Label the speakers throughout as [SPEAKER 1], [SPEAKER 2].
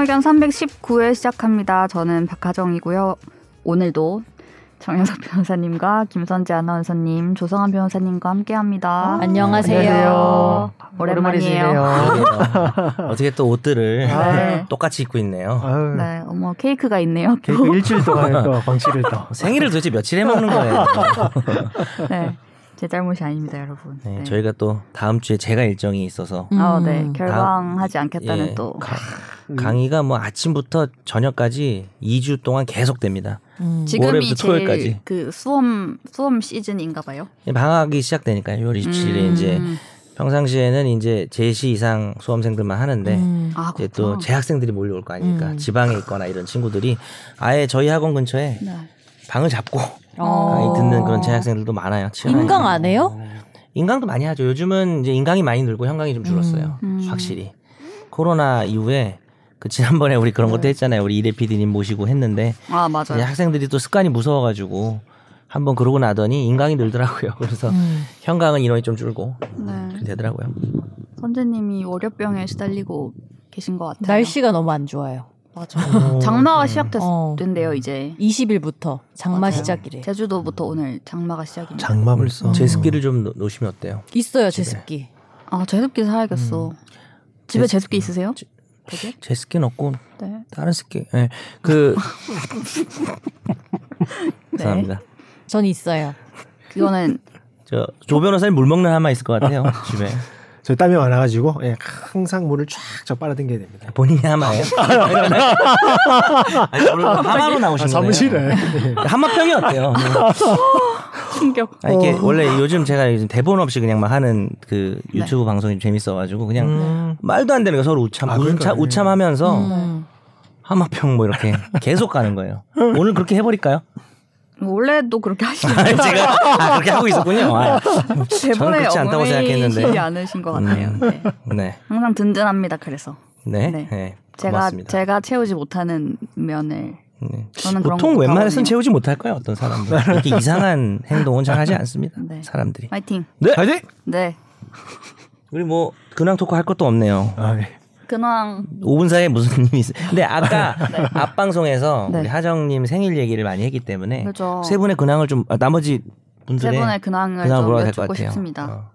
[SPEAKER 1] 의견 319회 시작합니다. 저는 박하정이고요. 오늘도 정현석 변호사님과 김선재 아나운서님, 조성한 변호사님과
[SPEAKER 2] 아,
[SPEAKER 1] 함께합니다.
[SPEAKER 3] 안녕하세요.
[SPEAKER 4] 안녕하세요.
[SPEAKER 1] 오랜만이에요.
[SPEAKER 2] 아, 어떻게 또 옷들을
[SPEAKER 4] 아,
[SPEAKER 1] 네.
[SPEAKER 2] 똑같이 입고 있네요.
[SPEAKER 4] 아유,
[SPEAKER 1] 네, 어머 케이크가 있네요. 또.
[SPEAKER 4] 계속 일주일 동안 또 광치를 또.
[SPEAKER 2] 생일을 도대체 며칠 해먹는 거예요?
[SPEAKER 1] 네, 제 잘못이 아닙니다, 여러분.
[SPEAKER 2] 네,
[SPEAKER 1] 네.
[SPEAKER 2] 저희가 또 다음 주에 제가 일정이 있어서
[SPEAKER 1] 아, 네,
[SPEAKER 3] 음.
[SPEAKER 1] 결방하지 않겠다는
[SPEAKER 2] 예.
[SPEAKER 1] 또
[SPEAKER 2] 가-
[SPEAKER 1] 음.
[SPEAKER 2] 강의가 뭐 아침부터 저녁까지 2주 동안 계속됩니다.
[SPEAKER 3] 음.
[SPEAKER 1] 지금이
[SPEAKER 2] 월요일부터
[SPEAKER 1] 제일
[SPEAKER 2] 토요일까지.
[SPEAKER 1] 그 수험 수험 시즌인가봐요.
[SPEAKER 2] 방학이 시작되니까요. 6월 27일에
[SPEAKER 1] 음.
[SPEAKER 2] 이제 평상시에는 이제 제시 이상 수험생들만 하는데
[SPEAKER 3] 음.
[SPEAKER 1] 아,
[SPEAKER 2] 이제 또
[SPEAKER 1] 그렇구나.
[SPEAKER 2] 재학생들이 몰려올 거 아닙니까?
[SPEAKER 3] 음.
[SPEAKER 2] 지방에 있거나 이런 친구들이 아예 저희 학원 근처에
[SPEAKER 1] 네.
[SPEAKER 2] 방을 잡고 강의
[SPEAKER 3] 어.
[SPEAKER 2] 듣는 그런 재학생들도 많아요. 치아가.
[SPEAKER 3] 인강 안 해요?
[SPEAKER 2] 인강도 많이 하죠. 요즘은 이제 인강이 많이 늘고 형강이 좀 줄었어요.
[SPEAKER 1] 음. 음.
[SPEAKER 2] 확실히 코로나 이후에 그 지난번에 우리 그런 것도 했잖아요. 우리 이래 PD님 모시고 했는데
[SPEAKER 1] 아 네.
[SPEAKER 2] 이제
[SPEAKER 1] 맞아요.
[SPEAKER 2] 학생들이 또 습관이 무서워가지고 한번 그러고 나더니 인강이 늘더라고요. 그래서
[SPEAKER 3] 음.
[SPEAKER 2] 형강은 인원이 좀 줄고
[SPEAKER 1] 네.
[SPEAKER 2] 그렇게 되더라고요.
[SPEAKER 1] 선재님이 월요병에 시달리고 계신 것 같아요.
[SPEAKER 3] 날씨가 너무 안 좋아요.
[SPEAKER 1] 맞아.
[SPEAKER 2] 어, 네.
[SPEAKER 1] 장마가 시작됐는데요
[SPEAKER 3] 어.
[SPEAKER 1] 이제.
[SPEAKER 3] 20일부터 장마
[SPEAKER 1] 맞아요.
[SPEAKER 3] 시작이래.
[SPEAKER 1] 제주도부터 오늘 장마가 시작입니다.
[SPEAKER 2] 장마 불성.
[SPEAKER 3] 음.
[SPEAKER 2] 제습기를 좀 놓- 놓으시면 어때요?
[SPEAKER 3] 있어요 제습기.
[SPEAKER 1] 아 제습기 사야겠어.
[SPEAKER 2] 음.
[SPEAKER 1] 집에 제습기 있으세요? 되게?
[SPEAKER 2] 제습기는 없고
[SPEAKER 1] 네.
[SPEAKER 2] 다른 습기. 예. 그 감사합니다.
[SPEAKER 1] 네.
[SPEAKER 3] 전 있어요.
[SPEAKER 1] 그거는
[SPEAKER 2] 저 조 변호사님 물 먹는 하마 있을 것 같아요 집에.
[SPEAKER 4] 저 땀이 많아가지고 예, 항상 물을 쫙쫙 빨아당겨야 됩니다.
[SPEAKER 2] 본인이 하마예요? 아니, 오늘 하마로 나오신 거예요? 네.
[SPEAKER 4] 사무실에.
[SPEAKER 2] 하마평이 어때요? 네.
[SPEAKER 1] 충격.
[SPEAKER 2] 아, 이게
[SPEAKER 4] 어.
[SPEAKER 2] 원래 요즘 제가 요즘 대본 없이 그냥 막 하는 그
[SPEAKER 1] 네.
[SPEAKER 2] 유튜브 방송이 재밌어가지고 그냥 말도 안 되는 거 서로 우참
[SPEAKER 4] 음. 아,
[SPEAKER 2] 우참
[SPEAKER 4] 그러니까요.
[SPEAKER 2] 우참하면서
[SPEAKER 3] 음.
[SPEAKER 2] 하마평 뭐 이렇게 계속 가는 거예요. 오늘 그렇게 해버릴까요?
[SPEAKER 1] 원래도 그렇게 하시는
[SPEAKER 2] 아니, 제가 아, 그렇게 하고 있었군요. 아, 저는
[SPEAKER 1] 대본에
[SPEAKER 2] 그렇지 않다고
[SPEAKER 1] 어머니시지
[SPEAKER 2] 생각했는데.
[SPEAKER 1] 않으신 것 같아요.
[SPEAKER 2] 음.
[SPEAKER 1] 네.
[SPEAKER 2] 네,
[SPEAKER 1] 항상 든든합니다. 그래서
[SPEAKER 2] 네,
[SPEAKER 1] 네.
[SPEAKER 2] 네.
[SPEAKER 1] 제가
[SPEAKER 2] 고맙습니다.
[SPEAKER 1] 제가 채우지 못하는 면을
[SPEAKER 2] 네.
[SPEAKER 1] 저는 그런
[SPEAKER 2] 보통
[SPEAKER 1] 거
[SPEAKER 2] 웬만해선
[SPEAKER 1] 못하거든요.
[SPEAKER 2] 채우지 못할 거예요 어떤 사람들 이렇게 이상한 행동은 잘 하지 않습니다
[SPEAKER 1] 네.
[SPEAKER 2] 사람들이
[SPEAKER 1] 파이팅.
[SPEAKER 2] 네
[SPEAKER 4] 화이팅!
[SPEAKER 1] 네.
[SPEAKER 2] 우리 뭐 근황 토크 할 것도 없네요.
[SPEAKER 4] 아, 예.
[SPEAKER 1] 근황
[SPEAKER 2] 5분 사이에 무슨 일이 있어? 근데 아까 앞 방송에서
[SPEAKER 1] 네.
[SPEAKER 2] 우리 하정님 생일 얘기를 많이 했기 때문에
[SPEAKER 1] 그죠.
[SPEAKER 2] 세 분의 근황을 좀 아, 나머지
[SPEAKER 1] 세
[SPEAKER 2] 분들의
[SPEAKER 1] 분의 근황을
[SPEAKER 2] 근황을
[SPEAKER 1] 좀
[SPEAKER 2] 물어야 될 것
[SPEAKER 1] 여쭙고
[SPEAKER 2] 같아요.
[SPEAKER 1] 싶습니다.
[SPEAKER 2] 어.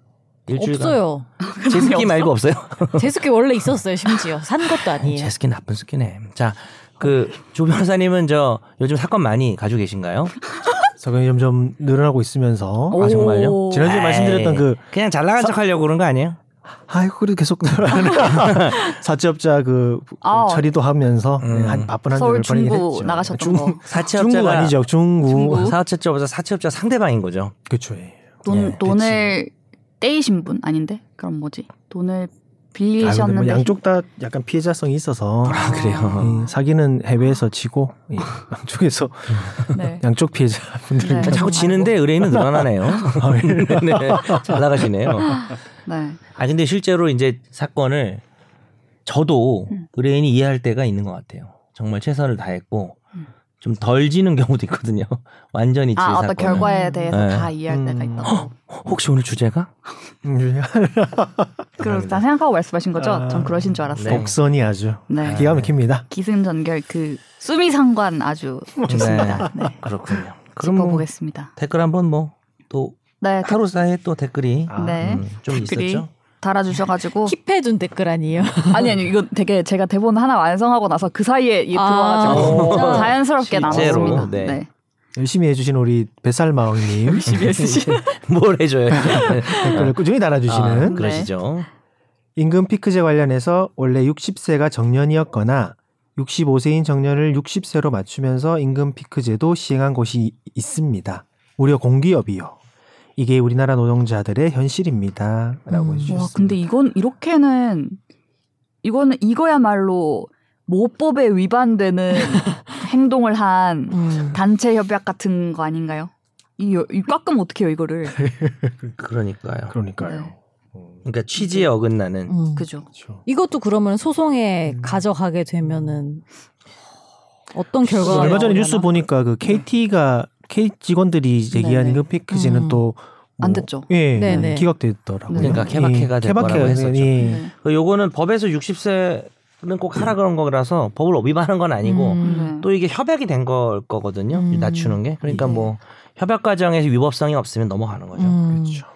[SPEAKER 2] 일주일간
[SPEAKER 3] 없어요.
[SPEAKER 2] 제습기 말고 없어요?
[SPEAKER 3] 제습기 원래 있었어요 심지어 산 것도
[SPEAKER 1] 예.
[SPEAKER 3] 아니에요.
[SPEAKER 2] 제습기 나쁜 습기네. 자그조 변호사님은 저 요즘 사건 많이 가지고 계신가요?
[SPEAKER 4] 사건이 점점 늘어나고 있으면서
[SPEAKER 2] 아 정말요? 네.
[SPEAKER 4] 지난주에
[SPEAKER 2] 에이,
[SPEAKER 4] 말씀드렸던 그-
[SPEAKER 2] 그냥 잘 나간 척하려고 그런 거 아니에요?
[SPEAKER 4] 아이고 그래도 계속 늘어나네. 사채업자 그
[SPEAKER 1] 아.
[SPEAKER 4] 처리도 하면서 예,
[SPEAKER 2] 음.
[SPEAKER 4] 한 바쁜 한
[SPEAKER 1] 서울
[SPEAKER 4] 주를 보내긴
[SPEAKER 1] 중구
[SPEAKER 4] 했죠.
[SPEAKER 1] 나가셨던
[SPEAKER 4] 중국-
[SPEAKER 1] 거.
[SPEAKER 2] 사채업자가
[SPEAKER 4] 중국 아니죠 중국.
[SPEAKER 1] 중국.
[SPEAKER 2] 사채업자보다 사채업자 상대방인 거죠.
[SPEAKER 4] 그쵸. 예.
[SPEAKER 1] 돈
[SPEAKER 2] 예,
[SPEAKER 1] 돈을 떼이신 분 아닌데? 그럼 뭐지? 돈을
[SPEAKER 4] 아, 근데 뭐
[SPEAKER 1] 빌리셨는데
[SPEAKER 4] 양쪽 다 약간 피해자성이 있어서
[SPEAKER 2] 아 그래요. 음.
[SPEAKER 4] 예, 사기는 해외에서 치고 예, 양쪽에서
[SPEAKER 1] 네.
[SPEAKER 4] 양쪽 피해자분들이
[SPEAKER 1] 네.
[SPEAKER 2] 자꾸 지는데 의뢰인은 늘어나네요. 네, 잘 나가시네요.
[SPEAKER 1] 네.
[SPEAKER 2] 아 근데 실제로 이제 사건을 저도 의뢰인이 이해할 때가 있는 것 같아요. 정말 최선을 다했고
[SPEAKER 1] 음.
[SPEAKER 2] 좀 덜 지는 경우도 있거든요. 완전히 질
[SPEAKER 1] 아,
[SPEAKER 2] 사건.
[SPEAKER 1] 어떤 결과에
[SPEAKER 3] 음.
[SPEAKER 1] 대해서
[SPEAKER 2] 네.
[SPEAKER 1] 다 이해할
[SPEAKER 4] 음.
[SPEAKER 1] 때가 있다고.
[SPEAKER 2] 혹시 오늘 주제가?
[SPEAKER 4] 음,
[SPEAKER 1] 그렇다 생각하고 말씀하신 거죠?
[SPEAKER 4] 아.
[SPEAKER 1] 전 그러신 줄 알았어요.
[SPEAKER 2] 네.
[SPEAKER 4] 복선이 아주
[SPEAKER 1] 네.
[SPEAKER 4] 기가 막힙니다.
[SPEAKER 1] 기승전결 그 수미상관 아주 좋습니다. 네.
[SPEAKER 2] 그렇군요. 아, 그럼 뭐
[SPEAKER 1] 짚어보겠습니다.
[SPEAKER 2] 댓글 한번 뭐 또
[SPEAKER 1] 네.
[SPEAKER 2] 하루 사이에 또 댓글이
[SPEAKER 4] 아,
[SPEAKER 1] 네.
[SPEAKER 2] 음, 좀
[SPEAKER 1] 댓글이
[SPEAKER 2] 있었죠.
[SPEAKER 1] 달아주셔가지고
[SPEAKER 3] 킵해둔 댓글 아니에요.
[SPEAKER 1] 아니 아니 이거 되게 제가 대본 하나 완성하고 나서 그 사이에 이게
[SPEAKER 3] 아,
[SPEAKER 1] 들어와가지고
[SPEAKER 3] 진짜?
[SPEAKER 1] 자연스럽게
[SPEAKER 2] 실제로,
[SPEAKER 1] 나눴습니다.
[SPEAKER 2] 네.
[SPEAKER 1] 네.
[SPEAKER 4] 열심히 해주신 우리 뱃살마왕님
[SPEAKER 2] 네. 뭘 해줘요?
[SPEAKER 4] 댓글을 꾸준히
[SPEAKER 2] 아,
[SPEAKER 4] 달아주시는
[SPEAKER 2] 그러시죠.
[SPEAKER 4] 임금 피크제 관련해서 원래 60세가 정년이었거나 65세인 정년을 60세로 맞추면서 임금 피크제도 시행한 곳이 이- 있습니다. 무려 공기업이요. 이게 우리나라 노동자들의 현실입니다라고
[SPEAKER 3] 음.
[SPEAKER 4] 해주셨습니다.
[SPEAKER 1] 와 근데 이건 이렇게는 이거는 이거야말로 모법에 위반되는 행동을 한
[SPEAKER 3] 음.
[SPEAKER 1] 단체 협약 같은 거 아닌가요? 이, 이 깎으면 어떡해요 이거를
[SPEAKER 2] 그러니까요.
[SPEAKER 4] 그러니까요. 어,
[SPEAKER 1] 네.
[SPEAKER 2] 그러니까 취지에 어긋나는
[SPEAKER 3] 음.
[SPEAKER 1] 그죠?
[SPEAKER 4] 그렇죠.
[SPEAKER 3] 이것도 그러면 소송에
[SPEAKER 4] 음.
[SPEAKER 3] 가져가게 되면은 어떤 결과가
[SPEAKER 4] 얼마 전에
[SPEAKER 3] 나오려나?
[SPEAKER 4] 뉴스 보니까 그 KT가 K 직원들이 얘기한
[SPEAKER 1] 네네.
[SPEAKER 4] 임금 피크제는 그
[SPEAKER 3] 음.
[SPEAKER 4] 또
[SPEAKER 1] 안
[SPEAKER 4] 뭐
[SPEAKER 1] 됐죠.
[SPEAKER 4] 예,
[SPEAKER 3] 네네.
[SPEAKER 4] 기각됐더라고요.
[SPEAKER 1] 그러니까
[SPEAKER 2] 케바케가 될 거라고 했었죠.
[SPEAKER 4] 예.
[SPEAKER 1] 네.
[SPEAKER 2] 그 요거는 법에서 60세 하면 꼭 하라 그런 거라서 법을 위반한 건 아니고
[SPEAKER 1] 네.
[SPEAKER 3] 음.
[SPEAKER 2] 또 이게 협약이 된 걸 거거든요.
[SPEAKER 3] 음.
[SPEAKER 2] 낮추는 게. 그러니까
[SPEAKER 1] 예.
[SPEAKER 3] 네.
[SPEAKER 2] 뭐 협약 과정에서 위법성이 없으면 넘어가는 거죠.
[SPEAKER 3] 음.
[SPEAKER 4] 그렇죠.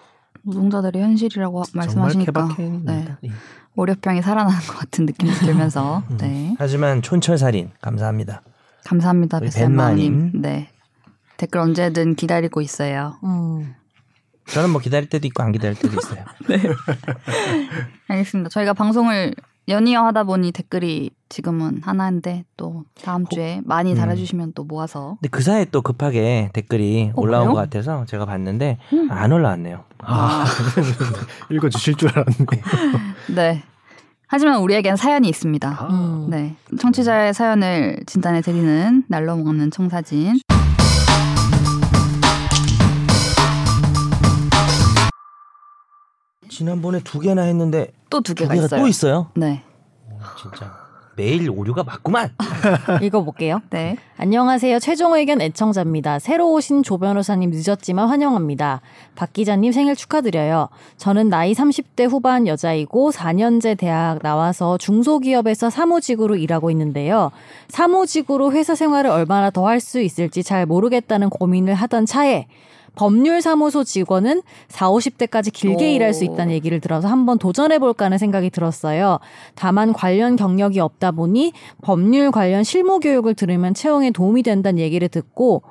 [SPEAKER 1] 노동자들의 현실이라고 하-
[SPEAKER 4] 정말
[SPEAKER 1] 말씀하시니까 네.
[SPEAKER 4] 케바케입니다. 예.
[SPEAKER 1] 월요병이 살아나는 것 같은 느낌이 들면서
[SPEAKER 2] 음.
[SPEAKER 1] 네
[SPEAKER 2] 하지만 촌철살인 감사합니다.
[SPEAKER 1] 감사합니다
[SPEAKER 2] 우리
[SPEAKER 1] 뱃살마님
[SPEAKER 2] 뱃마님.
[SPEAKER 1] 네 댓글 언제든 기다리고 있어요
[SPEAKER 3] 음.
[SPEAKER 2] 저는 뭐 기다릴 때도 있고 안 기다릴 때도 있어요.
[SPEAKER 1] 알겠습니다 저희가 방송을 연이어 하다 보니 댓글이 지금은 하나인데 또 다음 주에 많이
[SPEAKER 2] 음.
[SPEAKER 1] 달아주시면 또 모아서
[SPEAKER 2] 근데 그 사이에 또 급하게 댓글이
[SPEAKER 1] 어,
[SPEAKER 2] 올라온
[SPEAKER 1] 그래요?
[SPEAKER 2] 것 같아서 제가 봤는데
[SPEAKER 1] 음.
[SPEAKER 2] 안 올라왔네요.
[SPEAKER 4] 아, 읽어주실 줄 알았는데.
[SPEAKER 1] 네 하지만 우리에겐 사연이 있습니다
[SPEAKER 4] 아.
[SPEAKER 3] 음.
[SPEAKER 1] 네. 청취자의 사연을 진단해 드리는 날로 먹는 청사진.
[SPEAKER 2] 지난번에 두 개나 했는데
[SPEAKER 1] 또 두
[SPEAKER 2] 두
[SPEAKER 1] 개가
[SPEAKER 2] 개가
[SPEAKER 1] 있어요.
[SPEAKER 2] 또 있어요.
[SPEAKER 1] 네.
[SPEAKER 4] 아,
[SPEAKER 2] 진짜 매일 오류가 맞구만.
[SPEAKER 3] 읽어볼게요.
[SPEAKER 1] 네.
[SPEAKER 3] 안녕하세요. 최종 의견 애청자입니다. 새로 오신 조 변호사님 늦었지만 환영합니다. 박 기자님 생일 축하드려요. 저는 나이 30대 후반 여자이고 4년제 대학 나와서 중소기업에서 사무직으로 일하고 있는데요. 사무직으로 회사 생활을 얼마나 더 할 수 있을지 잘 모르겠다는 고민을 하던 차에 법률사무소 직원은 4, 50대까지 길게
[SPEAKER 1] 오.
[SPEAKER 3] 일할 수 있다는 얘기를 들어서 한번 도전해볼까 하는 생각이 들었어요. 다만 관련 경력이 없다 보니 법률 관련 실무 교육을 들으면 채용에 도움이 된다는 얘기를 듣고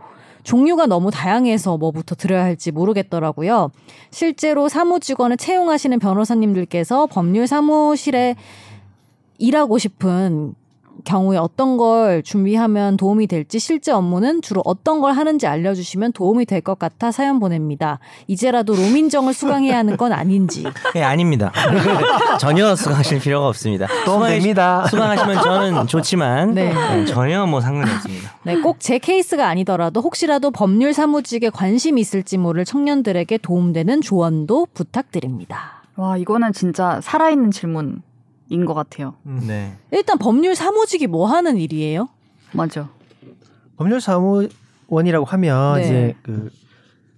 [SPEAKER 3] 종류가 너무 다양해서 뭐부터 들어야 할지 모르겠더라고요. 실제로 사무직원을 채용하시는 변호사님들께서 법률 사무실에 일하고 싶은 경우에 어떤 걸 준비하면 도움이 될지 실제 업무는 주로 어떤 걸 하는지 알려주시면 도움이 될 것 같아 사연 보냅니다. 이제라도 로민정을 수강해야 하는 건 아닌지.
[SPEAKER 2] 예, 아닙니다. 전혀 수강하실 필요가 없습니다.
[SPEAKER 4] 또 됩니다.
[SPEAKER 2] 수강하시면 저는 좋지만
[SPEAKER 3] 네.
[SPEAKER 2] 예, 전혀 뭐 상관이 없습니다.
[SPEAKER 3] 네, 꼭 제 케이스가 아니더라도 혹시라도 법률 사무직에 관심이 있을지 모를 청년들에게 도움되는 조언도 부탁드립니다.
[SPEAKER 1] 와, 이거는 진짜 살아있는 질문인 것 같아요.
[SPEAKER 2] 네.
[SPEAKER 3] 일단 법률 사무직이 뭐 하는 일이에요?
[SPEAKER 1] 맞아.
[SPEAKER 4] 음. 법률사무원이라고 하면
[SPEAKER 3] 네.
[SPEAKER 4] 이제 그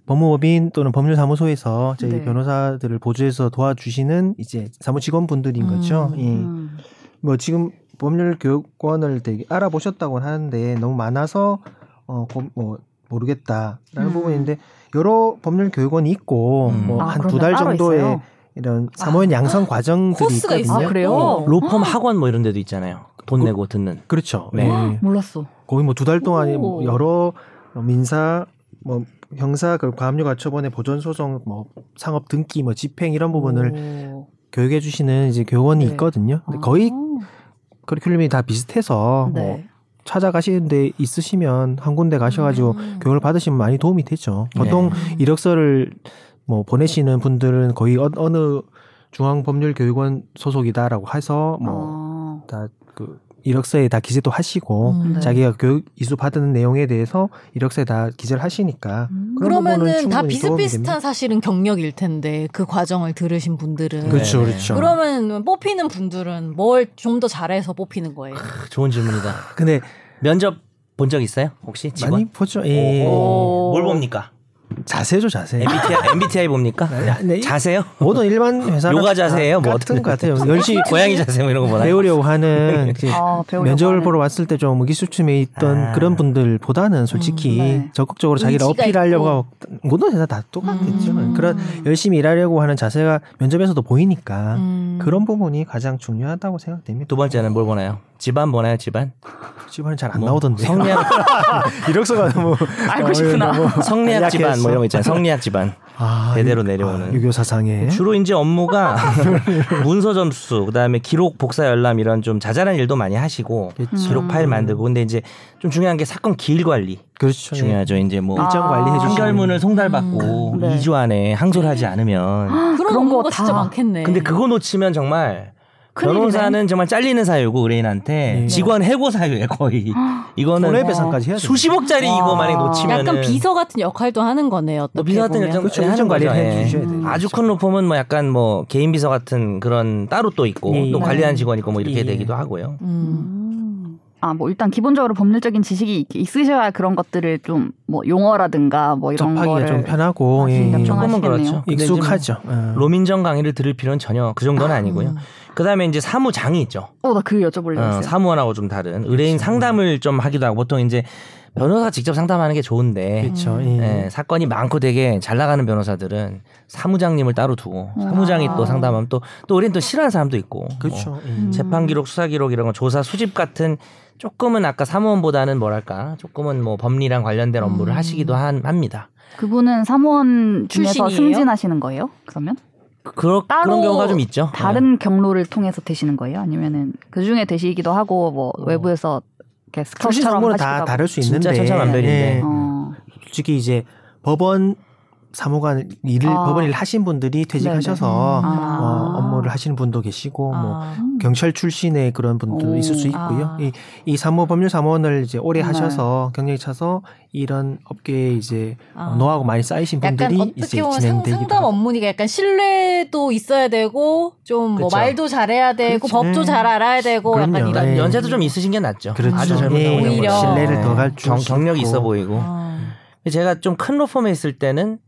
[SPEAKER 4] 법무법인 또는 법률사무소에서 저희
[SPEAKER 1] 네.
[SPEAKER 4] 변호사들을 보조해서 도와주시는 이제 사무 직원분들인
[SPEAKER 3] 음,
[SPEAKER 4] 거죠. 예.
[SPEAKER 1] 음.
[SPEAKER 4] 뭐 지금 법률 교육권을 되게 알아보셨다고 하는데 너무 많아서 어, 고- 뭐 모르겠다라는
[SPEAKER 1] 음.
[SPEAKER 4] 부분인데 여러 법률 교육원이 있고
[SPEAKER 2] 음.
[SPEAKER 4] 뭐
[SPEAKER 1] 아,
[SPEAKER 4] 한 두
[SPEAKER 1] 그러면
[SPEAKER 4] 달
[SPEAKER 1] 따로
[SPEAKER 4] 정도의
[SPEAKER 1] 있어요?
[SPEAKER 4] 이런 사무원 양성 과정들이
[SPEAKER 3] 코스가
[SPEAKER 4] 있거든요.
[SPEAKER 3] 있어요?
[SPEAKER 1] 아, 그래요?
[SPEAKER 4] 어,
[SPEAKER 2] 로펌 학원 뭐 이런 데도 있잖아요. 돈
[SPEAKER 4] 그-
[SPEAKER 2] 내고 듣는.
[SPEAKER 4] 그렇죠.
[SPEAKER 2] 네.
[SPEAKER 4] 예.
[SPEAKER 1] 몰랐어.
[SPEAKER 4] 거의 뭐 두 달 동안
[SPEAKER 1] 오.
[SPEAKER 4] 여러 민사 뭐 형사 그 과압류 가처분의 보전 소송 뭐 상업 등기 뭐 집행 이런 부분을
[SPEAKER 1] 오.
[SPEAKER 4] 교육해 주시는 이제 교원이
[SPEAKER 1] 네.
[SPEAKER 4] 있거든요. 근데 거의
[SPEAKER 3] 아.
[SPEAKER 4] 커리큘럼이 다 비슷해서 뭐
[SPEAKER 1] 네.
[SPEAKER 4] 찾아가시는 데 있으시면 한 군데 가셔가지고 그
[SPEAKER 3] 음.
[SPEAKER 4] 교육을 받으시면 많이 도움이 되죠.
[SPEAKER 2] 네.
[SPEAKER 4] 보통 이력서를 뭐 보내시는 분들은 거의 어, 느 중앙법률교육원 소속이다라고 해서
[SPEAKER 1] 어.
[SPEAKER 4] 뭐 다 그 이력서에 다 기재도 하시고
[SPEAKER 3] 음.
[SPEAKER 1] 네.
[SPEAKER 4] 자기가 교육 이수 받은 내용에 대해서 이력서에 다 기재를 하시니까
[SPEAKER 1] 음.
[SPEAKER 4] 그런
[SPEAKER 3] 그러면은
[SPEAKER 4] 부분은
[SPEAKER 3] 다
[SPEAKER 4] 충분히 도움이
[SPEAKER 3] 비슷비슷한 사실은 경력일 텐데 그 과정을 들으신 분들은
[SPEAKER 2] 그-
[SPEAKER 4] 그렇죠,
[SPEAKER 2] 네네.
[SPEAKER 4] 그렇죠.
[SPEAKER 3] 그러면 뽑히는 분들은 뭘 좀 더 잘해서 뽑히는 거예요.
[SPEAKER 4] 아,
[SPEAKER 2] 크, 좋은 질문이다.
[SPEAKER 4] 근데
[SPEAKER 2] 면접 본 적 있어요? 혹시 직원?
[SPEAKER 4] 많이 보죠. 예.
[SPEAKER 1] 오.
[SPEAKER 2] 뭘 봅니까?
[SPEAKER 4] 자세죠, 자세.
[SPEAKER 2] MBTI, MBTI 봅니까?
[SPEAKER 4] 네.
[SPEAKER 2] 자세요?
[SPEAKER 4] 모든 일반 회사
[SPEAKER 2] 요가 자세예요? 뭐
[SPEAKER 4] 같은
[SPEAKER 2] 어떤 네.
[SPEAKER 4] 것 같아요. 열심히
[SPEAKER 2] 고양이 자세 뭐 이런 거 보나요?
[SPEAKER 4] 배우려고 하는 이제
[SPEAKER 1] 아, 배우려고
[SPEAKER 4] 면접을
[SPEAKER 1] 하는.
[SPEAKER 4] 보러 왔을 때 좀 의기소침해 있던
[SPEAKER 2] 아.
[SPEAKER 4] 그런 분들보다는 솔직히
[SPEAKER 1] 음, 네.
[SPEAKER 4] 적극적으로 자기를
[SPEAKER 3] 의지가
[SPEAKER 4] 어필하려고 하고 모든 회사 다 똑같겠죠.
[SPEAKER 3] 음.
[SPEAKER 4] 그런 열심히 일하려고 하는 자세가 면접에서도 보이니까
[SPEAKER 3] 음.
[SPEAKER 4] 그런 부분이 가장 중요하다고 생각됩니다.
[SPEAKER 2] 두 번째는 뭘 보나요? 집안 보나요? 집안?
[SPEAKER 4] 집안은 잘 안
[SPEAKER 2] 뭐
[SPEAKER 4] 나오던데.
[SPEAKER 2] 성리학
[SPEAKER 4] 이력서가 너무
[SPEAKER 1] 알고
[SPEAKER 4] 어,
[SPEAKER 1] 싶구나.
[SPEAKER 4] 너무
[SPEAKER 2] 성리학 집안 뭐 이런 거 있잖아요. 성리학 집안.
[SPEAKER 4] 아,
[SPEAKER 2] 대대로
[SPEAKER 4] 유-
[SPEAKER 2] 내려오는. 뭐
[SPEAKER 4] 아, 유교 사상에
[SPEAKER 2] 주로 이제 업무가 문서 점수, 그다음에 기록 복사 열람 이런 좀 자잘한 일도 많이 하시고
[SPEAKER 4] 그렇죠.
[SPEAKER 2] 기록 파일 만들고 근데 이제 좀 중요한 게 사건 기일 관리
[SPEAKER 4] 그렇죠.
[SPEAKER 2] 중요하죠. 이제 뭐
[SPEAKER 1] 아.
[SPEAKER 4] 일정 관리해 주시는
[SPEAKER 2] 판결문을 송달받고
[SPEAKER 1] 음. 네.
[SPEAKER 2] 2주 안에 항소를 하지 않으면
[SPEAKER 3] 그런,
[SPEAKER 1] 그런 거
[SPEAKER 3] 거 진짜
[SPEAKER 1] 다.
[SPEAKER 3] 아, 많겠네.
[SPEAKER 2] 근데 그거 놓치면 정말
[SPEAKER 1] 큰일이네.
[SPEAKER 2] 변호사는 정말 잘리는 사유고 의뢰인한테
[SPEAKER 4] 네.
[SPEAKER 2] 직원 해고 사유예요 거의 이거는
[SPEAKER 4] 손해배상까지 해야 돼.
[SPEAKER 2] 수십억짜리
[SPEAKER 1] 와.
[SPEAKER 2] 이거 만약 놓치면
[SPEAKER 3] 약간 비서 같은 역할도 하는
[SPEAKER 4] 뭐
[SPEAKER 3] 거네요. 어떻게
[SPEAKER 2] 비서 같은
[SPEAKER 3] 보면.
[SPEAKER 2] 역할
[SPEAKER 4] 그렇죠.
[SPEAKER 2] 하는
[SPEAKER 4] 일정 관리를
[SPEAKER 2] 거죠.
[SPEAKER 4] 해 주셔야
[SPEAKER 3] 예.
[SPEAKER 4] 돼요.
[SPEAKER 1] 음.
[SPEAKER 2] 아주 큰 로펌은 뭐 약간 뭐 개인 비서 같은 그런 따로 또 있고
[SPEAKER 4] 예,
[SPEAKER 2] 또
[SPEAKER 4] 예.
[SPEAKER 2] 관리하는 직원 있고 뭐 이렇게
[SPEAKER 4] 예, 예.
[SPEAKER 2] 되기도 하고요.
[SPEAKER 3] 음.
[SPEAKER 1] 음. 아, 뭐 일단 기본적으로 법률적인 지식이 있- 있으셔야 그런 것들을 좀 뭐 용어라든가 뭐 이런
[SPEAKER 4] 접하기가
[SPEAKER 1] 거를
[SPEAKER 4] 좀 편하고
[SPEAKER 1] 아,
[SPEAKER 4] 예.
[SPEAKER 1] 진짜 조금
[SPEAKER 4] 예.
[SPEAKER 2] 조금은
[SPEAKER 1] 하시겠네요.
[SPEAKER 2] 그렇죠. 근데 이제 뭐
[SPEAKER 4] 익숙하죠. 어.
[SPEAKER 2] 로민정 강의를 들을 필요는 전혀 그 정도는 아니고요. 그다음에 이제 사무장이 있죠.
[SPEAKER 1] 어, 나 그 여쭤보려고
[SPEAKER 2] 어,
[SPEAKER 1] 했어요. 그렇죠.
[SPEAKER 2] 사무원하고 좀 다른 의뢰인 상담을 좀 하기도 하고 보통 이제 변호사 직접 상담하는 게 좋은데
[SPEAKER 4] 그렇죠.
[SPEAKER 3] 음.
[SPEAKER 4] 예.
[SPEAKER 2] 예, 사건이 많고 되게 잘 나가는 변호사들은 사무장님을 따로 두고 사무장이
[SPEAKER 1] 아.
[SPEAKER 2] 또 상담하면 또 또 우리는 또 싫어하는 사람도 있고
[SPEAKER 4] 그렇죠.
[SPEAKER 2] 뭐
[SPEAKER 4] 예.
[SPEAKER 1] 음.
[SPEAKER 2] 재판 기록, 수사 기록 이런 거 조사 수집 같은 조금은 아까 사무원보다는 뭐랄까 조금은 뭐 법리랑 관련된 업무를
[SPEAKER 3] 음.
[SPEAKER 2] 하시기도 한- 합니다.
[SPEAKER 1] 그분은 사무원 중에서
[SPEAKER 3] 출신이에요?
[SPEAKER 1] 승진하시는 거예요? 그러면
[SPEAKER 4] 어.
[SPEAKER 2] 그러,
[SPEAKER 1] 따로
[SPEAKER 2] 그런 경우가 좀 있죠. 예.
[SPEAKER 1] 다른 경로를 통해서 되시는 거예요? 아니면은 그 중에 되시기도 하고 뭐 외부에서 이렇게
[SPEAKER 4] 어. 출신
[SPEAKER 1] 스카우트처럼
[SPEAKER 4] 정보는
[SPEAKER 1] 하시기도
[SPEAKER 4] 다
[SPEAKER 1] 하고.
[SPEAKER 4] 다를 수
[SPEAKER 2] 진짜
[SPEAKER 4] 있는데
[SPEAKER 2] 천차만별인데.
[SPEAKER 4] 예.
[SPEAKER 1] 어.
[SPEAKER 4] 솔직히 이제 법원 사무관 일을
[SPEAKER 1] 아.
[SPEAKER 4] 법원 일을 하신 분들이 퇴직하셔서
[SPEAKER 3] 네네.
[SPEAKER 4] 어,
[SPEAKER 3] 아.
[SPEAKER 4] 업무를 하시는 분도 계시고 뭐
[SPEAKER 3] 아.
[SPEAKER 4] 경찰 출신의 그런 분들도
[SPEAKER 1] 오.
[SPEAKER 4] 있을 수 있고요.
[SPEAKER 3] 아.
[SPEAKER 4] 이, 이 사무 법률 사무원을 이제 오래
[SPEAKER 1] 네.
[SPEAKER 4] 하셔서 경력이 차서 이런 업계에 이제
[SPEAKER 3] 아.
[SPEAKER 4] 노하우 많이 쌓이신 분들이
[SPEAKER 3] 약간
[SPEAKER 4] 이제
[SPEAKER 3] 어떻게 보면 상,
[SPEAKER 4] 진행되기도
[SPEAKER 3] 상담
[SPEAKER 4] 하고.
[SPEAKER 3] 업무니까 약간 신뢰도 있어야 되고 좀 뭐
[SPEAKER 2] 그쵸.
[SPEAKER 3] 말도 잘해야 되고
[SPEAKER 4] 그렇죠.
[SPEAKER 3] 법도
[SPEAKER 4] 음.
[SPEAKER 3] 잘 알아야 되고 약간 이런 아.
[SPEAKER 4] 그럼요.
[SPEAKER 2] 일단
[SPEAKER 4] 네.
[SPEAKER 2] 그러니까 연세도 좀 있으신 게 낫죠.
[SPEAKER 4] 그렇죠.
[SPEAKER 2] 아주 젊은
[SPEAKER 3] 예,
[SPEAKER 2] 사무장보다.
[SPEAKER 3] 오히려.
[SPEAKER 4] 신뢰를 더갈
[SPEAKER 2] 예.
[SPEAKER 4] 줄수
[SPEAKER 2] 경- 경력이 있어
[SPEAKER 4] 있고.
[SPEAKER 2] 보이고.
[SPEAKER 3] 아.
[SPEAKER 2] 제가 좀 큰 로펌에 있을 때는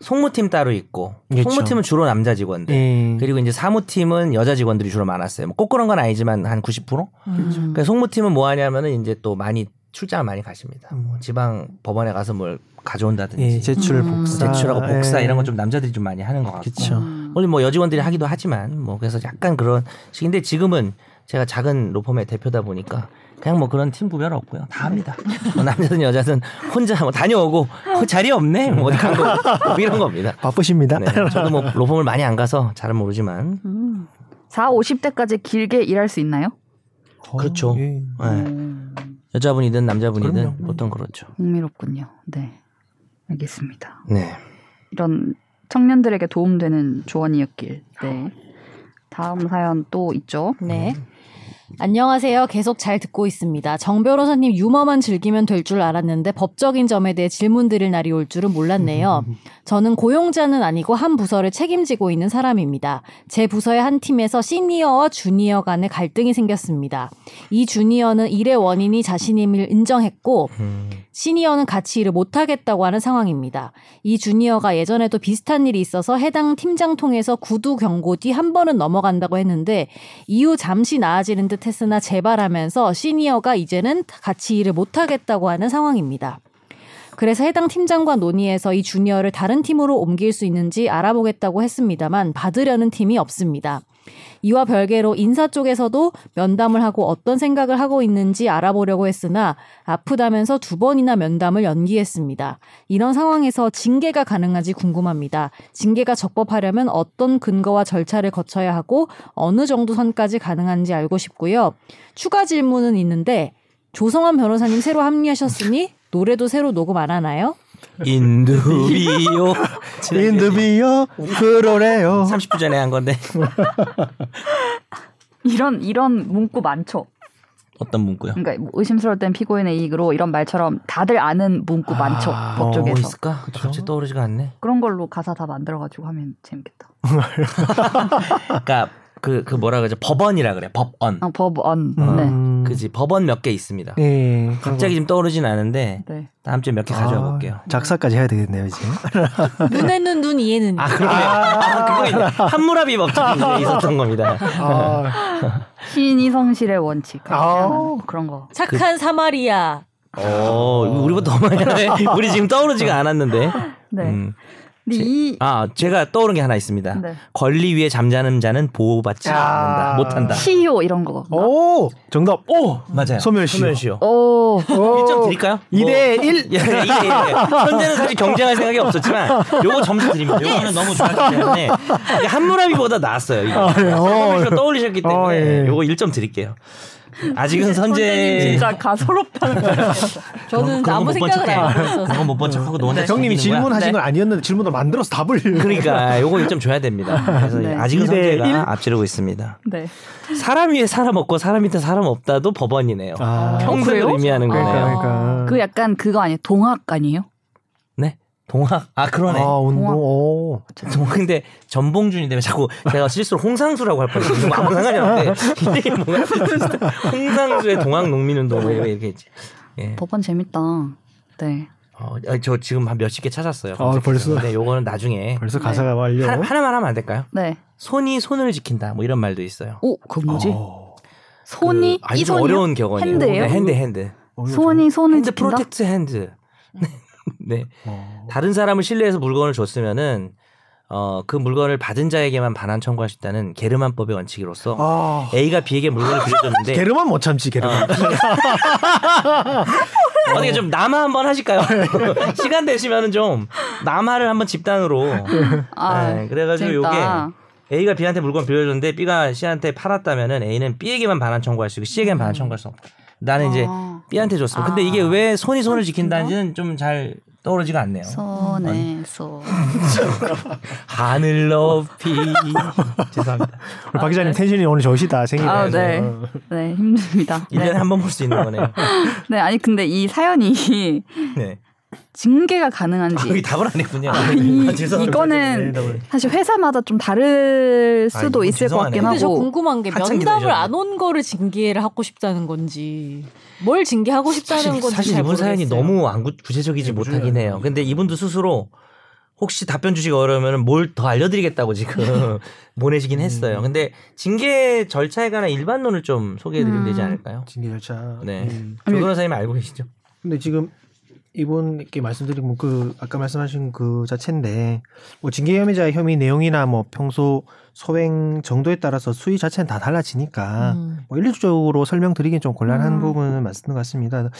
[SPEAKER 2] 송무팀 따로 있고
[SPEAKER 4] 그렇죠.
[SPEAKER 2] 송무팀은 주로 남자 직원들
[SPEAKER 4] 예.
[SPEAKER 2] 그리고 이제 사무팀은 여자 직원들이 주로 많았어요. 뭐 꼭 그런 건 아니지만 한 90%.
[SPEAKER 3] 음.
[SPEAKER 2] 그러니까 송무팀은 뭐 하냐면은 이제 또 많이 출장 을 많이 가십니다.
[SPEAKER 4] 음.
[SPEAKER 2] 뭐 지방 법원에 가서 뭘 가져온다든지
[SPEAKER 4] 예, 제출
[SPEAKER 1] 음.
[SPEAKER 4] 복사
[SPEAKER 2] 제출하고 복사
[SPEAKER 4] 예.
[SPEAKER 2] 이런 건 좀 남자들이 좀 많이 하는 것 같고.
[SPEAKER 4] 그쵸.
[SPEAKER 1] 음.
[SPEAKER 2] 물론 뭐 여직원들이 하기도 하지만 뭐 그래서 약간 그런 식인데 지금은 제가 작은 로펌의 대표다 보니까 그냥 뭐 그런 팀 구별 없고요 다 합니다 뭐 남자든 여자든 혼자 뭐 다녀오고 어, 자리 없네 뭐 어디 간거 이런 겁니다
[SPEAKER 4] 바쁘십니다.
[SPEAKER 2] 네, 저도 뭐 로펌을 많이 안 가서 잘은 모르지만
[SPEAKER 1] 음. 4, 50대까지 길게 일할 수 있나요?
[SPEAKER 2] 그렇죠.
[SPEAKER 4] 어, 예.
[SPEAKER 2] 네,
[SPEAKER 1] 음.
[SPEAKER 2] 여자분이든 남자분이든
[SPEAKER 4] 그럼요.
[SPEAKER 2] 보통 그렇죠
[SPEAKER 1] 흥미롭군요. 네. 알겠습니다.
[SPEAKER 2] 네
[SPEAKER 1] 이런 청년들에게 도움되는 조언이었길. 네. 다음 사연 또 있죠.
[SPEAKER 3] 네. 안녕하세요. 계속 잘 듣고 있습니다. 정 변호사님 유머만 즐기면 될 줄 알았는데 법적인 점에 대해 질문 드릴 날이 올 줄은 몰랐네요. 저는 고용자는 아니고 한 부서를 책임지고 있는 사람입니다. 제 부서의 한 팀에서 시니어와 주니어 간의 갈등이 생겼습니다. 이 주니어는 일의 원인이 자신임을 인정했고
[SPEAKER 2] 음,
[SPEAKER 3] 시니어는 같이 일을 못하겠다고 하는 상황입니다. 이 주니어가 예전에도 비슷한 일이 있어서 해당 팀장 통해서 구두 경고 뒤 한 번은 넘어간다고 했는데 이후 잠시 나아지는 듯 했으나 재발하면서 시니어가 이제는 같이 일을 못하겠다고 하는 상황입니다. 그래서 해당 팀장과 논의해서 이 주니어를 다른 팀으로 옮길 수 있는지 알아보겠다고 했습니다만 받으려는 팀이 없습니다. 이와 별개로 인사 쪽에서도 면담을 하고 어떤 생각을 하고 있는지 알아보려고 했으나 아프다면서 두 번이나 면담을 연기했습니다. 이런 상황에서 징계가 가능한지 궁금합니다. 징계가 적법하려면 어떤 근거와 절차를 거쳐야 하고 어느 정도 선까지 가능한지 알고 싶고요. 추가 질문은 있는데 조성환 변호사님 새로 합류하셨으니 노래도 새로 녹음 안 하나요?
[SPEAKER 2] 인두비오 네.
[SPEAKER 4] 인드비요 E 그러래요.
[SPEAKER 2] 30분 전에 한 건데
[SPEAKER 1] 이런 이런 문구 많죠.
[SPEAKER 2] 어떤 문구요
[SPEAKER 1] 그러니까 뭐 의심스러울 땐 피고인의 이익으로 이런 말처럼 다들 아는 문구
[SPEAKER 4] 아,
[SPEAKER 1] 많죠. 법
[SPEAKER 4] 어,
[SPEAKER 2] 뭐
[SPEAKER 1] 쪽에서.
[SPEAKER 2] 있을까 갑자기 떠오르지가 않네
[SPEAKER 1] 그런 걸로 가사 다 만들어 가지고 하면 재밌겠다.
[SPEAKER 2] 그러니까 그 그 뭐라 그러죠 법원이라 그래 법원
[SPEAKER 1] 아, 법원. 네.
[SPEAKER 4] 음.
[SPEAKER 2] 그지 법원 몇 개 있습니다.
[SPEAKER 4] 예.
[SPEAKER 2] 갑자기 지금 떠오르진 않은데
[SPEAKER 1] 네.
[SPEAKER 2] 다음 주에 몇 개 가져와 볼게요.
[SPEAKER 4] 아, 작사까지 해야 되겠네요 이제.
[SPEAKER 3] 눈에는 눈, 이에는
[SPEAKER 2] 아 그러네. 아, 그거 있네. 한무라비 법칙이 있었던 겁니다.
[SPEAKER 4] 아,
[SPEAKER 1] 신이 성실의 원칙.
[SPEAKER 4] 아우.
[SPEAKER 1] 그런 거.
[SPEAKER 3] 착한 사마리아.
[SPEAKER 2] 오, 우리보다 더 어, 많이 하네. 우리 지금 떠오르지가 않았는데.
[SPEAKER 1] 네.
[SPEAKER 2] 음.
[SPEAKER 1] 근데 이
[SPEAKER 2] 아 제가 떠오른 게 하나 있습니다.
[SPEAKER 1] 네.
[SPEAKER 2] 권리 위에 잠자는 자는 보호받지
[SPEAKER 4] 아.
[SPEAKER 2] 않는다. 못한다.
[SPEAKER 1] 시효 이런 거.
[SPEAKER 4] 오 정답. 오
[SPEAKER 2] 맞아요.
[SPEAKER 4] 소멸시효.
[SPEAKER 1] 어.
[SPEAKER 4] 어,
[SPEAKER 2] 소멸시효.
[SPEAKER 1] 오.
[SPEAKER 2] 1점 드릴까요?
[SPEAKER 4] 이대 뭐. 일.
[SPEAKER 2] 예, 예, 예. 현재는 사실 경쟁할 생각이 없었지만 요거 점수 드립니다. 요거는 너무 좋았기 때문에 이게 한무라비보다 나았어요. 이거. 선생님께서 떠올리셨기
[SPEAKER 4] 아,
[SPEAKER 2] 때문에
[SPEAKER 4] 예. 어, 예.
[SPEAKER 2] 요거 1점 드릴게요. 아직은 선제
[SPEAKER 1] 진짜 가소롭다는 거예요.
[SPEAKER 3] 저는 아무 생각을 안 하고 있어서.
[SPEAKER 2] 그건 못본 척하고 너네
[SPEAKER 4] 형님이 질문하신 건 아니었는데 질문을 만들어서 답을.
[SPEAKER 2] 그러니까 요거 1점 줘야 됩니다. 그래서
[SPEAKER 1] 네.
[SPEAKER 2] 아직은
[SPEAKER 4] 이대 일.
[SPEAKER 2] 선제가 앞지르고 있습니다.
[SPEAKER 1] 네.
[SPEAKER 2] 사람 위에 사람 없고 사람 밑에 사람 없다도 법원이네요.
[SPEAKER 4] 아,
[SPEAKER 2] 평등을
[SPEAKER 1] 그래요?
[SPEAKER 2] 의미하는 거네요.
[SPEAKER 4] 그러니까 그러니까.
[SPEAKER 1] 그 약간 그거 아니에요? 동학 아니에요?
[SPEAKER 2] 네. 동학. 아 그러네.
[SPEAKER 4] 아 운동.
[SPEAKER 1] 동화.
[SPEAKER 4] 오.
[SPEAKER 2] 정- 뭐 근데 전봉준이 되면 자꾸 제가 실수로 홍상수라고 할 뻔했어요. 아무 상관이 없는데 이게 뭐야? 홍상수의 동학 농민운동 뭐 이렇게 있지. 예.
[SPEAKER 1] 법원 재밌다. 네.
[SPEAKER 2] 어, 아니, 저 지금 한 몇십 개 찾았어요.
[SPEAKER 4] 아, 벌써?
[SPEAKER 2] 근데 요거는 나중에
[SPEAKER 4] 벌써
[SPEAKER 1] 네.
[SPEAKER 4] 가사가 완료.
[SPEAKER 2] 하나, 하나만 하면 안 될까요?
[SPEAKER 1] 네.
[SPEAKER 2] 손이 손을 지킨다. 뭐 이런 말도 있어요.
[SPEAKER 1] 오, 그 뭐지?
[SPEAKER 4] 어,
[SPEAKER 1] 손이
[SPEAKER 2] 아, 그, 아니,
[SPEAKER 1] 이
[SPEAKER 2] 좀
[SPEAKER 1] 손이
[SPEAKER 2] 어려운 격언이에요.
[SPEAKER 1] 핸드예요?
[SPEAKER 2] 네, 핸드 핸드.
[SPEAKER 4] 어이구,
[SPEAKER 1] 손이 손을
[SPEAKER 2] 핸드
[SPEAKER 1] 지킨다.
[SPEAKER 2] 프로텍트 핸드. 네.
[SPEAKER 4] 어.
[SPEAKER 2] 다른 사람을 신뢰해서 물건을 줬으면은 어, 그 물건을 받은 자에게만 반환 청구할 수 있다는 게르만법의 원칙으로서
[SPEAKER 4] 아,
[SPEAKER 2] A가 B에게 물건을 빌려줬는데
[SPEAKER 4] 게르만 못 참지 게르만.
[SPEAKER 2] 아. 어떻게 좀 남아 한번 하실까요? 시간 되시면은 좀 남아를 한번 집단으로
[SPEAKER 1] 아,
[SPEAKER 2] 네, 그래가지고
[SPEAKER 1] 재밌다.
[SPEAKER 2] 요게 A가 B한테 물건 빌려줬는데 B가 C한테 팔았다면은 A는 B에게만 반환 청구할 수 있고 C에게만 반환 청구할 수 없고 나는 이제
[SPEAKER 1] 음. 아,
[SPEAKER 2] B한테 줬어. 근데
[SPEAKER 1] 아.
[SPEAKER 2] 이게 왜 손이 손을 지킨다는지는 좀 잘 떠오르지가 않네요.
[SPEAKER 1] 손에 손.
[SPEAKER 2] 하늘 높이 죄송합니다.
[SPEAKER 4] 우리 박 기자님 텐션이 오늘 좋으시다 생일에.
[SPEAKER 1] 아, 네. 네, 힘듭니다.
[SPEAKER 2] 일년에
[SPEAKER 1] 네.
[SPEAKER 2] 한 번 볼 수 있는 거네요.
[SPEAKER 1] 네, 아니 근데 이 사연이
[SPEAKER 2] 네.
[SPEAKER 1] 징계가
[SPEAKER 2] 아, 여기
[SPEAKER 1] 가능한지
[SPEAKER 2] 답을 안 했군요.
[SPEAKER 1] 이-
[SPEAKER 2] 아, 죄송합니다.
[SPEAKER 1] 이거는
[SPEAKER 2] 네, 답을.
[SPEAKER 1] 사실 회사마다 좀 다를
[SPEAKER 2] 아,
[SPEAKER 1] 수도
[SPEAKER 2] 이건
[SPEAKER 1] 있을 것
[SPEAKER 2] 죄송하네요.
[SPEAKER 1] 같긴
[SPEAKER 3] 근데 저
[SPEAKER 1] 하고
[SPEAKER 3] 궁금한 게
[SPEAKER 2] 한참
[SPEAKER 3] 면담을
[SPEAKER 2] 기다리셨네.
[SPEAKER 3] 안 온 거를 징계를 하고 싶다는 건지 뭘 징계하고 싶다는
[SPEAKER 2] 사실,
[SPEAKER 3] 건지
[SPEAKER 2] 사실
[SPEAKER 3] 잘
[SPEAKER 2] 이분
[SPEAKER 3] 모르겠어요. 음.
[SPEAKER 2] 사연이 너무 안 구,
[SPEAKER 4] 네,
[SPEAKER 2] 구체적이지 못하긴 해요. 근데 이분도 스스로 혹시 답변 주시기 어려우면 뭘 더 알려드리겠다고 지금 보내시긴
[SPEAKER 3] 음.
[SPEAKER 2] 했어요. 근데 징계 절차에 관한 일반론을 좀 소개해드리면
[SPEAKER 3] 음.
[SPEAKER 2] 되지 않을까요?
[SPEAKER 4] 징계 절차.
[SPEAKER 2] 네.
[SPEAKER 4] 음.
[SPEAKER 2] 조 변호사님 알고 계시죠?
[SPEAKER 4] 근데 지금 이분께 말씀드린 뭐그 아까 말씀하신 그 자체인데 뭐 징계 혐의자의 혐의 내용이나 뭐 평소 소행 정도에 따라서 수위 자체는 다 달라지니까
[SPEAKER 2] 아,
[SPEAKER 3] 음.
[SPEAKER 4] 뭐 일률적으로 설명드리긴 좀 곤란한
[SPEAKER 1] 음.
[SPEAKER 4] 부분은 맞는 것 같습니다.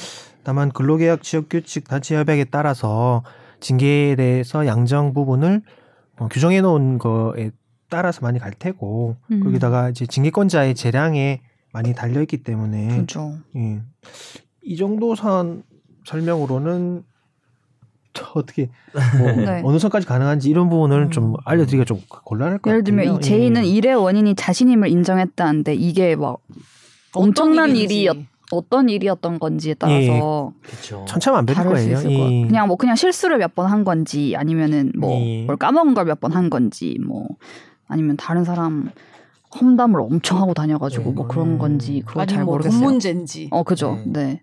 [SPEAKER 4] 다만 근로계약 지역규칙 단체협약에 따라서 징계에 대해서 양정 부분을 뭐 규정해 놓은 거에 따라서 많이 갈 테고
[SPEAKER 1] 음.
[SPEAKER 4] 거기다가 이제 징계권자의 재량에 많이 달려 있기 때문에
[SPEAKER 1] 그죠.
[SPEAKER 4] 예. 이 정도 선 설명으로는 저 어떻게 뭐
[SPEAKER 1] 네.
[SPEAKER 4] 어느 선까지 가능한지 이런 부분을 좀
[SPEAKER 3] 음.
[SPEAKER 4] 알려드리기가 좀그 곤란할 것 같아요.
[SPEAKER 1] 예를 들면 이 제이는
[SPEAKER 2] 음.
[SPEAKER 1] 일의 원인이 자신임을 인정했다는데 이게 막 엄청난
[SPEAKER 3] 어떤 일인지.
[SPEAKER 1] 일이었- 어떤 일이었던
[SPEAKER 2] 예,
[SPEAKER 1] 건지에 따라서
[SPEAKER 2] 그렇죠.
[SPEAKER 4] 천차만별일
[SPEAKER 1] 다를 수
[SPEAKER 4] 거예요.
[SPEAKER 1] 있을
[SPEAKER 4] 이-
[SPEAKER 1] 것 같아요. 그냥 뭐 그냥 실수를 몇 번 한 건지 아니면은 뭐
[SPEAKER 4] 예.
[SPEAKER 1] 뭘 까먹은 걸 몇 번 한 건지 뭐 아니면 다른 사람 험담을 엄청 하고 다녀가지고 뭐
[SPEAKER 4] 음. 예.
[SPEAKER 1] 그런 건지 그거
[SPEAKER 3] 아니면
[SPEAKER 1] 잘
[SPEAKER 3] 뭐
[SPEAKER 1] 모르겠어요.
[SPEAKER 3] 문제인지
[SPEAKER 1] 어 그죠.
[SPEAKER 2] 네.
[SPEAKER 1] 네.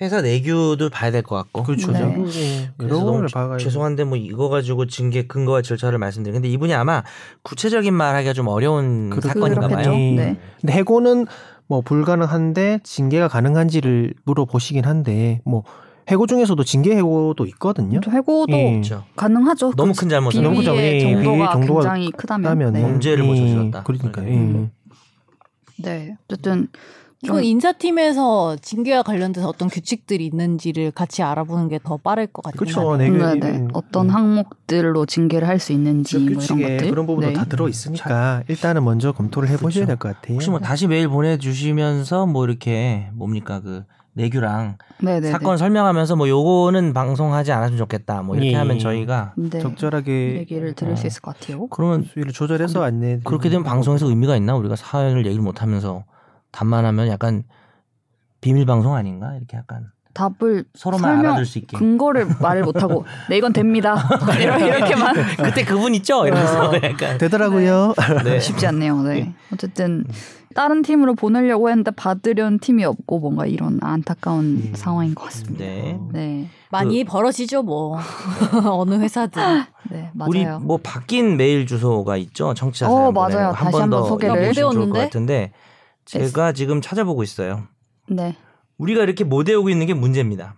[SPEAKER 2] 회사 내규도 봐야 될 것 같고.
[SPEAKER 4] 그렇죠.
[SPEAKER 1] 네.
[SPEAKER 4] 전부 이제
[SPEAKER 2] 그래서
[SPEAKER 4] 여러
[SPEAKER 2] 너무
[SPEAKER 4] 번을 봐가요.
[SPEAKER 2] 죄송한데 뭐 이거 가지고 징계 근거와 절차를 말씀드리는 근데 이분이 아마 구체적인 말하기가 좀 어려운
[SPEAKER 4] 그렇-
[SPEAKER 2] 사건인가 봐요.
[SPEAKER 1] 그렇겠죠. 네.
[SPEAKER 4] 근데 해고는 뭐 불가능한데 징계가 가능한지를 물어보시긴 한데 뭐 해고 중에서도 징계 해고도 있거든요.
[SPEAKER 1] 저 해고도
[SPEAKER 4] 예.
[SPEAKER 2] 그렇죠.
[SPEAKER 1] 가능하죠. 그
[SPEAKER 2] 너무 큰 잘못을
[SPEAKER 4] 너무 큰
[SPEAKER 1] 비위의
[SPEAKER 4] 예, 비위
[SPEAKER 1] 정도가
[SPEAKER 4] 정도가
[SPEAKER 1] 굉장히 크다면.
[SPEAKER 4] 하면 음.
[SPEAKER 1] 네.
[SPEAKER 2] 범죄를 뭐 저질렀다.
[SPEAKER 4] 그러니까 예.
[SPEAKER 1] 음. 네. 어쨌든
[SPEAKER 3] 이건 인사팀에서 징계와 관련돼서 어떤 규칙들이 있는지를 같이 알아보는 게 더 빠를 것 같아요.
[SPEAKER 4] 그렇죠.
[SPEAKER 1] 네,
[SPEAKER 4] 네, 그-
[SPEAKER 1] 네.
[SPEAKER 4] 음.
[SPEAKER 1] 어떤 항목들로 징계를 할 수 있는지 뭐 이런
[SPEAKER 4] 그 규칙에
[SPEAKER 1] 것들
[SPEAKER 4] 그런 부분도
[SPEAKER 1] 네.
[SPEAKER 4] 다 들어 있으니까 일단은 먼저 검토를 해보셔야
[SPEAKER 2] 그렇죠.
[SPEAKER 4] 될 것 같아요.
[SPEAKER 1] 음. 네.
[SPEAKER 2] 혹시 뭐 다시 메일 보내주시면서 뭐 이렇게 뭡니까 그 내규랑
[SPEAKER 1] 네네
[SPEAKER 2] 사건 설명하면서 뭐 요거는 방송하지 않았으면 좋겠다 뭐 이렇게
[SPEAKER 4] 예.
[SPEAKER 2] 하면 저희가
[SPEAKER 1] 네.
[SPEAKER 4] 적절하게
[SPEAKER 1] 얘기를 들을 수
[SPEAKER 2] 어.
[SPEAKER 1] 있을 것 같아요.
[SPEAKER 2] 그러면
[SPEAKER 4] 수위를 조절해서 안내. 음.
[SPEAKER 2] 그렇게
[SPEAKER 1] 음.
[SPEAKER 2] 되면 방송에서 의미가 있나 우리가 사연을 얘기를 못하면서 답만 하면 약간 비밀 방송 아닌가 이렇게 약간
[SPEAKER 1] 답을
[SPEAKER 2] 서로만
[SPEAKER 1] 설명-
[SPEAKER 2] 알아들 수 있게
[SPEAKER 1] 근거를 말을 못하고 네 이건 됩니다. 이런- 이렇게만
[SPEAKER 2] 그때 그분
[SPEAKER 1] 어.
[SPEAKER 2] 있죠 이러면서 네, 약간
[SPEAKER 4] 되더라고요.
[SPEAKER 2] 네.
[SPEAKER 1] 쉽지 않네요. 네. 어쨌든 다른 팀으로 보내려고 했는데 받으려는 팀이 없고 뭔가 이런 안타까운
[SPEAKER 4] 음.
[SPEAKER 1] 상황인 것 같습니다.
[SPEAKER 2] 네.
[SPEAKER 1] 네,
[SPEAKER 3] 많이
[SPEAKER 2] 그
[SPEAKER 3] 벌어지죠 뭐 어느 회사든
[SPEAKER 1] 네
[SPEAKER 2] 우리
[SPEAKER 1] 맞아요.
[SPEAKER 2] 뭐 바뀐 메일 주소가 있죠 정치자
[SPEAKER 1] 어,
[SPEAKER 2] 사연
[SPEAKER 1] 맞아요.
[SPEAKER 2] 보내는 거.
[SPEAKER 1] 다시 한번
[SPEAKER 2] 한번더
[SPEAKER 1] 소개를.
[SPEAKER 2] 얘기해 주시면 좋을 것
[SPEAKER 3] 배웠는데?
[SPEAKER 2] 같은데 제가 지금 찾아보고 있어요.
[SPEAKER 1] 네,
[SPEAKER 2] 우리가 이렇게 못 외우고 있는 게 문제입니다.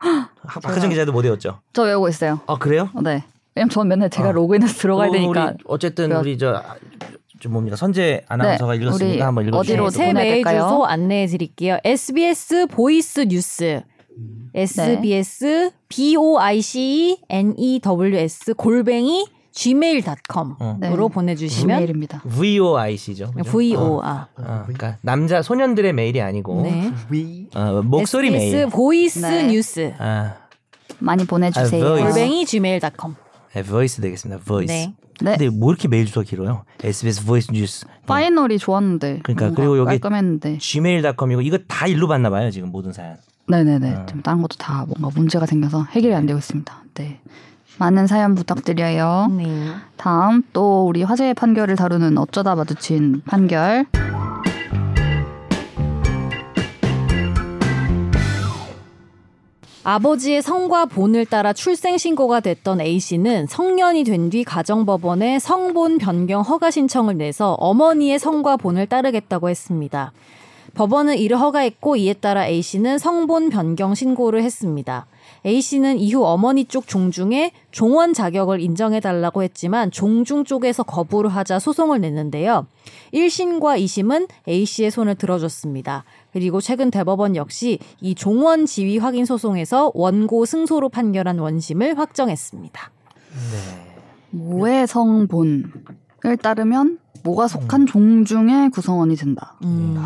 [SPEAKER 2] 박- 박하정 기자도 못 외웠죠.
[SPEAKER 1] 저 외우고 있어요.
[SPEAKER 2] 아 그래요?
[SPEAKER 1] 어, 네, 왜냐면 전 맨날 제가
[SPEAKER 2] 아.
[SPEAKER 1] 로그인해서 들어가야
[SPEAKER 2] 그럼 우리
[SPEAKER 1] 되니까.
[SPEAKER 2] 어쨌든
[SPEAKER 1] 그래서-
[SPEAKER 2] 우리 저, 저 뭡니까 선재 아나운서가
[SPEAKER 1] 네, 우리
[SPEAKER 2] 읽었으니까 한번 읽어주세요. 네.
[SPEAKER 1] 어디로
[SPEAKER 3] 새
[SPEAKER 1] 보내야
[SPEAKER 3] 메일
[SPEAKER 1] 될까요?
[SPEAKER 3] 주소 안내해 드릴게요. SBS 보이스 뉴스 SBS B O I C E N E W S 골뱅이 gmail.com으로
[SPEAKER 2] 어. 네.
[SPEAKER 1] 네.
[SPEAKER 3] 보내주시면
[SPEAKER 1] 지메일입니다.
[SPEAKER 2] VOIC죠.
[SPEAKER 3] V O A
[SPEAKER 2] 그러니까 남자 소년들의 메일이 아니고
[SPEAKER 3] 네.
[SPEAKER 2] 어, 목소리
[SPEAKER 3] SBS
[SPEAKER 2] 메일.
[SPEAKER 3] 보이스
[SPEAKER 1] 네.
[SPEAKER 3] 뉴스
[SPEAKER 2] 아,
[SPEAKER 1] 많이 보내주세요.
[SPEAKER 2] 아, voice.
[SPEAKER 3] 골뱅이 gmail.com
[SPEAKER 2] 네, voice 되겠습니다. voice.
[SPEAKER 3] 네.
[SPEAKER 1] 네.
[SPEAKER 2] 근데 뭐 이렇게 메일 주소가 길어요? SBS voice news.
[SPEAKER 1] 파이널이 좋았는데.
[SPEAKER 2] 그러니까,
[SPEAKER 1] 뭔가
[SPEAKER 2] 그리고 여기-
[SPEAKER 1] 깔끔했는데.
[SPEAKER 2] gmail.com이고 이거 다 일로 봤나 봐요 지금 모든 사연.
[SPEAKER 1] 네네네.
[SPEAKER 2] 어.
[SPEAKER 1] 지금 다른 것도 다 뭔가 문제가 생겨서 해결이 안 되고 있습니다. 네. 많은 사연 부탁드려요.
[SPEAKER 3] 네.
[SPEAKER 1] 다음 또 우리 화제의 판결을 다루는 어쩌다 마주친 판결.
[SPEAKER 3] 아버지의 성과 본을 따라 출생신고가 됐던 A씨는 성년이 된 뒤 가정법원에 성본 변경 허가 신청을 내서 어머니의 성과 본을 따르겠다고 했습니다. 법원은 이를 허가했고 이에 따라 A씨는 성본 변경 신고를 했습니다. A씨는 이후 어머니 쪽 종중에 종원 자격을 인정해달라고 했지만 종중 쪽에서 거부를 하자 소송을 냈는데요. 1심과 2심은 A씨의 손을 들어줬습니다. 그리고 최근 대법원 역시 이 종원 지위 확인 소송에서 원고 승소로 판결한 원심을 확정했습니다.
[SPEAKER 2] 네.
[SPEAKER 1] 모의 성본을 따르면 모가
[SPEAKER 2] 음.
[SPEAKER 1] 속한 종중의 구성원이 된다.
[SPEAKER 3] 음.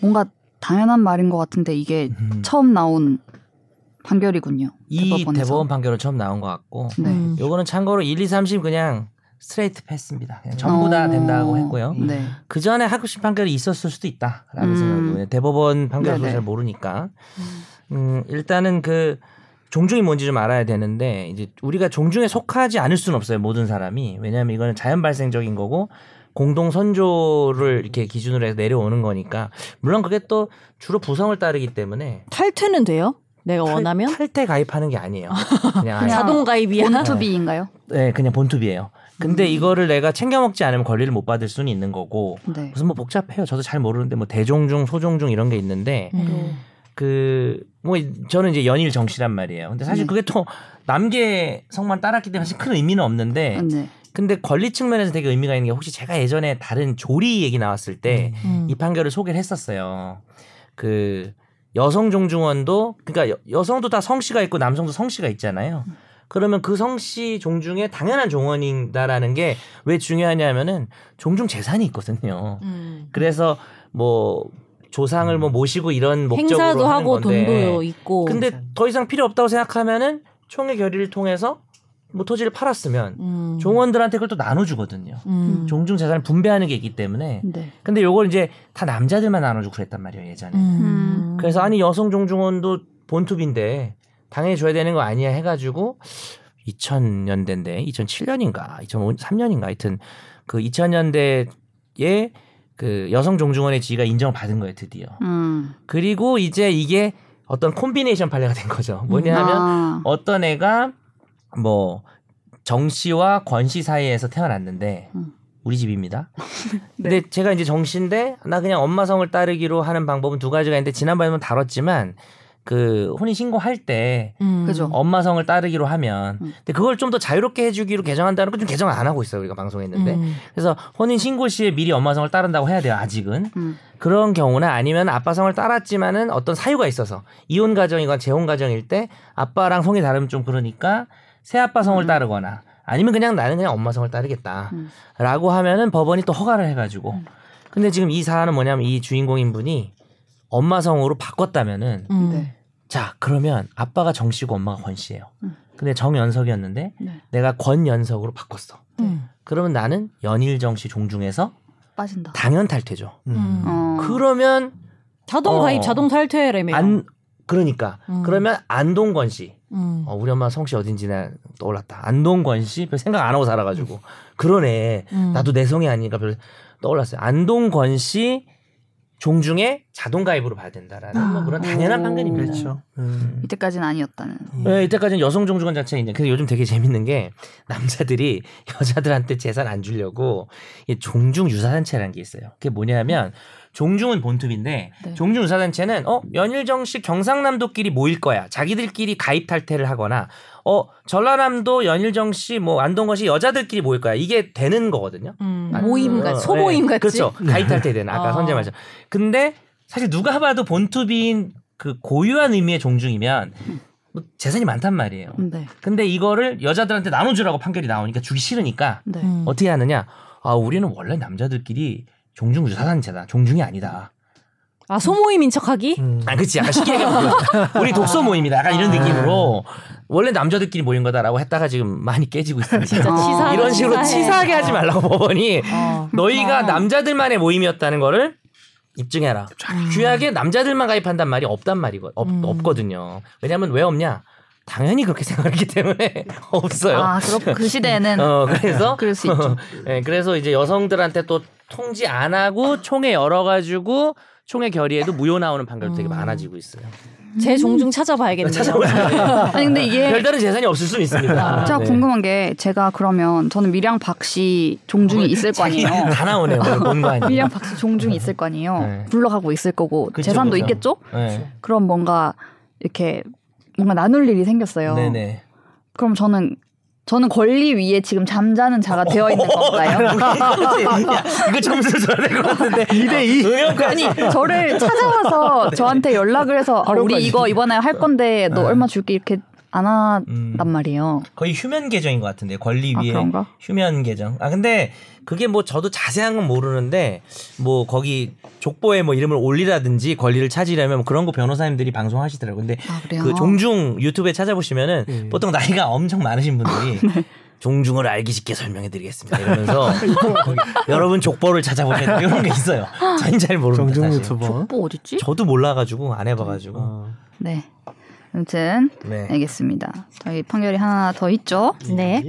[SPEAKER 1] 뭔가 당연한 말인 것 같은데 이게
[SPEAKER 2] 음.
[SPEAKER 1] 처음 나온 판결이군요.
[SPEAKER 2] 이
[SPEAKER 1] 대법원에서.
[SPEAKER 2] 대법원 판결은 처음 나온 것 같고
[SPEAKER 1] 네.
[SPEAKER 3] 음.
[SPEAKER 2] 요거는 참고로 1, 2, 3, 0 그냥 스트레이트 패스입니다. 그냥 전부 다
[SPEAKER 1] 어,
[SPEAKER 2] 된다고 했고요.
[SPEAKER 1] 네.
[SPEAKER 2] 그 전에 학급심 판결이 있었을 수도 있다라는
[SPEAKER 1] 음.
[SPEAKER 2] 생각도 대법원 판결도
[SPEAKER 1] 네네.
[SPEAKER 2] 잘 모르니까 음, 일단은 그 종중이 뭔지 좀 알아야 되는데 이제 우리가 종중에 속하지 않을 수는 없어요 모든 사람이 왜냐하면 이거는 자연 발생적인 거고 공동 선조를 이렇게 기준으로 해서 내려오는 거니까 물론 그게 또 주로 부성을 따르기 때문에
[SPEAKER 3] 탈퇴는 돼요? 내가
[SPEAKER 2] 탈-
[SPEAKER 3] 원하면?
[SPEAKER 2] 탈퇴 가입하는 게 아니에요 그냥 아예
[SPEAKER 1] 그냥
[SPEAKER 3] 자동 가입이야.
[SPEAKER 1] 본투비인가요?
[SPEAKER 2] 네, 그냥 본투비예요. 근데
[SPEAKER 1] 음.
[SPEAKER 2] 이거를 내가 챙겨 먹지 않으면 권리를 못 받을 수는 있는 거고
[SPEAKER 1] 네.
[SPEAKER 2] 무슨 뭐 복잡해요. 저도 잘 모르는데 뭐 대종중, 소종중 이런 게 있는데
[SPEAKER 1] 네.
[SPEAKER 3] 음.
[SPEAKER 2] 그 뭐 저는 이제 연일 정시란 말이에요. 근데 사실
[SPEAKER 1] 네.
[SPEAKER 3] 음.
[SPEAKER 2] 그게 또 남계 성만 따랐기 때문에 사실 큰 의미는 없는데
[SPEAKER 3] 음.
[SPEAKER 1] 네.
[SPEAKER 2] 근데 권리 측면에서 되게 의미가 있는 게 혹시 제가 예전에 다른 조리 얘기 나왔을 때 이
[SPEAKER 3] 음.
[SPEAKER 2] 판결을 소개를 했었어요. 그 여성 종중원도 그러니까 여, 성도다 성씨가 있고 남성도 성씨가 있잖아요.
[SPEAKER 3] 음.
[SPEAKER 2] 그러면 그 성씨 종중에 당연한 종원이다라는 게 왜 중요하냐면은 종중 재산이 있거든요.
[SPEAKER 3] 음.
[SPEAKER 2] 그래서 뭐 조상을 뭐 모시고 이런 목적으로
[SPEAKER 3] 행사도
[SPEAKER 2] 하는
[SPEAKER 3] 하고
[SPEAKER 2] 건데
[SPEAKER 3] 돈도 있고.
[SPEAKER 2] 근데 더 이상 필요 없다고 생각하면은 총회 결의를 통해서 뭐 토지를 팔았으면
[SPEAKER 3] 음.
[SPEAKER 2] 종원들한테 그걸 또 나눠주거든요.
[SPEAKER 3] 음.
[SPEAKER 2] 종중 재산을 분배하는 게 있기 때문에
[SPEAKER 1] 네.
[SPEAKER 2] 근데 요걸 이제 다 남자들만 나눠주고 그랬단 말이에요 예전에.
[SPEAKER 3] 음.
[SPEAKER 2] 그래서 아니 여성 종중원도 본투비인데 당연히 줘야 되는 거 아니야 해가지고 2000년대인데 2007년인가 2003년인가 하여튼 그 2000년대에 그 여성 종중원의 지위가 인정받은 거예요 드디어.
[SPEAKER 1] 음.
[SPEAKER 2] 그리고 이제 이게 어떤 콤비네이션 판례가 된 거죠. 뭐냐면
[SPEAKER 1] 아,
[SPEAKER 2] 어떤 애가 뭐 정씨와 권씨 사이에서 태어났는데
[SPEAKER 1] 음. 네.
[SPEAKER 2] 우리 집입니다. 근데 제가 이제 정씨인데 나 그냥 엄마 성을 따르기로 하는 방법은 두 가지가 있는데 지난번에는 다뤘지만 그 혼인 신고할 때
[SPEAKER 3] 음.
[SPEAKER 1] 그죠.
[SPEAKER 2] 엄마 성을 따르기로 하면
[SPEAKER 1] 음.
[SPEAKER 2] 근데 그걸 좀 더 자유롭게 해주기로 개정한다는 건 좀 개정 안 하고 있어요 우리가 방송했는데
[SPEAKER 3] 음.
[SPEAKER 2] 그래서 혼인 신고 시에 미리 엄마 성을 따른다고 해야 돼요 아직은
[SPEAKER 1] 음.
[SPEAKER 2] 그런 경우나 아니면 아빠 성을 따랐지만은 어떤 사유가 있어서 이혼 가정이건 재혼 가정일 때 아빠랑 성이 다르면 좀 그러니까 새 아빠 성을
[SPEAKER 1] 음.
[SPEAKER 2] 따르거나 아니면 그냥 나는 그냥 엄마 성을
[SPEAKER 1] 음.
[SPEAKER 2] 따르겠다라고 하면은 법원이 또 허가를 해가지고 근데 지금 이 사안은 뭐냐면 이 주인공인 분이 엄마 성으로 바꿨다면은
[SPEAKER 3] 음.
[SPEAKER 1] 네.
[SPEAKER 2] 자 그러면 아빠가 정씨고 엄마가 권씨예요.
[SPEAKER 1] 음.
[SPEAKER 2] 근데 정연석이었는데
[SPEAKER 1] 네.
[SPEAKER 2] 내가 권연석으로 바꿨어.
[SPEAKER 3] 음.
[SPEAKER 2] 그러면 나는 연일정씨 종중에서
[SPEAKER 1] 빠진다.
[SPEAKER 2] 당연 탈퇴죠.
[SPEAKER 4] 음.
[SPEAKER 1] 어.
[SPEAKER 2] 그러면
[SPEAKER 3] 자동
[SPEAKER 2] 어.
[SPEAKER 3] 가입, 자동 탈퇴라며.
[SPEAKER 2] 안 그러니까
[SPEAKER 3] 음.
[SPEAKER 2] 그러면 안동권 씨
[SPEAKER 3] 음.
[SPEAKER 2] 어, 우리 엄마 성씨 어딘지 나 떠올랐다 안동권 씨별 생각 안 하고 살아가지고 그러네
[SPEAKER 3] 음.
[SPEAKER 2] 나도 내 성이 아니니까 별 떠올랐어요 안동권 씨 종중에 자동 가입으로 봐야 된다라는 뭐 그런 당연한
[SPEAKER 1] 오.
[SPEAKER 2] 판결입니다.
[SPEAKER 4] 그렇죠. 음.
[SPEAKER 1] 이때까지는 아니었다는.
[SPEAKER 2] 네, 이때까지는 여성 종주권 자체가 있는데 근데 요즘 되게 재밌는 게 남자들이 여자들한테 재산 안 주려고 이 종중 유사단체라는 게 있어요. 그게 뭐냐면 종중은 본투비인데
[SPEAKER 1] 네.
[SPEAKER 2] 종중 유사단체는 어 연일정식 경상남도끼리 모일 거야. 자기들끼리 가입 탈퇴를 하거나 어 전라남도 연일정씨 뭐 안동거시 여자들끼리 모일 거야. 이게 되는 거거든요.
[SPEAKER 3] 음.
[SPEAKER 2] 아,
[SPEAKER 3] 모임
[SPEAKER 2] 어,
[SPEAKER 3] 같이 소모임
[SPEAKER 2] 네.
[SPEAKER 3] 같이.
[SPEAKER 2] 그렇죠. 가입 탈퇴 되는 아까
[SPEAKER 3] 어.
[SPEAKER 2] 선재 말씀. 근데 사실 누가 봐도 본투비인 그 고유한 의미의 종중이면 뭐 재산이 많단 말이에요.
[SPEAKER 3] 음.
[SPEAKER 1] 네.
[SPEAKER 2] 근데 이거를 여자들한테 나눠주라고 판결이 나오니까 주기 싫으니까
[SPEAKER 1] 네.
[SPEAKER 3] 음.
[SPEAKER 2] 어떻게 하느냐? 아 우리는 원래 남자들끼리 종중 유사단체다. 종중이 아니다.
[SPEAKER 3] 아 소모임인 척하기?
[SPEAKER 4] 음.
[SPEAKER 2] 아, 그치. 약간 쉽게 얘기하면 그거죠. 우리 독서 모임이다. 약간
[SPEAKER 3] 아.
[SPEAKER 2] 이런 느낌으로 원래 남자들끼리 모인 거다라고 했다가 지금 많이 깨지고 있습니다.
[SPEAKER 3] 진짜
[SPEAKER 1] 어.
[SPEAKER 3] 치사.
[SPEAKER 2] 이런 식으로 치사하게 하지 말라고 법원이
[SPEAKER 3] 어.
[SPEAKER 2] 너희가
[SPEAKER 1] 아.
[SPEAKER 2] 남자들만의 모임이었다는 거를 입증해라.
[SPEAKER 1] 음.
[SPEAKER 2] 귀하게 남자들만 가입한단 말이 없단 말이고 없,
[SPEAKER 3] 음.
[SPEAKER 2] 없거든요. 왜냐하면 왜 없냐? 당연히 그렇게 생각했기 때문에 없어요.
[SPEAKER 1] 아, 그렇 그 시대에는
[SPEAKER 2] 어, 그래서
[SPEAKER 1] 그럴 수 있죠.
[SPEAKER 2] 예, 그래서 이제 여성들한테 또 통지 안 하고 총회 열어가지고 총회 결의에도 무효 나오는 판결도 되게
[SPEAKER 3] 음.
[SPEAKER 2] 많아지고 있어요.
[SPEAKER 3] 제 종중 찾아봐야겠네요.
[SPEAKER 2] 찾아봐요.
[SPEAKER 1] 아니 근데 이게
[SPEAKER 2] 별다른 재산이 없을 수는 있습니다.
[SPEAKER 1] 제가
[SPEAKER 2] 네.
[SPEAKER 1] 네. 아, 궁금한 게 제가 그러면 저는 미량 박씨
[SPEAKER 2] 어,
[SPEAKER 1] 종중이 있을 거 아니에요.
[SPEAKER 2] 다 나오네요. 뭔거 아니에요.
[SPEAKER 1] 미량 박씨 종중이 있을 거 아니에요.
[SPEAKER 2] 네.
[SPEAKER 1] 굴러가고 있을 거고
[SPEAKER 2] 그쵸,
[SPEAKER 1] 재산도
[SPEAKER 2] 그쵸.
[SPEAKER 1] 있겠죠?
[SPEAKER 2] 네.
[SPEAKER 1] 그럼 뭔가 이렇게 뭔가 나눌 일이 생겼어요.
[SPEAKER 2] 네네.
[SPEAKER 1] 그럼 저는 저는 권리 위에 지금 잠자는 자가 되어 있는 건가요?
[SPEAKER 2] 야, 이거 점수 줘야 될 것 같은데.
[SPEAKER 4] 2대2.
[SPEAKER 2] 응용까지.
[SPEAKER 1] 저를 찾아와서 저한테 연락을 해서 아, 우리 이거 이번에 할 건데 너
[SPEAKER 2] 네.
[SPEAKER 1] 얼마 줄게 이렇게 안 한단
[SPEAKER 2] 음,
[SPEAKER 1] 말이에요.
[SPEAKER 2] 거의 휴면 계정인 것 같은데 권리
[SPEAKER 1] 아
[SPEAKER 2] 위에
[SPEAKER 1] 그런가?
[SPEAKER 2] 휴면 계정. 아 근데 그게 뭐 저도 자세한 건 모르는데 뭐 거기 족보에 뭐 이름을 올리라든지 권리를 찾으려면 뭐 그런 거 변호사님들이 방송하시더라고요. 근데
[SPEAKER 1] 아 그래요.
[SPEAKER 2] 그 종중 유튜브에 찾아보시면은
[SPEAKER 4] 예.
[SPEAKER 2] 보통 나이가 엄청 많으신 분들이
[SPEAKER 1] 네.
[SPEAKER 2] 종중을 알기 쉽게 설명해드리겠습니다 이러면서 여러분 족보를 찾아보세요 이런 게 있어요. 저는 잘 모릅니다.
[SPEAKER 4] 정중
[SPEAKER 2] 사실.
[SPEAKER 4] 유튜버.
[SPEAKER 3] 뭐 어딨지?
[SPEAKER 2] 저도 몰라가지고 안 해봐가지고.
[SPEAKER 4] 어.
[SPEAKER 1] 네. 아무튼
[SPEAKER 2] 네.
[SPEAKER 1] 알겠습니다. 저희 판결이 하나 더 있죠.
[SPEAKER 3] 네.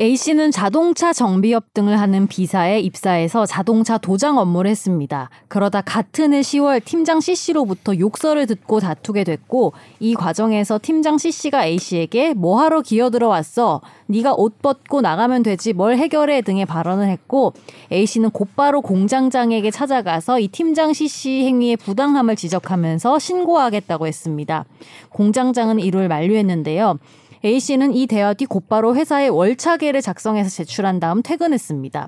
[SPEAKER 3] A 씨는 자동차 정비업 등을 하는 B사에 입사해서 자동차 도장 업무를 했습니다. 그러다 같은 해 10월 팀장 C 씨로부터 욕설을 듣고 다투게 됐고 이 과정에서 팀장 C 씨가 A 씨에게 뭐 하러 기어들어 왔어? 네가 옷 벗고 나가면 되지 뭘 해결해 등의 발언을 했고 A 씨는 곧바로 공장장에게 찾아가서 이 팀장 C 씨 행위의 부당함을 지적하면서 신고하겠다고 했습니다. 공장장은 이를 만류했는데요. A 씨는 이 대화 뒤 곧바로 회사에 월차계를 작성해서 제출한 다음 퇴근했습니다.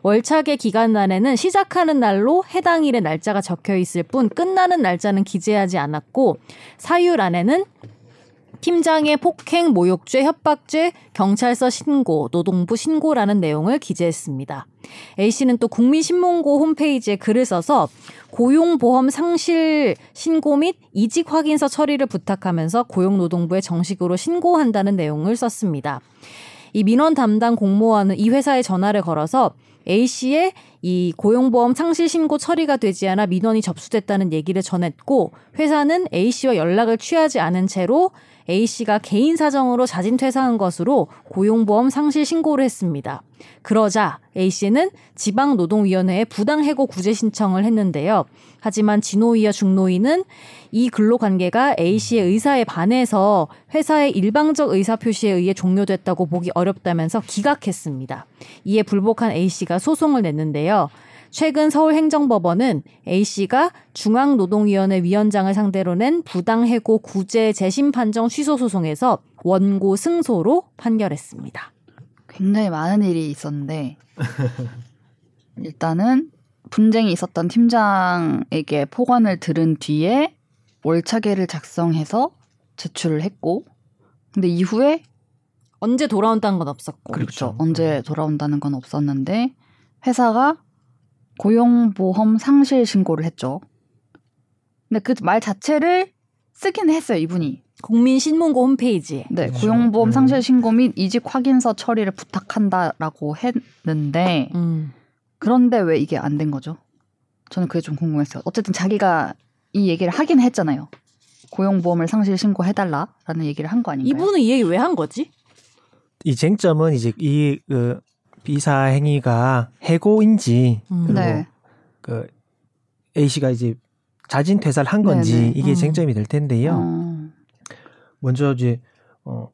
[SPEAKER 3] 월차계 기간란에는 시작하는 날로 해당 일의 날짜가 적혀 있을 뿐 끝나는 날짜는 기재하지 않았고 사유란에는 팀장의 폭행, 모욕죄, 협박죄, 경찰서 신고, 노동부 신고라는 내용을 기재했습니다. A씨는 또 국민신문고 홈페이지에 글을 써서 고용보험 상실 신고 및 이직 확인서 처리를 부탁하면서 고용노동부에 정식으로 신고한다는 내용을 썼습니다. 이 민원 담당 공무원은 이 회사에 전화를 걸어서 A 씨의 이 고용보험 상실 신고 처리가 되지 않아 민원이 접수됐다는 얘기를 전했고 회사는 A 씨와 연락을 취하지 않은 채로 A 씨가 개인 사정으로 자진 퇴사한 것으로 고용보험 상실 신고를 했습니다. 그러자 A 씨는 지방노동위원회에 부당해고 구제 신청을 했는데요. 하지만 진호이와 중노이는 이 근로관계가 A 씨의 의사에 반해서 회사의 일방적 의사 표시에 의해 종료됐다고 보기 어렵다면서 기각했습니다. 이에 불복한 A 씨가 소송을 냈는데요. 최근 서울행정법원은 A 씨가 중앙노동위원회 위원장을 상대로 낸 부당해고 구제 재심 판정 취소 소송에서 원고 승소로 판결했습니다.
[SPEAKER 1] 굉장히 많은 일이 있었는데 일단은 분쟁이 있었던 팀장에게 폭언을 들은 뒤에 월차계를 작성해서 제출을 했고 근데 이후에
[SPEAKER 3] 언제 돌아온다는 건 없었고
[SPEAKER 1] 그렇죠
[SPEAKER 4] 음.
[SPEAKER 1] 언제 돌아온다는 건 없었는데 회사가 고용보험 상실 신고를 했죠. 근데 그 말 자체를 쓰긴 했어요 이분이
[SPEAKER 3] 국민신문고 홈페이지에
[SPEAKER 1] 네,
[SPEAKER 4] 그렇죠.
[SPEAKER 1] 고용보험
[SPEAKER 4] 음.
[SPEAKER 1] 상실 신고 및 이직 확인서 처리를 부탁한다라고 했는데
[SPEAKER 3] 음.
[SPEAKER 1] 네. 그런데 왜 이게 안 된 거죠? 저는 그게 좀 궁금했어요. 어쨌든 자기가 이 얘기를 하긴 했잖아요. 고용보험을 상실 신고해달라라는 얘기를 한 거 아닌가요?
[SPEAKER 3] 이분은 이 얘기 왜 한 거지?
[SPEAKER 4] 이 쟁점은 이제 이 그, 비사 행위가 해고인지
[SPEAKER 3] 음.
[SPEAKER 4] 그리고
[SPEAKER 1] 네.
[SPEAKER 4] 그 A 씨가 이제 자진 퇴사를 한 건지
[SPEAKER 1] 네네.
[SPEAKER 4] 이게
[SPEAKER 3] 음.
[SPEAKER 4] 쟁점이 될 텐데요.
[SPEAKER 1] 어,
[SPEAKER 4] 먼저 이제 어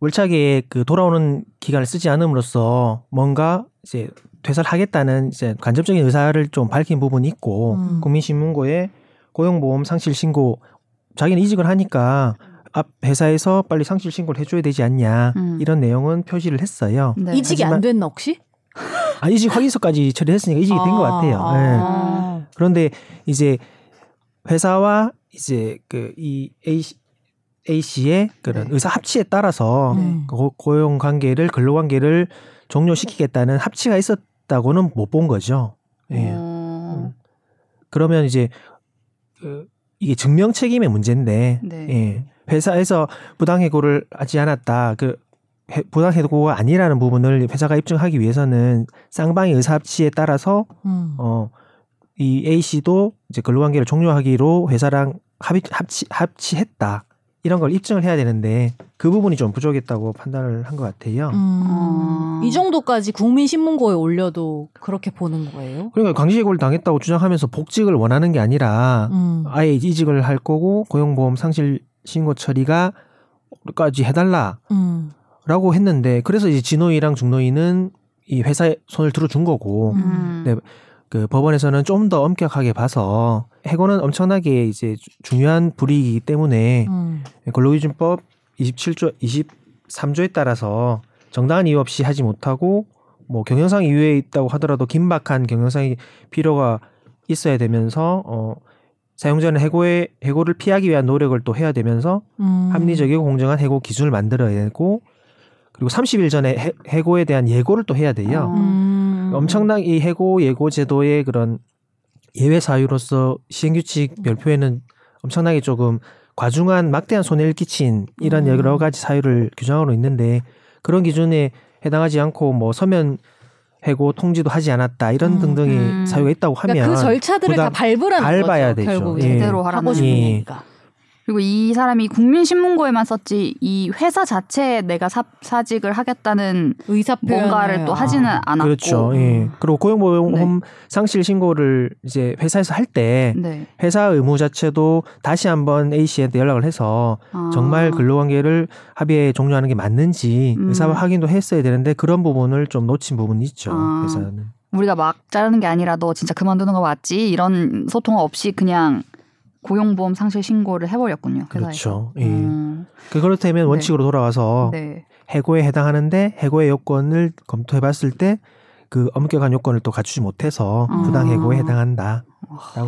[SPEAKER 4] 월차계에 그 돌아오는 기간을 쓰지 않음으로써 뭔가 이제 퇴사를 하겠다는 이제 간접적인 의사를 좀 밝힌 부분이 있고
[SPEAKER 3] 음.
[SPEAKER 4] 국민신문고에 고용보험 상실 신고 자기는 이직을 하니까 앞 회사에서 빨리 상실 신고를 해줘야 되지 않냐
[SPEAKER 1] 음.
[SPEAKER 4] 이런 내용은 표시를 했어요.
[SPEAKER 1] 네.
[SPEAKER 3] 이직이 안
[SPEAKER 4] 하지만-
[SPEAKER 3] 됐나 혹시?
[SPEAKER 4] 아 이직 확인서까지 처리했으니까 이직이 된 것 같아요. 예.
[SPEAKER 3] 아.
[SPEAKER 4] 그런데 이제 회사와 이제 그 이 A 씨- A 씨의 그런
[SPEAKER 1] 네.
[SPEAKER 4] 의사 합치에 따라서
[SPEAKER 3] 음.
[SPEAKER 4] 고, 고용 관계를 근로 관계를 종료시키겠다는 합치가 있었다고는 못 본 거죠. 예.
[SPEAKER 1] 어,
[SPEAKER 4] 그러면 이제 그 이게 증명 책임의 문제인데
[SPEAKER 1] 네.
[SPEAKER 4] 예. 회사에서 부당해고를 하지 않았다. 그 해- 부당해고가 아니라는 부분을 회사가 입증하기 위해서는 쌍방의 의사 합치에 따라서
[SPEAKER 3] 음.
[SPEAKER 4] 어, 이 A 씨도 이제 근로관계를 종료하기로 회사랑 합의, 합치, 합치했다. 이런 걸 입증을 해야 되는데 그 부분이 좀 부족했다고 판단을 한 것 같아요.
[SPEAKER 1] 어.
[SPEAKER 3] 음. 이 정도까지 국민신문고에 올려도 그렇게 보는 거예요?
[SPEAKER 4] 그러니까 강제해고를 당했다고 주장하면서 복직을 원하는 게 아니라
[SPEAKER 3] 음.
[SPEAKER 4] 아예 이직을 할 거고 고용보험 상실 신고 처리가까지 해달라라고
[SPEAKER 3] 음.
[SPEAKER 4] 했는데 그래서 이제 진호이랑 중노이는 이 회사에 손을 들어준 거고
[SPEAKER 1] 음.
[SPEAKER 4] 네. 그 법원에서는 좀 더 엄격하게 봐서 해고는 엄청나게 이제 주- 중요한 불이익이기 때문에
[SPEAKER 3] 음.
[SPEAKER 4] 근로기준법 27조 23조에 따라서 정당한 이유 없이 하지 못하고 뭐 경영상 이유에 있다고 하더라도 긴박한 경영상의 필요가 있어야 되면서 어 사용자는 해고의 해고를 피하기 위한 노력을 또 해야 되면서
[SPEAKER 3] 음.
[SPEAKER 4] 합리적이고 공정한 해고 기준을 만들어야 되고 그리고 30일 전에 해, 해고에 대한 예고를 또 해야 돼요.
[SPEAKER 3] 음.
[SPEAKER 4] 엄청난 이 해고 예고 제도의 그런 예외 사유로서 시행규칙 별표에는 엄청나게 조금 과중한 막대한 손해를 끼친 이런
[SPEAKER 3] 음.
[SPEAKER 4] 여러 가지 사유를 규정하고 있는데 그런 기준에 해당하지 않고 뭐 서면 해고 통지도 하지 않았다 이런
[SPEAKER 3] 음.
[SPEAKER 4] 등등의
[SPEAKER 1] 음.
[SPEAKER 4] 사유가 있다고 하면
[SPEAKER 3] 그러니까 그 절차들을 다
[SPEAKER 4] 부담-
[SPEAKER 3] 밟으라는 거죠.
[SPEAKER 4] 밟아야 되죠.
[SPEAKER 3] 결국에
[SPEAKER 4] 예.
[SPEAKER 1] 제대로 하라는
[SPEAKER 3] 하고 싶은
[SPEAKER 4] 예.
[SPEAKER 3] 얘기가.
[SPEAKER 1] 그리고 이 사람이 국민신문고에만 썼지 이 회사 자체에 내가 사, 사직을 하겠다는
[SPEAKER 3] 의사 표현
[SPEAKER 1] 뭔가를 또 하지는 않았고
[SPEAKER 4] 그렇죠. 예. 그리고 고용보험
[SPEAKER 1] 네.
[SPEAKER 4] 상실 신고를 이제 회사에서 할 때
[SPEAKER 1] 네.
[SPEAKER 4] 회사 의무 자체도 다시 한번 A 씨한테 연락을 해서
[SPEAKER 1] 아.
[SPEAKER 4] 정말 근로관계를 합의에 종료하는 게 맞는지
[SPEAKER 1] 음.
[SPEAKER 4] 의사 확인도 했어야 되는데 그런 부분을 좀 놓친 부분이 있죠.
[SPEAKER 1] 아.
[SPEAKER 4] 회사는.
[SPEAKER 1] 우리가 막 자르는 게 아니라 너 진짜 그만두는 거 맞지? 이런 소통 없이 그냥 고용보험 상실 신고를 해버렸군요. 회사에서.
[SPEAKER 4] 그렇죠. 예. 어.
[SPEAKER 1] 음,
[SPEAKER 4] 그 그렇다면 원칙으로 돌아와서
[SPEAKER 1] 네.
[SPEAKER 4] 해고에 해당하는데 해고의 요건을 검토해봤을 때 그 엄격한 요건을 또 갖추지 못해서
[SPEAKER 1] 아.
[SPEAKER 4] 부당 해고에 해당한다라고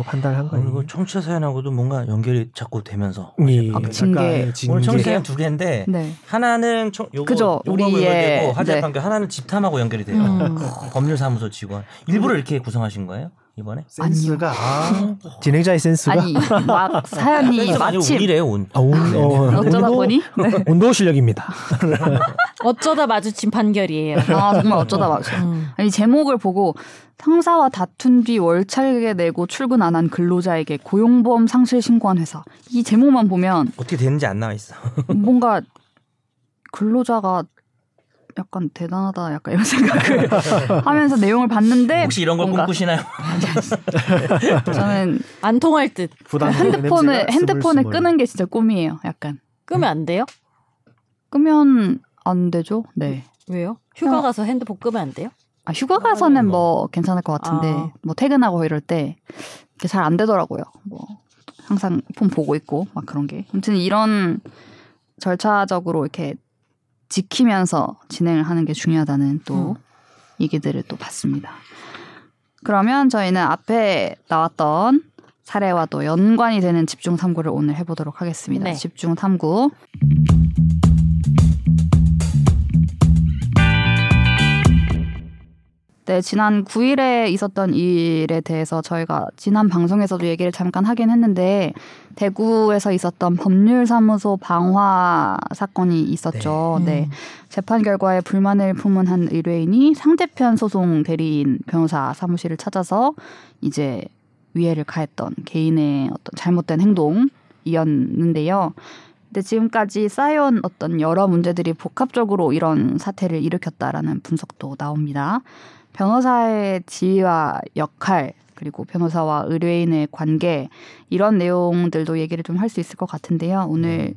[SPEAKER 4] 판단을 한 거예요.
[SPEAKER 2] 그리고 청취자 사연하고도 뭔가 연결이 자꾸 되면서
[SPEAKER 4] 예.
[SPEAKER 1] 아, 징계.
[SPEAKER 4] 아까의
[SPEAKER 2] 오늘 청취자
[SPEAKER 4] 징계.
[SPEAKER 2] 사연 두 개인데
[SPEAKER 1] 네.
[SPEAKER 2] 하나는 청, 요거
[SPEAKER 1] 그죠.
[SPEAKER 2] 요거하고
[SPEAKER 1] 우리의-
[SPEAKER 2] 연결되고 화재
[SPEAKER 1] 네.
[SPEAKER 2] 판결 하나는 집탐하고 연결이 돼요.
[SPEAKER 3] 음.
[SPEAKER 2] 법률사무소 직원 일부러 이렇게 구성하신 거예요 이번에?
[SPEAKER 4] 센스가 아, 진행자의 센스가
[SPEAKER 1] 아니 막 사연이
[SPEAKER 2] 센스가 아니고
[SPEAKER 1] 마침
[SPEAKER 2] 운이래요 운.
[SPEAKER 4] 아, 운, 어,
[SPEAKER 1] 어쩌다
[SPEAKER 4] 운도-
[SPEAKER 1] 보니 네.
[SPEAKER 4] 운도 실력입니다.
[SPEAKER 3] 아. 어쩌다 마주친 판결이에요.
[SPEAKER 1] 아 정말 어쩌다 막
[SPEAKER 3] 음.
[SPEAKER 1] 아니 제목을 보고 상사와 다툰 뒤 월차게 내고 출근 안 한 근로자에게 고용보험 상실 신고한 회사 이 제목만 보면
[SPEAKER 2] 어떻게 되는지 안 나와 있어.
[SPEAKER 1] 뭔가 근로자가 약간 대단하다 약간 이런 생각을 하면서 내용을 봤는데
[SPEAKER 2] 혹시 이런 걸
[SPEAKER 1] 네. 뭔가
[SPEAKER 2] 꿈꾸시나요?
[SPEAKER 1] 저는
[SPEAKER 3] 안 통할 듯
[SPEAKER 4] 부당 해고의
[SPEAKER 1] 핸드폰을
[SPEAKER 4] 냄새가
[SPEAKER 1] 핸드폰을
[SPEAKER 4] 스물스물.
[SPEAKER 1] 끄는 게 진짜 꿈이에요 약간
[SPEAKER 3] 끄면 안 돼요?
[SPEAKER 1] 끄면 안 되죠 네.
[SPEAKER 3] 왜요? 휴가 가서 핸드폰 끄면 안 돼요?
[SPEAKER 1] 아, 휴가 가서는 뭐 괜찮을 것 같은데
[SPEAKER 3] 아.
[SPEAKER 1] 뭐 퇴근하고 이럴 때 잘 안 되더라고요. 뭐 항상 폰 보고 있고 막 그런 게. 아무튼 이런 절차적으로 이렇게 지키면서 진행을 하는 게 중요하다는 또
[SPEAKER 3] 음.
[SPEAKER 1] 얘기들을 또 봤습니다. 그러면 저희는 앞에 나왔던 사례와 또 연관이 되는 집중 탐구를 오늘 해보도록 하겠습니다.
[SPEAKER 3] 네.
[SPEAKER 1] 집중 탐구. 네, 지난 9일에 있었던 일에 대해서 저희가 지난 방송에서도 얘기를 잠깐 하긴 했는데 대구에서 있었던 법률사무소 방화 사건이 있었죠.
[SPEAKER 3] 음.
[SPEAKER 1] 네. 재판 결과에 불만을 품은 한 의뢰인이 상대편 소송 대리인 변호사 사무실을 찾아서 이제 위해를 가했던 개인의 어떤 잘못된 행동이었는데요. 근데 지금까지 쌓여온 어떤 여러 문제들이 복합적으로 이런 사태를 일으켰다라는 분석도 나옵니다. 변호사의 지위와 역할 그리고 변호사와 의뢰인의 관계 이런 내용들도 얘기를 좀 할 수 있을 것 같은데요.
[SPEAKER 4] 네.
[SPEAKER 1] 오늘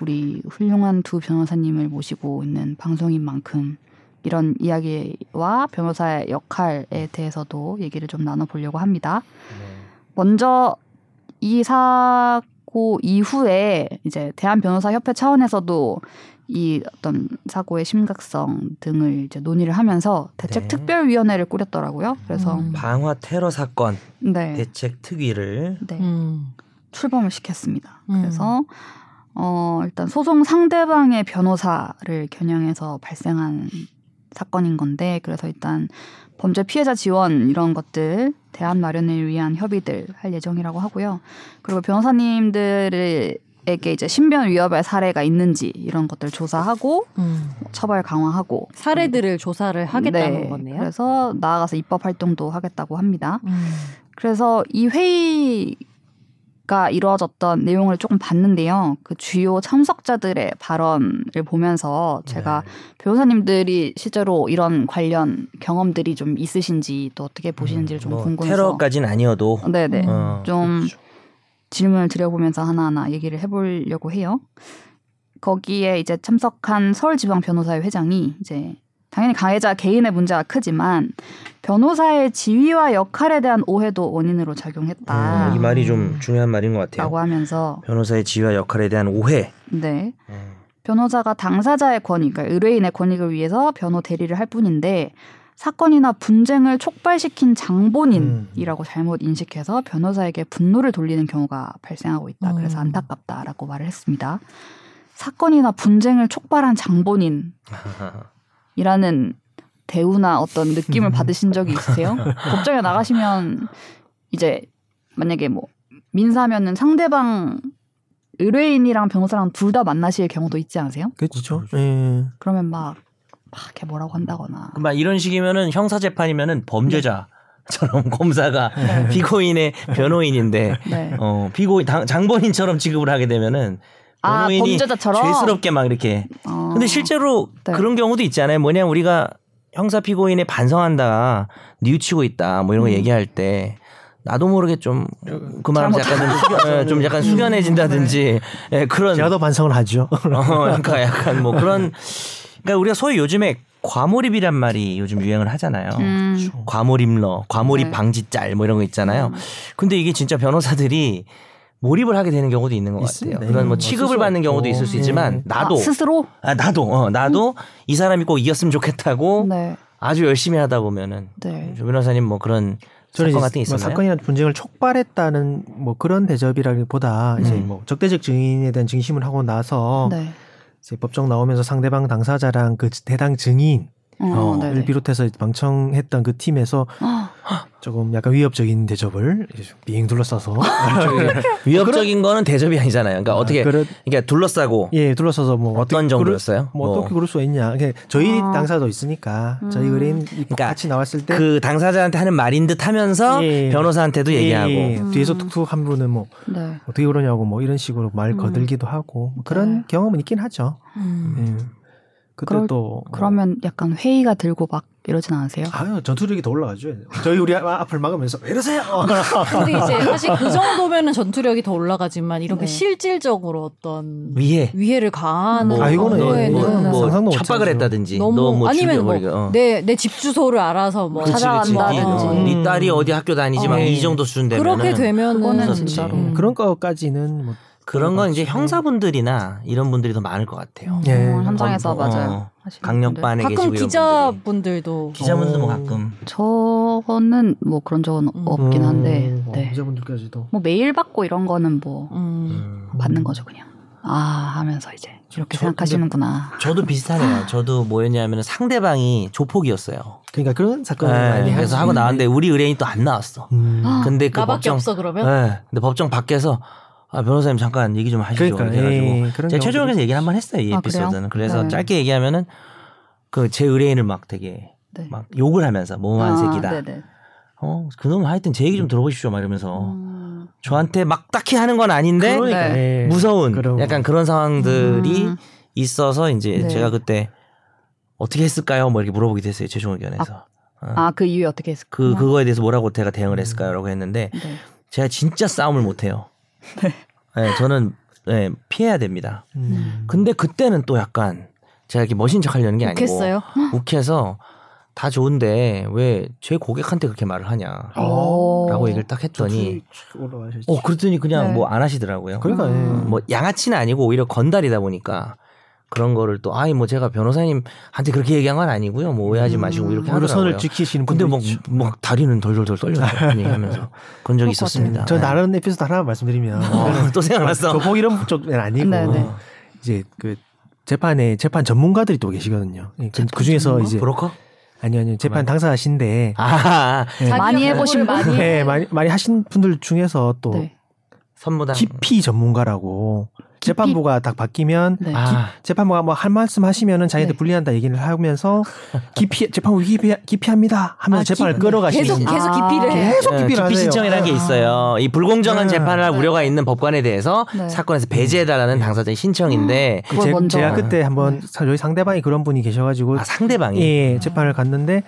[SPEAKER 1] 우리 훌륭한 두 변호사님을 모시고 있는 방송인 만큼 이런 이야기와 변호사의 역할에 대해서도 얘기를 좀 나눠보려고 합니다.
[SPEAKER 2] 네.
[SPEAKER 1] 먼저 이 사고 이후에 이제 대한 변호사 협회 차원에서도 이 어떤 사고의 심각성 등을 이제 논의를 하면서 대책
[SPEAKER 2] 네.
[SPEAKER 1] 특별위원회를 꾸렸더라고요. 그래서
[SPEAKER 3] 음.
[SPEAKER 2] 방화 테러 사건
[SPEAKER 1] 네,
[SPEAKER 2] 대책 특위를
[SPEAKER 1] 네.
[SPEAKER 3] 음.
[SPEAKER 1] 출범을 시켰습니다.
[SPEAKER 3] 음.
[SPEAKER 1] 그래서 어, 일단 소송 상대방의 변호사를 겨냥해서 발생한 사건인 건데 그래서 일단 범죄 피해자 지원 이런 것들 대안 마련을 위한 협의들 할 예정이라고 하고요. 그리고 변호사님들에게 이제 신변 위협의 사례가 있는지 이런 것들 조사하고
[SPEAKER 3] 음.
[SPEAKER 1] 처벌 강화하고
[SPEAKER 3] 사례들을 조사를 하겠다는
[SPEAKER 1] 네,
[SPEAKER 3] 거네요.
[SPEAKER 1] 그래서 나아가서 입법 활동도 하겠다고 합니다.
[SPEAKER 3] 음.
[SPEAKER 1] 그래서 이 회의가 가 이루어졌던 내용을 조금 봤는데요. 그 주요 참석자들의 발언을 보면서
[SPEAKER 2] 네.
[SPEAKER 1] 제가 변호사님들이 실제로 이런 관련 경험들이 좀 있으신지 또 어떻게 보시는지를 좀
[SPEAKER 2] 뭐
[SPEAKER 1] 궁금해서
[SPEAKER 2] 테러까지는 아니어도
[SPEAKER 1] 네네
[SPEAKER 3] 음.
[SPEAKER 2] 어,
[SPEAKER 1] 좀
[SPEAKER 2] 그렇죠.
[SPEAKER 1] 질문을 드려보면서 하나하나 얘기를 해보려고 해요. 거기에 이제 참석한 서울지방 변호사회 회장이 이제 당연히 가해자 개인의 문제가 크지만 변호사의 지위와 역할에 대한 오해도 원인으로 작용했다.
[SPEAKER 2] 음, 네. 이 말이 좀 중요한 말인 것 같아요.
[SPEAKER 1] 아. 라고 하면서
[SPEAKER 2] 변호사의 지위와 역할에 대한 오해.
[SPEAKER 1] 네
[SPEAKER 2] 음.
[SPEAKER 1] 변호사가 당사자의 권익, 그러니까 의뢰인의 권익을 위해서 변호 대리를 할 뿐인데 사건이나 분쟁을 촉발시킨 장본인이라고 잘못 인식해서 변호사에게 분노를 돌리는 경우가 발생하고 있다. 그래서
[SPEAKER 3] 음.
[SPEAKER 1] 안타깝다라고 말을 했습니다. 사건이나 분쟁을 촉발한 장본인이라는 대우나 어떤 느낌을 받으신 적이 있으세요? 법정에 나가시면 이제 만약에 뭐 민사면은 상대방 의뢰인이랑 변호사랑 둘 다 만나실 경우도 있지 않으세요?
[SPEAKER 4] 그렇죠.
[SPEAKER 2] 그렇죠.
[SPEAKER 4] 예.
[SPEAKER 1] 그러면 막, 막 이렇게 뭐라고 한다거나.
[SPEAKER 2] 그 막 이런 식이면은 형사 재판이면은 범죄자처럼 검사가 피고인의 변호인인데
[SPEAKER 1] 네.
[SPEAKER 2] 어 피고인 당- 장본인처럼 취급을 하게 되면은
[SPEAKER 1] 아,
[SPEAKER 2] 변호인이
[SPEAKER 1] 범죄자처럼.
[SPEAKER 2] 죄스럽게 막 이렇게.
[SPEAKER 1] 어.
[SPEAKER 2] 근데 실제로
[SPEAKER 1] 네.
[SPEAKER 2] 그런 경우도 있잖아요. 뭐냐 우리가 형사 피고인에 반성한다, 뉘우치고 있다, 뭐 이런
[SPEAKER 1] 음.
[SPEAKER 2] 거 얘기할 때. 나도 모르게 좀 그만하면 약간 좀, 숙여- 예, 좀 약간 숙연해진다든지
[SPEAKER 1] 네.
[SPEAKER 2] 예, 그런
[SPEAKER 4] 제가 더 반성을 하죠.
[SPEAKER 2] 어, 약간 약간 뭐 그런 그러니까 우리가 소위 요즘에 과몰입이란 말이 요즘 유행을 하잖아요.
[SPEAKER 1] 음,
[SPEAKER 2] 과몰입러, 과몰입
[SPEAKER 1] 네. 음.
[SPEAKER 2] 방지 짤 뭐 이런 거 있잖아요. 근데 이게 진짜 변호사들이 몰입을 하게 되는 경우도 있는 것
[SPEAKER 4] 있습니다.
[SPEAKER 2] 같아요. 그런 뭐
[SPEAKER 4] 네.
[SPEAKER 2] 취급을
[SPEAKER 4] 스스로
[SPEAKER 2] 받는 경우도
[SPEAKER 4] 또.
[SPEAKER 2] 있을 수
[SPEAKER 4] 네.
[SPEAKER 2] 있지만 나도
[SPEAKER 1] 아, 스스로? 음.
[SPEAKER 2] 아, 나도 어, 나도 이 사람이 꼭 이겼으면 좋겠다고
[SPEAKER 1] 네.
[SPEAKER 2] 아주 열심히 하다 보면은
[SPEAKER 1] 네.
[SPEAKER 2] 조 변호사님 뭐 그런
[SPEAKER 4] 저는
[SPEAKER 2] 사건
[SPEAKER 4] 이제
[SPEAKER 2] 같은 게
[SPEAKER 4] 뭐
[SPEAKER 2] 있었나요?
[SPEAKER 4] 사건이나 분쟁을 촉발했다는 뭐 그런 대접이라기보다 이제
[SPEAKER 2] 음.
[SPEAKER 4] 뭐 적대적 증인에 대한 증심을 하고
[SPEAKER 2] 어.
[SPEAKER 4] 나서
[SPEAKER 1] 네.
[SPEAKER 4] 이제 법정 나오면서 상대방 당사자랑 그 대당 증인을
[SPEAKER 1] 어, 네네.
[SPEAKER 4] 비롯해서 방청했던 그 팀에서
[SPEAKER 1] 아,
[SPEAKER 4] 조금 약간 위협적인 대접을 이제 좀 빙 둘러싸서
[SPEAKER 2] 위협적인 거는 대접이 아니잖아요. 그러니까 어떻게
[SPEAKER 4] 그런-
[SPEAKER 2] 그러니까 둘러싸고
[SPEAKER 4] 예 둘러싸서 뭐
[SPEAKER 2] 어떤
[SPEAKER 4] 어떻게 그럴-
[SPEAKER 2] 정도였어요?
[SPEAKER 4] 뭐
[SPEAKER 2] 뭐.
[SPEAKER 4] 어떻게 그럴 수가 있냐? 이게 저희
[SPEAKER 1] 아.
[SPEAKER 4] 당사도 있으니까 저희
[SPEAKER 1] 음.
[SPEAKER 4] 의뢰인
[SPEAKER 2] 그러니까
[SPEAKER 4] 같이 나왔을 때
[SPEAKER 2] 그 당사자한테 하는 말인 듯 하면서
[SPEAKER 4] 네. 예.
[SPEAKER 2] 변호사한테도
[SPEAKER 4] 예,
[SPEAKER 2] 그 얘기하고
[SPEAKER 4] 예, 뒤에서
[SPEAKER 1] 음.
[SPEAKER 4] 툭툭 한 분은 뭐
[SPEAKER 1] 네.
[SPEAKER 4] 어떻게 그러냐고 뭐 이런 식으로 말
[SPEAKER 1] 음.
[SPEAKER 4] 거들기도 하고 뭐 그런
[SPEAKER 1] 네.
[SPEAKER 4] 경험은 있긴 하죠.
[SPEAKER 3] 음.
[SPEAKER 4] 예. 그때
[SPEAKER 1] 그럴-
[SPEAKER 4] 또
[SPEAKER 1] 그러면 약간 회의가 들고 막 이러진 않으세요? 어,
[SPEAKER 4] 아유 전투력이 더 올라가죠. 저희 우리 아- 앞을 막으면서 왜 이러세요?
[SPEAKER 3] 근데 이제 사실 그 정도면은 전투력이 더 올라가지만 이렇게
[SPEAKER 1] 네.
[SPEAKER 3] 실질적으로 어떤
[SPEAKER 2] 위에
[SPEAKER 3] 위해를 가하는
[SPEAKER 2] 뭐,
[SPEAKER 4] 아, 이거는
[SPEAKER 3] 정도에는
[SPEAKER 2] 뭐,
[SPEAKER 4] 이거는
[SPEAKER 2] 뭐
[SPEAKER 4] 상상도 못
[SPEAKER 2] 협박을
[SPEAKER 4] 하죠.
[SPEAKER 2] 했다든지
[SPEAKER 3] 너무
[SPEAKER 2] 너뭐
[SPEAKER 3] 아니면 뭐
[SPEAKER 2] 죽여버리고 어.
[SPEAKER 3] 내 내 집 주소를 알아서 뭐
[SPEAKER 1] 그치, 그치. 찾아간다든지.
[SPEAKER 2] 어, 네 딸이 어디 학교 다니지
[SPEAKER 3] 어.
[SPEAKER 2] 막 이 정도 수준 되면
[SPEAKER 3] 그렇게 되면은
[SPEAKER 1] 그거는
[SPEAKER 2] 그렇지.
[SPEAKER 1] 진짜로.
[SPEAKER 3] 음.
[SPEAKER 4] 그런 거까지는 뭐
[SPEAKER 2] 그런 건 이제 형사분들이나 이런 분들이 더 많을 것 같아요.
[SPEAKER 4] 예.
[SPEAKER 1] 어, 현장에서
[SPEAKER 2] 어,
[SPEAKER 1] 맞아요. 하시는
[SPEAKER 3] 음.
[SPEAKER 2] 강력반에
[SPEAKER 3] 가끔
[SPEAKER 2] 계시고 이런 분들이.
[SPEAKER 3] 기자분들도 어.
[SPEAKER 2] 기자분들도 뭐 가끔
[SPEAKER 1] 분들. 저는 뭐 그런 적은
[SPEAKER 3] 음.
[SPEAKER 1] 없긴 한데.
[SPEAKER 4] 음,
[SPEAKER 1] 네.
[SPEAKER 4] 기자분들까지도
[SPEAKER 1] 뭐 메일 받고 이런 거는 뭐
[SPEAKER 3] 음.
[SPEAKER 2] 음.
[SPEAKER 1] 받는 거죠, 그냥. 아, 하면서 이제 이렇게
[SPEAKER 2] 저-
[SPEAKER 1] 생각하시는구나.
[SPEAKER 2] 저도 비슷하네요. 저도 뭐였냐면 상대방이 조폭이었어요.
[SPEAKER 4] 그러니까 그런 사건을
[SPEAKER 2] 예,
[SPEAKER 4] 많이
[SPEAKER 2] 그래서 하고 나왔는데 우리 의뢰인이 또 안 나왔어.
[SPEAKER 4] 음.
[SPEAKER 1] 아.
[SPEAKER 2] 근데 그
[SPEAKER 3] 아, 나밖에
[SPEAKER 2] 법정
[SPEAKER 3] 없어 그러면
[SPEAKER 2] 네. 근데 법정 밖에서 아, 변호사님 잠깐 얘기 좀 하시죠.
[SPEAKER 4] 그러니까
[SPEAKER 2] 이렇게 해가지고
[SPEAKER 4] 예, 그런
[SPEAKER 2] 제가 최종에서
[SPEAKER 4] 경우도
[SPEAKER 2] 얘기 를 한 번 했어요 이
[SPEAKER 1] 아,
[SPEAKER 2] 에피소드는.
[SPEAKER 1] 그래요?
[SPEAKER 2] 그래서
[SPEAKER 1] 네.
[SPEAKER 2] 짧게 얘기하면은 그 제 의뢰인을 막 되게
[SPEAKER 1] 네.
[SPEAKER 2] 막 욕을 하면서 모험한
[SPEAKER 1] 아,
[SPEAKER 2] 새끼다.
[SPEAKER 1] 네네.
[SPEAKER 2] 어 그놈 하여튼 제 얘기 좀 들어보십시오 막 이러면서
[SPEAKER 1] 음.
[SPEAKER 2] 저한테 막 딱히 하는 건 아닌데
[SPEAKER 1] 그러니까.
[SPEAKER 4] 네.
[SPEAKER 2] 무서운
[SPEAKER 4] 그런
[SPEAKER 2] 약간 그런 상황들이
[SPEAKER 1] 음.
[SPEAKER 2] 있어서 이제
[SPEAKER 1] 네.
[SPEAKER 2] 제가 그때 어떻게 했을까요? 뭐 이렇게 물어보기도 했어요 최종 의견에서.
[SPEAKER 1] 아, 그 이유에 어떻게 했을까?
[SPEAKER 2] 그 그거에 대해서 뭐라고 제가 대응을 했을까요라고 했는데
[SPEAKER 1] 네.
[SPEAKER 2] 제가 진짜 싸움을 못 해요. 네, 저는 네, 피해야 됩니다.
[SPEAKER 4] 음.
[SPEAKER 2] 근데 그때는 또 약간 제가 이렇게 멋진 척 하려는 게 아니고
[SPEAKER 3] 욕했어요.
[SPEAKER 2] 욱해서 다 좋은데 왜 제 고객한테 그렇게 말을 하냐라고
[SPEAKER 1] 오.
[SPEAKER 4] 어,
[SPEAKER 2] 얘기를 딱 했더니
[SPEAKER 4] 전투력이 올라가셨죠.
[SPEAKER 2] 어 그랬더니 그냥
[SPEAKER 1] 네.
[SPEAKER 2] 뭐 안 하시더라고요.
[SPEAKER 4] 그러니까 예.
[SPEAKER 1] 음.
[SPEAKER 2] 뭐 양아치는 아니고 오히려 건달이다 보니까 그런 거를 또 아이 뭐 제가 변호사님한테 그렇게 얘기한 건 아니고요. 뭐 오해하지 마시고 이렇게
[SPEAKER 4] 음, 오히려 선을
[SPEAKER 2] 하더라고요.
[SPEAKER 4] 지키시는
[SPEAKER 2] 근데 뭐
[SPEAKER 4] 분들
[SPEAKER 2] 막,
[SPEAKER 4] 있죠.
[SPEAKER 2] 막 다리는 덜덜덜 떨려서 얘기하면서 그런 적이 있었습니다.
[SPEAKER 4] 저
[SPEAKER 2] 네.
[SPEAKER 4] 다른 에피소드 하나 말씀드리면
[SPEAKER 2] 어, 또 생각났어.
[SPEAKER 4] 교복 그뭐 이런 쪽은 아니고
[SPEAKER 1] 네, 네.
[SPEAKER 4] 이제 그 재판에 재판 전문가들이 또 계시거든요. 그 중에서
[SPEAKER 1] 전문가?
[SPEAKER 4] 이제
[SPEAKER 2] 브로커?
[SPEAKER 4] 아니요 아니요 재판 당사하신데
[SPEAKER 2] 아
[SPEAKER 3] 자기
[SPEAKER 1] 많이
[SPEAKER 3] 연구를
[SPEAKER 1] 해보신 분?
[SPEAKER 3] 많이
[SPEAKER 4] 네, 많이 많이 하신 분들 중에서 또
[SPEAKER 1] 네.
[SPEAKER 2] 선무당.
[SPEAKER 4] 깊이 전문가라고 재판부가 딱 바뀌면
[SPEAKER 1] 네.
[SPEAKER 2] 아,
[SPEAKER 4] 재판부가 뭐 할 말씀 하시면은 자기들
[SPEAKER 1] 네.
[SPEAKER 4] 불리한다 얘기를 하면서 기피 재판부 기피 기피합니다 하면서
[SPEAKER 3] 아,
[SPEAKER 4] 재판을
[SPEAKER 3] 기-
[SPEAKER 4] 끌어가시는
[SPEAKER 3] 계속
[SPEAKER 4] 거예요.
[SPEAKER 3] 계속
[SPEAKER 1] 아.
[SPEAKER 3] 기피를 해.
[SPEAKER 4] 계속
[SPEAKER 2] 예,
[SPEAKER 4] 기피를
[SPEAKER 2] 기피
[SPEAKER 4] 하세요.
[SPEAKER 2] 신청이라는 게 있어요. 이 불공정한
[SPEAKER 4] 네.
[SPEAKER 2] 재판을 할
[SPEAKER 3] 네.
[SPEAKER 2] 우려가 있는 법관에 대해서
[SPEAKER 1] 네.
[SPEAKER 2] 사건에서
[SPEAKER 4] 네.
[SPEAKER 2] 배제해달라는 당사자의 신청인데
[SPEAKER 4] 그
[SPEAKER 1] 그걸
[SPEAKER 4] 제,
[SPEAKER 1] 먼저.
[SPEAKER 4] 제가 그때 한번 사- 저희 상대방이 그런 분이 계셔가지고
[SPEAKER 2] 아, 상대방이
[SPEAKER 1] 음.
[SPEAKER 4] 음. 예 재판을 갔는데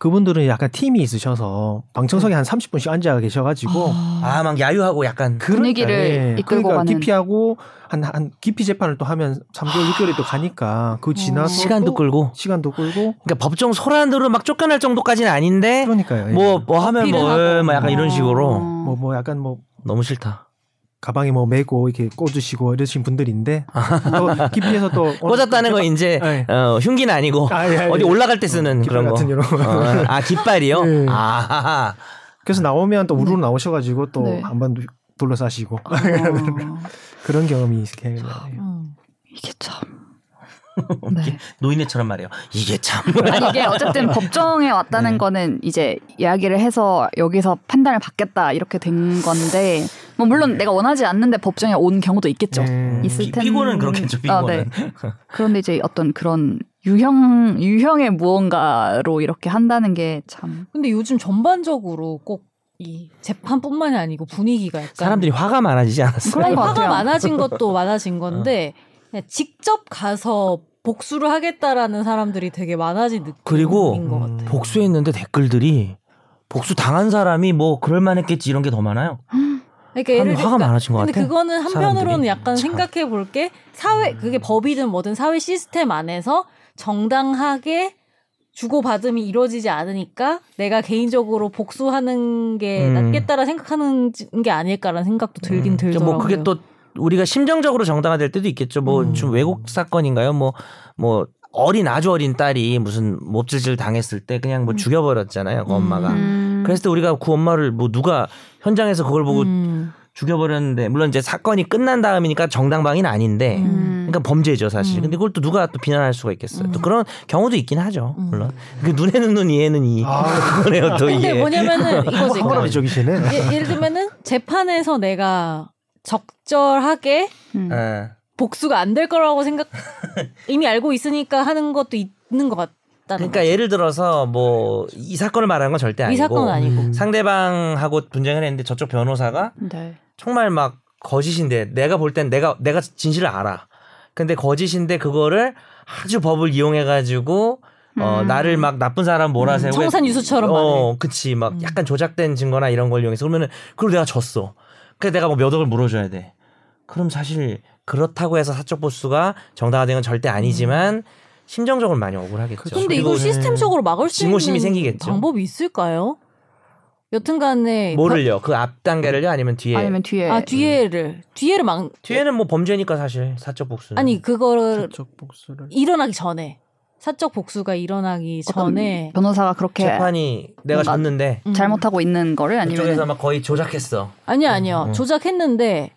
[SPEAKER 4] 그분들은 약간 팀이 있으셔서 방청석에 한 30분씩 앉아 계셔가지고
[SPEAKER 2] 아 막 야유하고 약간
[SPEAKER 4] 그러니까,
[SPEAKER 1] 분위기를 이끌고
[SPEAKER 4] 그러니까
[SPEAKER 1] 가는.
[SPEAKER 4] 기피하고 한, 한 기피 재판을 또 하면 3개월 6개월이 또 가니까
[SPEAKER 1] 어.
[SPEAKER 4] 그 지나서
[SPEAKER 2] 시간도
[SPEAKER 4] 또
[SPEAKER 2] 끌고
[SPEAKER 4] 시간도 끌고
[SPEAKER 2] 그러니까 법정 소란으로 막 쫓겨날 정도까지는
[SPEAKER 1] 네.
[SPEAKER 2] 아닌데
[SPEAKER 4] 그러니까요. 예.
[SPEAKER 2] 뭐 뭐 하면 뭐,
[SPEAKER 3] 어필을
[SPEAKER 2] 어, 뭐 약간 이런 식으로
[SPEAKER 4] 뭐뭐
[SPEAKER 1] 어.
[SPEAKER 4] 뭐 약간 뭐
[SPEAKER 2] 너무 싫다.
[SPEAKER 4] 가방에 뭐 메고 이렇게 꽂으시고 이러신 분들인데 또 기피해서 또 오늘
[SPEAKER 2] 꽂았다는 거 이제
[SPEAKER 4] 네.
[SPEAKER 2] 어, 흉기는 아니고
[SPEAKER 4] 아, 예, 예.
[SPEAKER 2] 어디 올라갈 때 쓰는
[SPEAKER 4] 깃발
[SPEAKER 2] 그런 거.
[SPEAKER 4] 같은 이런 거.
[SPEAKER 2] 어, 아 깃발이요?
[SPEAKER 4] 예.
[SPEAKER 2] 아
[SPEAKER 4] 그래서 나오면 또 우르르 나오셔가지고 또
[SPEAKER 1] 네.
[SPEAKER 4] 한번 둘러싸시고
[SPEAKER 1] 어,
[SPEAKER 4] 그런 경험이 있게
[SPEAKER 1] 아,
[SPEAKER 4] 해요.
[SPEAKER 3] 음.
[SPEAKER 1] 이게 참. 네.
[SPEAKER 2] 노인네처럼 말해요. 이게 참.
[SPEAKER 1] 아니 이게 어쨌든
[SPEAKER 2] 네.
[SPEAKER 1] 법정에 왔다는 거는 이제 이야기를 해서 여기서 판단을 받겠다 이렇게 된 건데 뭐 물론
[SPEAKER 2] 네.
[SPEAKER 1] 내가 원하지 않는데 법정에 온 경우도 있겠죠.
[SPEAKER 4] 음.
[SPEAKER 1] 있을
[SPEAKER 2] 피-
[SPEAKER 1] 텐데.
[SPEAKER 2] 피고는 그렇겠죠,
[SPEAKER 3] 아, 네.
[SPEAKER 2] 피고는.
[SPEAKER 3] 그러니까.
[SPEAKER 1] 그런데 이제 어떤 그런 유형 유형의 무언가로 이렇게 한다는 게 참
[SPEAKER 3] 근데 요즘 전반적으로 꼭 이 재판뿐만이 아니고 분위기가 약간
[SPEAKER 2] 사람들이 화가 많아지지 않았어요. 어.
[SPEAKER 1] 그런 것
[SPEAKER 3] 화가
[SPEAKER 1] 같아요.
[SPEAKER 3] 많아진 것도 많아진 건데 그냥 직접 가서 복수를 하겠다라는 사람들이 되게 많아진 느낌인
[SPEAKER 2] 그리고 음.
[SPEAKER 3] 것 같아요.
[SPEAKER 2] 복수했는데 댓글들이 복수 당한 사람이 뭐 그럴 만했겠지 이런 게 더 많아요.
[SPEAKER 3] 그러니까
[SPEAKER 2] 사람들이
[SPEAKER 3] 예를
[SPEAKER 2] 화가
[SPEAKER 3] 들어
[SPEAKER 2] 많아진 것
[SPEAKER 3] 근데
[SPEAKER 2] 같아.
[SPEAKER 3] 그거는 한편으로는
[SPEAKER 2] 사람들이.
[SPEAKER 3] 약간
[SPEAKER 2] 참. 음.
[SPEAKER 3] 생각해 볼 게 사회 그게 법이든 뭐든 사회 시스템 안에서 정당하게 주고받음이 이루어지지 않으니까 내가 개인적으로 복수하는 게
[SPEAKER 2] 음.
[SPEAKER 3] 낫겠다라 생각하는 게 아닐까라는 생각도 들긴
[SPEAKER 2] 음,
[SPEAKER 3] 들더라고요.
[SPEAKER 2] 뭐 그게 또 우리가 심정적으로 정당화될 때도 있겠죠. 뭐
[SPEAKER 4] 음.
[SPEAKER 2] 좀 외국 사건인가요? 뭐 뭐 어린 아주 어린 딸이 무슨 몹질질 당했을 때 그냥 뭐
[SPEAKER 3] 음.
[SPEAKER 2] 죽여버렸잖아요. 그
[SPEAKER 3] 음.
[SPEAKER 2] 엄마가.
[SPEAKER 1] 음.
[SPEAKER 2] 그랬을 때 우리가 그 엄마를 뭐 누가 현장에서 그걸 보고
[SPEAKER 3] 음.
[SPEAKER 2] 죽여버렸는데 물론 이제 사건이 끝난 다음이니까 정당방위는 아닌데
[SPEAKER 3] 음.
[SPEAKER 2] 그러니까 범죄죠 사실.
[SPEAKER 3] 음.
[SPEAKER 2] 근데 그걸 또 누가 또 비난할 수가 있겠어요. 또
[SPEAKER 3] 음.
[SPEAKER 2] 그런 경우도 있긴 하죠.
[SPEAKER 3] 음.
[SPEAKER 2] 물론 그 눈에는 눈, 이에는 이.
[SPEAKER 4] 아.
[SPEAKER 2] 그거네요 또
[SPEAKER 3] 근데
[SPEAKER 2] 이게.
[SPEAKER 3] 뭐냐면은 이거지.
[SPEAKER 2] 화가
[SPEAKER 4] 허람이 적이시네.
[SPEAKER 3] 예, 예를 들면은 재판에서 내가 적절하게
[SPEAKER 1] 음.
[SPEAKER 2] 예.
[SPEAKER 3] 복수가 안 될 거라고 생각 이미 알고 있으니까 하는 것도 있는 것 같다는
[SPEAKER 2] 그러니까 예를 들어서 뭐 이 사건을 말하는 건 절대
[SPEAKER 3] 거죠.
[SPEAKER 2] 아니고
[SPEAKER 3] 이 사건은 아니고
[SPEAKER 4] 음.
[SPEAKER 2] 상대방하고 분쟁을 했는데 저쪽 변호사가
[SPEAKER 1] 네.
[SPEAKER 2] 정말 막 거짓인데 내가 볼 땐 내가 내가 진실을 알아. 근데 거짓인데 그거를 아주 법을 이용해 가지고 어,
[SPEAKER 1] 음.
[SPEAKER 2] 나를 막 나쁜 사람 몰아세우고
[SPEAKER 3] 음. 청산 유수처럼
[SPEAKER 2] 어,
[SPEAKER 3] 말해.
[SPEAKER 2] 그치. 막
[SPEAKER 3] 음.
[SPEAKER 2] 약간 조작된 증거나 이런 걸 이용해서 그러면은 그리고 내가 졌어. 그래 내가 뭐몇 억을 물어줘야 돼. 그럼 사실 그렇다고 해서 사적 보수가 정당화된 건 절대 아니지만 심정적으로 그렇죠. 많이 억울하겠죠.
[SPEAKER 3] 음. 근데
[SPEAKER 2] 그리고
[SPEAKER 3] 이걸 시스템적으로 막을 수 있는
[SPEAKER 2] 증오심이 생기겠죠.
[SPEAKER 3] 방법이 있을까요? 여튼간에
[SPEAKER 2] 뭐를요? 그 앞 단계를요? 아니면 뒤에?
[SPEAKER 1] 아니면 뒤에
[SPEAKER 3] 벼- 아 뒤에를 뒤에를 막
[SPEAKER 2] 뒤에는 뭐 범죄니까 사실 사적 복수는
[SPEAKER 3] 아니 그거를
[SPEAKER 4] 사적 복수를
[SPEAKER 3] 일어나기 전에 사적 복수가 일어나기
[SPEAKER 1] 어떤
[SPEAKER 3] 전에
[SPEAKER 1] 변호사가 그렇게
[SPEAKER 2] 재판이 내가
[SPEAKER 1] 뭔가
[SPEAKER 2] 졌는데
[SPEAKER 3] 음.
[SPEAKER 1] 잘못하고 있는 거를
[SPEAKER 2] 그쪽에서
[SPEAKER 1] 아니면
[SPEAKER 2] 막 거의 조작했어.
[SPEAKER 3] 아니 아니요
[SPEAKER 2] 음.
[SPEAKER 3] 조작했는데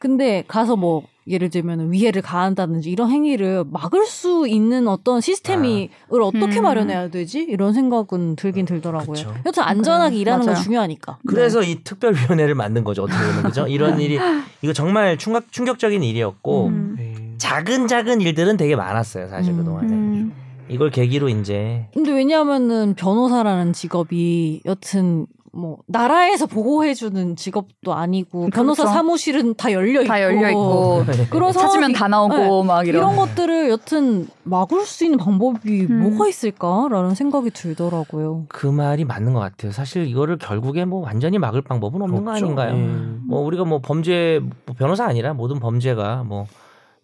[SPEAKER 3] 근데 가서 뭐 예를 들면 위해를 가한다든지 이런 행위를 막을 수 있는 어떤 시스템이를
[SPEAKER 2] 아.
[SPEAKER 3] 어떻게
[SPEAKER 1] 음.
[SPEAKER 3] 마련해야 되지 이런 생각은 들긴 들더라고요.
[SPEAKER 2] 음, 그쵸.
[SPEAKER 3] 여튼 안전하게
[SPEAKER 1] 그래요.
[SPEAKER 3] 일하는
[SPEAKER 1] 음, 맞아요.
[SPEAKER 3] 건 중요하니까.
[SPEAKER 2] 그래서
[SPEAKER 1] 네.
[SPEAKER 2] 이 특별위원회를 만든 거죠. 어떻게 보면 그죠? 이런 일이 이거 정말 충격 충격적인 일이었고
[SPEAKER 1] 음.
[SPEAKER 4] 네.
[SPEAKER 2] 작은 작은 일들은 되게 많았어요. 사실
[SPEAKER 3] 음.
[SPEAKER 2] 그 동안에
[SPEAKER 1] 음.
[SPEAKER 2] 이걸 계기로 이제
[SPEAKER 3] 근데 왜냐하면은 변호사라는 직업이 여튼 뭐 나라에서 보호해주는 직업도 아니고 변호사
[SPEAKER 1] 그렇죠.
[SPEAKER 3] 사무실은 다 열려 있고
[SPEAKER 1] 다 열려 있고
[SPEAKER 2] 네.
[SPEAKER 1] 네,
[SPEAKER 3] 그런
[SPEAKER 1] 찾으면
[SPEAKER 3] 어. 상황이-
[SPEAKER 1] 다 나오고 막 이런.
[SPEAKER 3] 이런 것들을 여튼 막을 수 있는 방법이
[SPEAKER 1] 음.
[SPEAKER 3] 뭐가 있을까라는 생각이 들더라고요.
[SPEAKER 2] 그 말이 맞는 것 같아요. 사실 이거를 결국에 뭐 완전히 막을 방법은 없는 거 아닌가요?
[SPEAKER 4] 네.
[SPEAKER 2] 뭐 우리가 뭐 범죄 뭐 변호사 아니라 모든 범죄가 뭐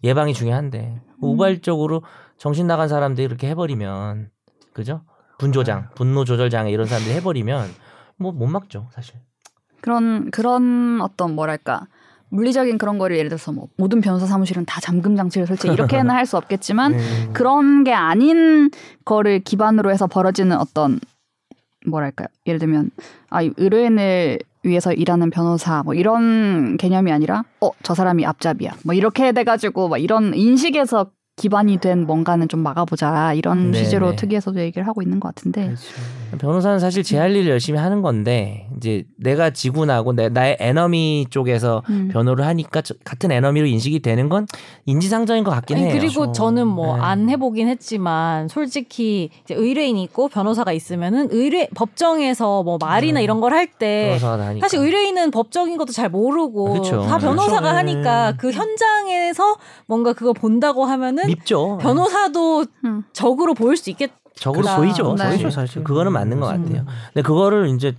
[SPEAKER 2] 예방이 중요한데 뭐
[SPEAKER 1] 음.
[SPEAKER 2] 우발적으로 정신 나간 사람들이 이렇게 해버리면 그죠?
[SPEAKER 3] 네.
[SPEAKER 2] 분조장, 분노 조절 장애 이런 사람들이 해버리면 뭐 못 막죠 사실.
[SPEAKER 1] 그런 그런 어떤 뭐랄까 물리적인 그런 거를 예를 들어서 뭐 모든 변호사 사무실은 다 잠금 장치를 설치 이렇게는 할 수 없겠지만
[SPEAKER 4] 네.
[SPEAKER 1] 그런 게 아닌 거를 기반으로 해서 벌어지는 어떤 뭐랄까요 예를 들면 아 이 의뢰인을 위해서 일하는 변호사 뭐 이런 개념이 아니라 어 저 사람이 앞잡이야 뭐 이렇게 돼가지고 막 이런 인식에서 기반이 된 뭔가는 좀 막아보자 이런
[SPEAKER 2] 네,
[SPEAKER 1] 취지로
[SPEAKER 2] 네.
[SPEAKER 1] 특위에서도 얘기를 하고 있는 것 같은데
[SPEAKER 4] 그렇죠.
[SPEAKER 2] 변호사는 사실 제 할 일을 열심히 하는 건데 이제 내가 지구나고 내, 나의 에너미 쪽에서
[SPEAKER 1] 음.
[SPEAKER 2] 변호를 하니까 저- 같은 에너미로 인식이 되는 건 인지상정인 것 같긴
[SPEAKER 3] 아니,
[SPEAKER 2] 해요.
[SPEAKER 3] 그리고 저는 뭐
[SPEAKER 2] 네.
[SPEAKER 3] 안 해보긴 했지만 솔직히 이제 의뢰인이 있고 변호사가 있으면은 의뢰 법정에서 뭐 말이나
[SPEAKER 2] 음.
[SPEAKER 3] 이런 걸 할 때
[SPEAKER 2] 변호사가 다니까. 아,
[SPEAKER 3] 사실 의뢰인은 법적인 것도 잘 모르고
[SPEAKER 2] 그쵸.
[SPEAKER 3] 다 변호사가
[SPEAKER 4] 그쵸.
[SPEAKER 3] 하니까
[SPEAKER 4] 네.
[SPEAKER 3] 그 현장에서 뭔가 그거 본다고 하면은
[SPEAKER 2] 밉죠.
[SPEAKER 3] 변호사도
[SPEAKER 1] 음.
[SPEAKER 3] 적으로 보일 수 있겠.
[SPEAKER 2] 적으로
[SPEAKER 3] 그렇구나.
[SPEAKER 2] 보이죠.
[SPEAKER 1] 네.
[SPEAKER 2] 사실.
[SPEAKER 4] 보이죠, 사실.
[SPEAKER 2] 그거는 맞는 것
[SPEAKER 4] 음.
[SPEAKER 2] 같아요. 근데 그거를 이제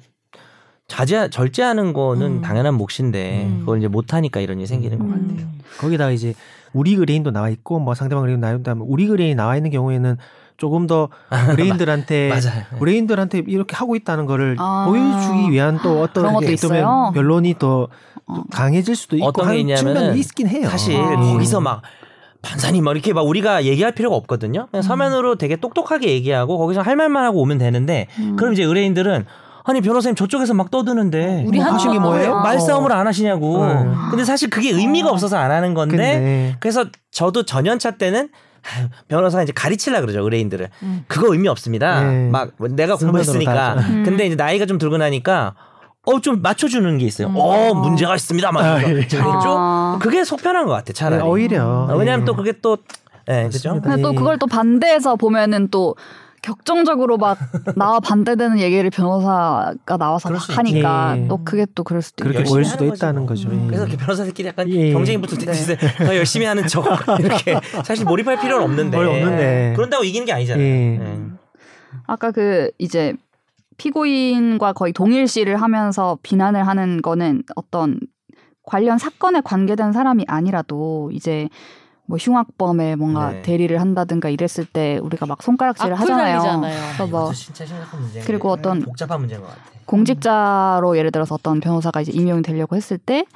[SPEAKER 2] 자제 절제하는 거는
[SPEAKER 3] 음.
[SPEAKER 2] 당연한 몫인데
[SPEAKER 3] 음.
[SPEAKER 2] 그걸 이제 못 하니까 이런 일이 생기는 것 같아요.
[SPEAKER 1] 음.
[SPEAKER 4] 거기다가 이제 우리 그레인도 나와 있고 뭐 상대방 그레인 나와 있다면 우리 그레인 나와 있는 경우에는 조금 더 그레인들한테
[SPEAKER 2] 맞아요. 네.
[SPEAKER 4] 브레인들한테 이렇게 하고 있다는 거를
[SPEAKER 1] 아.
[SPEAKER 4] 보여주기 위한 또 어떤
[SPEAKER 1] 그런 것도
[SPEAKER 4] 이렇게 좀
[SPEAKER 1] 있어요?
[SPEAKER 4] 변론이 더
[SPEAKER 1] 어.
[SPEAKER 4] 강해질 수도 있고
[SPEAKER 2] 어떤 게
[SPEAKER 4] 하는
[SPEAKER 2] 있냐면은
[SPEAKER 4] 측면이 있긴 해요. 음.
[SPEAKER 2] 사실
[SPEAKER 1] 아.
[SPEAKER 2] 거기서 막 판사님 막 이렇게 막 우리가 얘기할 필요가 없거든요. 그냥 서면으로 되게 똑똑하게 얘기하고 거기서 할 말만 하고 오면 되는데
[SPEAKER 1] 음.
[SPEAKER 2] 그럼 이제 의뢰인들은 아니 변호사님 저쪽에서 막 떠드는데
[SPEAKER 4] 아.
[SPEAKER 3] 우리 하는
[SPEAKER 2] 당신이
[SPEAKER 3] 거
[SPEAKER 2] 뭐예요? 어.
[SPEAKER 3] 뭐예요?
[SPEAKER 2] 말싸움을 안 하시냐고.
[SPEAKER 4] 음.
[SPEAKER 2] 근데 사실 그게 의미가 없어서 안 하는 건데
[SPEAKER 4] 근데
[SPEAKER 2] 그래서 저도 전연차 때는 아유, 변호사 이제 가르치려 그러죠 의뢰인들을
[SPEAKER 3] 음.
[SPEAKER 2] 그거 의미 없습니다
[SPEAKER 4] 네. 그렇죠.
[SPEAKER 2] 막뭐 내가 공부했으니까
[SPEAKER 4] 서면으로
[SPEAKER 1] 다 하죠.
[SPEAKER 2] 근데 이제 나이가 좀 들고 나니까 어 좀 맞춰주는 게 있어요
[SPEAKER 3] 음.
[SPEAKER 2] 어 문제가 있습니다 막
[SPEAKER 4] 아,
[SPEAKER 2] 이러면서
[SPEAKER 4] 예.
[SPEAKER 2] 잘했죠
[SPEAKER 1] 아.
[SPEAKER 2] 그게 속편한 것 같아
[SPEAKER 4] 네,
[SPEAKER 2] 차라리
[SPEAKER 4] 오히려
[SPEAKER 2] 어, 왜냐하면
[SPEAKER 4] 예.
[SPEAKER 2] 또 그게 또 예, 그죠
[SPEAKER 4] 맞습니다.
[SPEAKER 1] 근데 또
[SPEAKER 4] 예.
[SPEAKER 1] 그걸 또 반대해서 보면은 또 격정적으로 막 나와 반대되는 얘기를 변호사가 나와서
[SPEAKER 2] 그럴
[SPEAKER 1] 막
[SPEAKER 2] 수도
[SPEAKER 1] 하니까
[SPEAKER 4] 있지.
[SPEAKER 1] 또 그게 또 그럴 수도
[SPEAKER 4] 그렇게
[SPEAKER 1] 있고
[SPEAKER 2] 열심히
[SPEAKER 4] 보일 수도
[SPEAKER 2] 하는
[SPEAKER 4] 있다는
[SPEAKER 2] 거지
[SPEAKER 4] 거죠.
[SPEAKER 3] 뭐.
[SPEAKER 4] 예.
[SPEAKER 2] 그래서 이렇게 변호사들끼리 약간
[SPEAKER 4] 예.
[SPEAKER 2] 경쟁이 붙을 때
[SPEAKER 1] 네.
[SPEAKER 2] 진짜 더 열심히 하는 척 이렇게 사실 몰입할 필요는 없는데
[SPEAKER 4] 거의 없는데.
[SPEAKER 2] 네. 그런다고 이기는 게 아니잖아요
[SPEAKER 4] 예.
[SPEAKER 2] 예.
[SPEAKER 1] 아까 그 이제 피고인과 거의 동일시를 하면서 비난을 하는 거는 어떤 관련 사건에 관계된 사람이 아니라도 이제 뭐 흉악범에 뭔가
[SPEAKER 2] 네.
[SPEAKER 1] 대리를 한다든가 이랬을 때 우리가 막 손가락질을
[SPEAKER 3] 악플
[SPEAKER 1] 하잖아요.
[SPEAKER 3] 날리잖아요.
[SPEAKER 1] 그래서 뭐
[SPEAKER 2] 이것도 진짜 심각한 문제
[SPEAKER 1] 그리고 어떤-
[SPEAKER 2] 복잡한 문제인 것 같아
[SPEAKER 1] 공직자로 예를 들어서 어떤 변호사가 이제 임용이 되려고 했을 때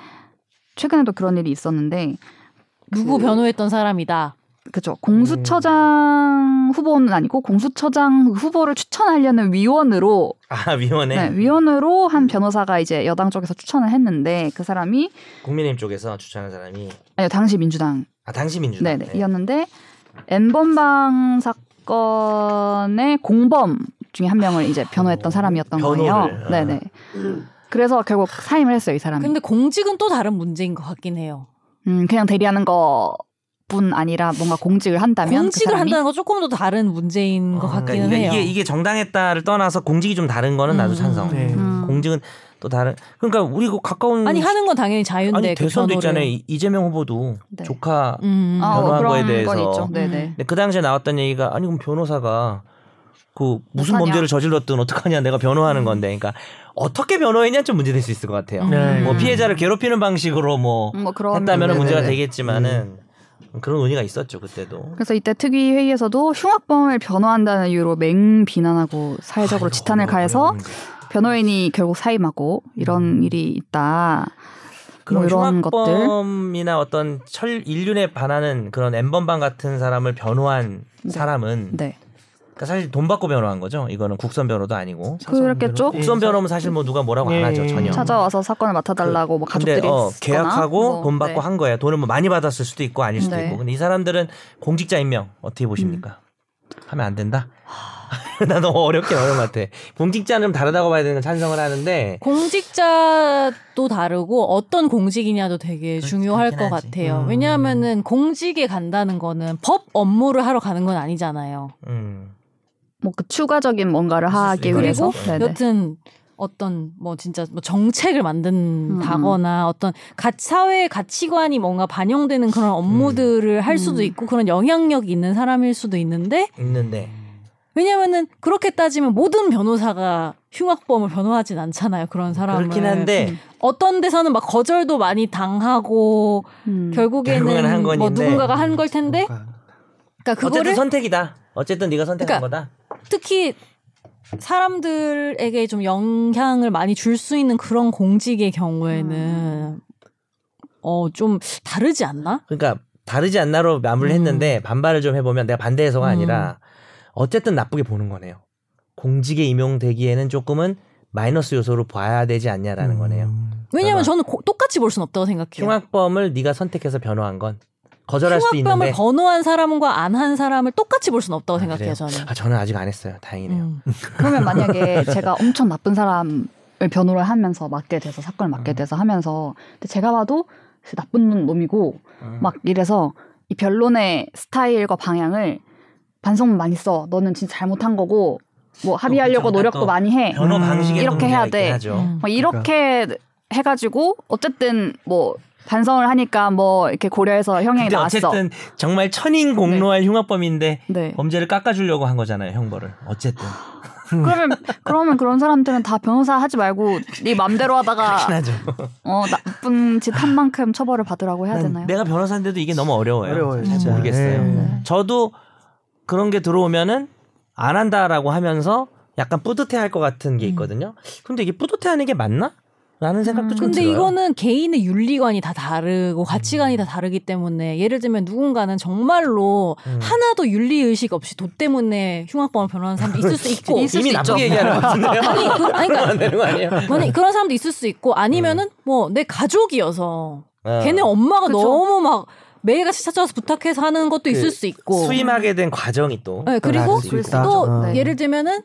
[SPEAKER 1] 최근에도 그런 일이 있었는데
[SPEAKER 3] 누구
[SPEAKER 1] 그-
[SPEAKER 3] 변호했던 사람이다.
[SPEAKER 1] 그죠 공수처장 후보는 아니고 공수처장 후보를 추천하려는 위원으로
[SPEAKER 2] 아 위원회
[SPEAKER 1] 네, 위원으로 한 변호사가 이제 여당 쪽에서 추천을 했는데 그 사람이
[SPEAKER 2] 국민의힘 쪽에서 추천한 사람이
[SPEAKER 1] 아니요 당시 민주당
[SPEAKER 2] 아 당시 민주당
[SPEAKER 1] 네네 이었는데 엠번방 사건의 공범 중에 한 명을 이제 변호했던
[SPEAKER 2] 어,
[SPEAKER 1] 사람이었던
[SPEAKER 2] 변호를,
[SPEAKER 1] 거예요.
[SPEAKER 2] 아.
[SPEAKER 1] 네네. 그래서 결국 사임을 했어요 이 사람이.
[SPEAKER 3] 근데 공직은 또 다른 문제인 것 같긴 해요.
[SPEAKER 1] 음 그냥 대리하는 거뿐 아니라 뭔가 공직을 한다면
[SPEAKER 3] 공직을
[SPEAKER 1] 그 사람이
[SPEAKER 3] 한다는 건 조금 더 다른 문제인 것
[SPEAKER 2] 아,
[SPEAKER 3] 같기는
[SPEAKER 2] 그러니까
[SPEAKER 3] 해요.
[SPEAKER 2] 이게 이게 정당했다를 떠나서 공직이 좀 다른 거는 나도
[SPEAKER 3] 음.
[SPEAKER 2] 찬성.
[SPEAKER 4] 네.
[SPEAKER 1] 음.
[SPEAKER 2] 공직은 또 다른. 그러니까 우리 그 가까운
[SPEAKER 3] 아니 하는 건 당연히 자유인데
[SPEAKER 2] 아니
[SPEAKER 3] 그
[SPEAKER 2] 대선도
[SPEAKER 3] 변호를-
[SPEAKER 2] 있잖아요. 이- 이재명 후보도
[SPEAKER 1] 네.
[SPEAKER 2] 조카.
[SPEAKER 3] 음.
[SPEAKER 1] 아,
[SPEAKER 2] 변호한
[SPEAKER 1] 그런
[SPEAKER 2] 거에 대해서.
[SPEAKER 1] 건 있죠. 네네.
[SPEAKER 2] 근데 그 당시에 나왔던 얘기가 아니 그럼 변호사가 그 무슨
[SPEAKER 1] 못하냐?
[SPEAKER 2] 범죄를 저질렀든 어떡하냐 내가 변호하는 건데, 그러니까 어떻게 변호했냐 좀 문제될 수 있을 것
[SPEAKER 3] 음.
[SPEAKER 2] 같아요.
[SPEAKER 4] 네.
[SPEAKER 2] 뭐 피해자를 괴롭히는 방식으로 뭐
[SPEAKER 1] 음, 뭐 그런
[SPEAKER 2] 했다면 은
[SPEAKER 1] 네네네.
[SPEAKER 2] 문제가 되겠지만은 그런 논의가 있었죠 그때도.
[SPEAKER 1] 그래서 이때 특위 회의에서도 흉악범을 변호한다는 이유로 맹비난하고 사회적으로
[SPEAKER 2] 아,
[SPEAKER 1] 지탄을
[SPEAKER 2] 이거 어려운
[SPEAKER 1] 가해서
[SPEAKER 2] 문제.
[SPEAKER 1] 변호인이 결국 사임하고 이런 일이 있다. 뭐
[SPEAKER 2] 음. 그런
[SPEAKER 1] 이런 것들.
[SPEAKER 2] 흉악범이나 어떤 철 인륜에 반하는 그런 엠번방 같은 사람을 변호한 사람은
[SPEAKER 1] 네.
[SPEAKER 2] 그러니까 사실 돈 받고 변호한 거죠. 이거는 국선 변호도 아니고
[SPEAKER 1] 그렇겠죠?
[SPEAKER 4] 예.
[SPEAKER 2] 국선 변호면 사실 뭐 누가 뭐라고 안
[SPEAKER 4] 예.
[SPEAKER 2] 하죠 전혀.
[SPEAKER 1] 네. 찾아와서 사건을 맡아달라고 뭐
[SPEAKER 2] 근데
[SPEAKER 1] 가족들이
[SPEAKER 2] 어,
[SPEAKER 1] 있거나
[SPEAKER 2] 계약하고
[SPEAKER 1] 뭐,
[SPEAKER 2] 돈 받고
[SPEAKER 1] 네.
[SPEAKER 2] 한 거예요. 돈을 뭐 많이 받았을 수도 있고 아닐 수도
[SPEAKER 1] 네. 음.
[SPEAKER 2] 있고. 근데 이 사람들은 공직자 임명 어떻게 보십니까? 하면 안 된다. 나 너무 어렵게 어려운 것 같아. 공직자는 다르다고 봐야 되는 건 찬성을 하는데
[SPEAKER 3] 공직자도 다르고 어떤 공직이냐도 되게
[SPEAKER 2] 그렇-
[SPEAKER 3] 중요할 것
[SPEAKER 2] 그렇긴 하지.
[SPEAKER 3] 같아요.
[SPEAKER 4] 음.
[SPEAKER 3] 왜냐하면은 공직에 간다는 거는 법 업무를 하러 가는 건 아니잖아요.
[SPEAKER 2] 음.
[SPEAKER 1] 뭐그 추가적인 뭔가를
[SPEAKER 2] 있을
[SPEAKER 1] 하기
[SPEAKER 2] 수도
[SPEAKER 1] 위해서
[SPEAKER 2] 있고.
[SPEAKER 1] 네네.
[SPEAKER 3] 여튼 어떤 뭐 진짜 뭐 정책을
[SPEAKER 2] 음.
[SPEAKER 3] 만든다거나 어떤 가, 사회의 가치관이 뭔가 반영되는 그런 업무들을 할 수도
[SPEAKER 1] 음.
[SPEAKER 3] 있고 그런 영향력이 있는 사람일 수도 있는데
[SPEAKER 2] 있는데
[SPEAKER 3] 왜냐면은 그렇게 따지면 모든 변호사가 흉악범을 변호하진 않잖아요. 그런 사람을
[SPEAKER 2] 그렇긴 한데
[SPEAKER 1] 음.
[SPEAKER 3] 어떤 데서는 막 거절도 많이 당하고
[SPEAKER 1] 음.
[SPEAKER 2] 결국엔 한
[SPEAKER 3] 결국에는 뭐
[SPEAKER 2] 건인데. 음.
[SPEAKER 3] 누군가가 한 걸 텐데
[SPEAKER 4] 뭔가
[SPEAKER 3] 그러니까
[SPEAKER 2] 어쨌든
[SPEAKER 3] 그거를 그러니까
[SPEAKER 2] 선택이다. 어쨌든 네가 선택한 거다.
[SPEAKER 3] 특히 사람들에게 좀 영향을 많이 줄 수 있는 그런 공직의
[SPEAKER 2] 음.
[SPEAKER 3] 경우에는 어 좀 다르지 않나?
[SPEAKER 2] 그러니까 다르지 않나로
[SPEAKER 3] 음.
[SPEAKER 2] 마무리를 했는데 반발을 좀 해보면 내가 반대해서가
[SPEAKER 3] 음.
[SPEAKER 2] 아니라 어쨌든 나쁘게 보는 거네요. 공직에 임용되기에는 조금은 마이너스 요소로 봐야 되지 않냐라는 거네요.
[SPEAKER 4] 음.
[SPEAKER 3] 왜냐면
[SPEAKER 2] 그러나-
[SPEAKER 3] 저는 고- 똑같이 볼 수는 없다고 생각해요.
[SPEAKER 2] 흉악범을 네가 선택해서 변호한 건 거절할 수도
[SPEAKER 3] 흉악병을
[SPEAKER 2] 있는데
[SPEAKER 3] 번호한 사람과 안 한 사람을 똑같이 볼 수는 없다고
[SPEAKER 2] 아,
[SPEAKER 3] 생각해요
[SPEAKER 2] 그래요?
[SPEAKER 3] 저는.
[SPEAKER 2] 아, 저는 아직 안 했어요. 다행이네요.
[SPEAKER 3] 음.
[SPEAKER 1] 그러면 만약에 제가 엄청 나쁜 사람을 변호를 하면서 맡게 돼서 사건을 맡게
[SPEAKER 2] 음.
[SPEAKER 1] 돼서 하면서 근데 제가 봐도 나쁜 놈이고
[SPEAKER 2] 음.
[SPEAKER 1] 막 이래서 이 변론의 스타일과 방향을 반성문 많이 써. 너는 진짜 잘못한 거고
[SPEAKER 2] 어,
[SPEAKER 1] 뭐 합의하려고
[SPEAKER 2] 그쵸.
[SPEAKER 1] 노력도
[SPEAKER 2] 또
[SPEAKER 1] 많이 해.
[SPEAKER 2] 변호
[SPEAKER 4] 음,
[SPEAKER 2] 방식에
[SPEAKER 1] 이렇게 해야 돼.
[SPEAKER 3] 음.
[SPEAKER 2] 그러니까.
[SPEAKER 1] 뭐 이렇게 해가지고 어쨌든 뭐 반성을 하니까 뭐 이렇게 고려해서 형량이
[SPEAKER 2] 근데
[SPEAKER 1] 나왔어.
[SPEAKER 2] 어쨌든 어. 정말 천인 공로할 흉악범인데
[SPEAKER 1] 네.
[SPEAKER 2] 범죄를 깎아주려고 한 거잖아요 형벌을 어쨌든
[SPEAKER 1] 그러면 그러면 그런 사람들은 다 변호사 하지 말고 네 맘대로
[SPEAKER 3] 아,
[SPEAKER 1] 하다가
[SPEAKER 2] 하죠.
[SPEAKER 1] 어 나쁜 짓 한 만큼 처벌을 받으라고 해야
[SPEAKER 2] 난
[SPEAKER 1] 되나요?
[SPEAKER 2] 내가 변호사인데도 이게 너무 어려워요.
[SPEAKER 4] 어려워요.
[SPEAKER 2] 뭐 잘
[SPEAKER 4] 진짜.
[SPEAKER 2] 모르겠어요.
[SPEAKER 4] 네.
[SPEAKER 1] 네.
[SPEAKER 2] 저도 그런 게 들어오면은 안 한다라고 하면서 약간 뿌듯해할 것 같은
[SPEAKER 3] 음.
[SPEAKER 2] 게 있거든요. 근데 이게 뿌듯해하는 게 맞나? 라는
[SPEAKER 1] 음.
[SPEAKER 2] 생각도 좀
[SPEAKER 3] 근데
[SPEAKER 2] 들어요.
[SPEAKER 3] 이거는 개인의 윤리관이 다 다르고 가치관이 다 다르기 때문에 예를 들면 누군가는 정말로
[SPEAKER 2] 음.
[SPEAKER 3] 하나도 윤리 의식 없이 돈 때문에 흉악범을 변호하는 사람도 있을 수 있고
[SPEAKER 1] 있을
[SPEAKER 2] 이미
[SPEAKER 1] 수 있죠.
[SPEAKER 2] 나쁘게 얘기하는 것 같은데요.
[SPEAKER 3] 아니, 그, 아니 그러니까
[SPEAKER 2] 안 되는 거 아니에요?
[SPEAKER 3] 만약 그런 사람도 있을 수 있고 아니면은 뭐 내 가족이어서
[SPEAKER 2] 어.
[SPEAKER 3] 걔네 엄마가
[SPEAKER 1] 그쵸.
[SPEAKER 3] 너무 막 매일같이 찾아와서 부탁해서 하는 것도 있을
[SPEAKER 2] 그
[SPEAKER 3] 수 있고
[SPEAKER 2] 수임하게 된 과정이 또
[SPEAKER 3] 네, 그리고
[SPEAKER 2] 달라질 수
[SPEAKER 1] 그래서
[SPEAKER 2] 있다. 그렇죠. 네.
[SPEAKER 3] 또
[SPEAKER 4] 어.
[SPEAKER 3] 예를 들면은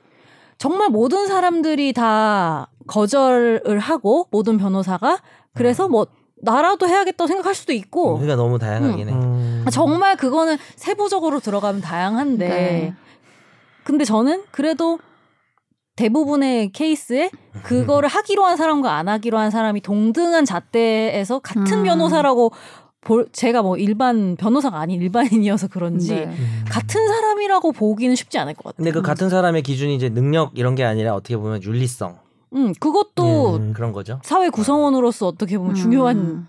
[SPEAKER 3] 정말 모든 사람들이 다 거절을 하고 모든 변호사가
[SPEAKER 2] 네.
[SPEAKER 3] 그래서 뭐 나라도 해야겠다고 생각할 수도 있고 아,
[SPEAKER 2] 우리가 너무 다양하긴 해.
[SPEAKER 4] 음.
[SPEAKER 2] 아,
[SPEAKER 3] 정말 그거는 세부적으로 들어가면 다양한데
[SPEAKER 1] 네.
[SPEAKER 3] 근데 저는 그래도 대부분의 케이스에 그거를 하기로 한 사람과 안 하기로 한 사람이 동등한 잣대에서 같은
[SPEAKER 1] 음.
[SPEAKER 3] 변호사라고 볼 제가 뭐 일반 변호사가 아닌 일반인이어서 그런지
[SPEAKER 1] 네.
[SPEAKER 4] 음.
[SPEAKER 3] 같은 사람이라고 보기는 쉽지 않을 것 같아요.
[SPEAKER 2] 근데 그 같은 사람의 기준이 이제 능력 이런 게 아니라 어떻게 보면 윤리성
[SPEAKER 3] 음, 그것도
[SPEAKER 4] 음.
[SPEAKER 2] 그런 거죠.
[SPEAKER 3] 사회 구성원으로서 어떻게
[SPEAKER 1] 음.
[SPEAKER 3] 보면 중요한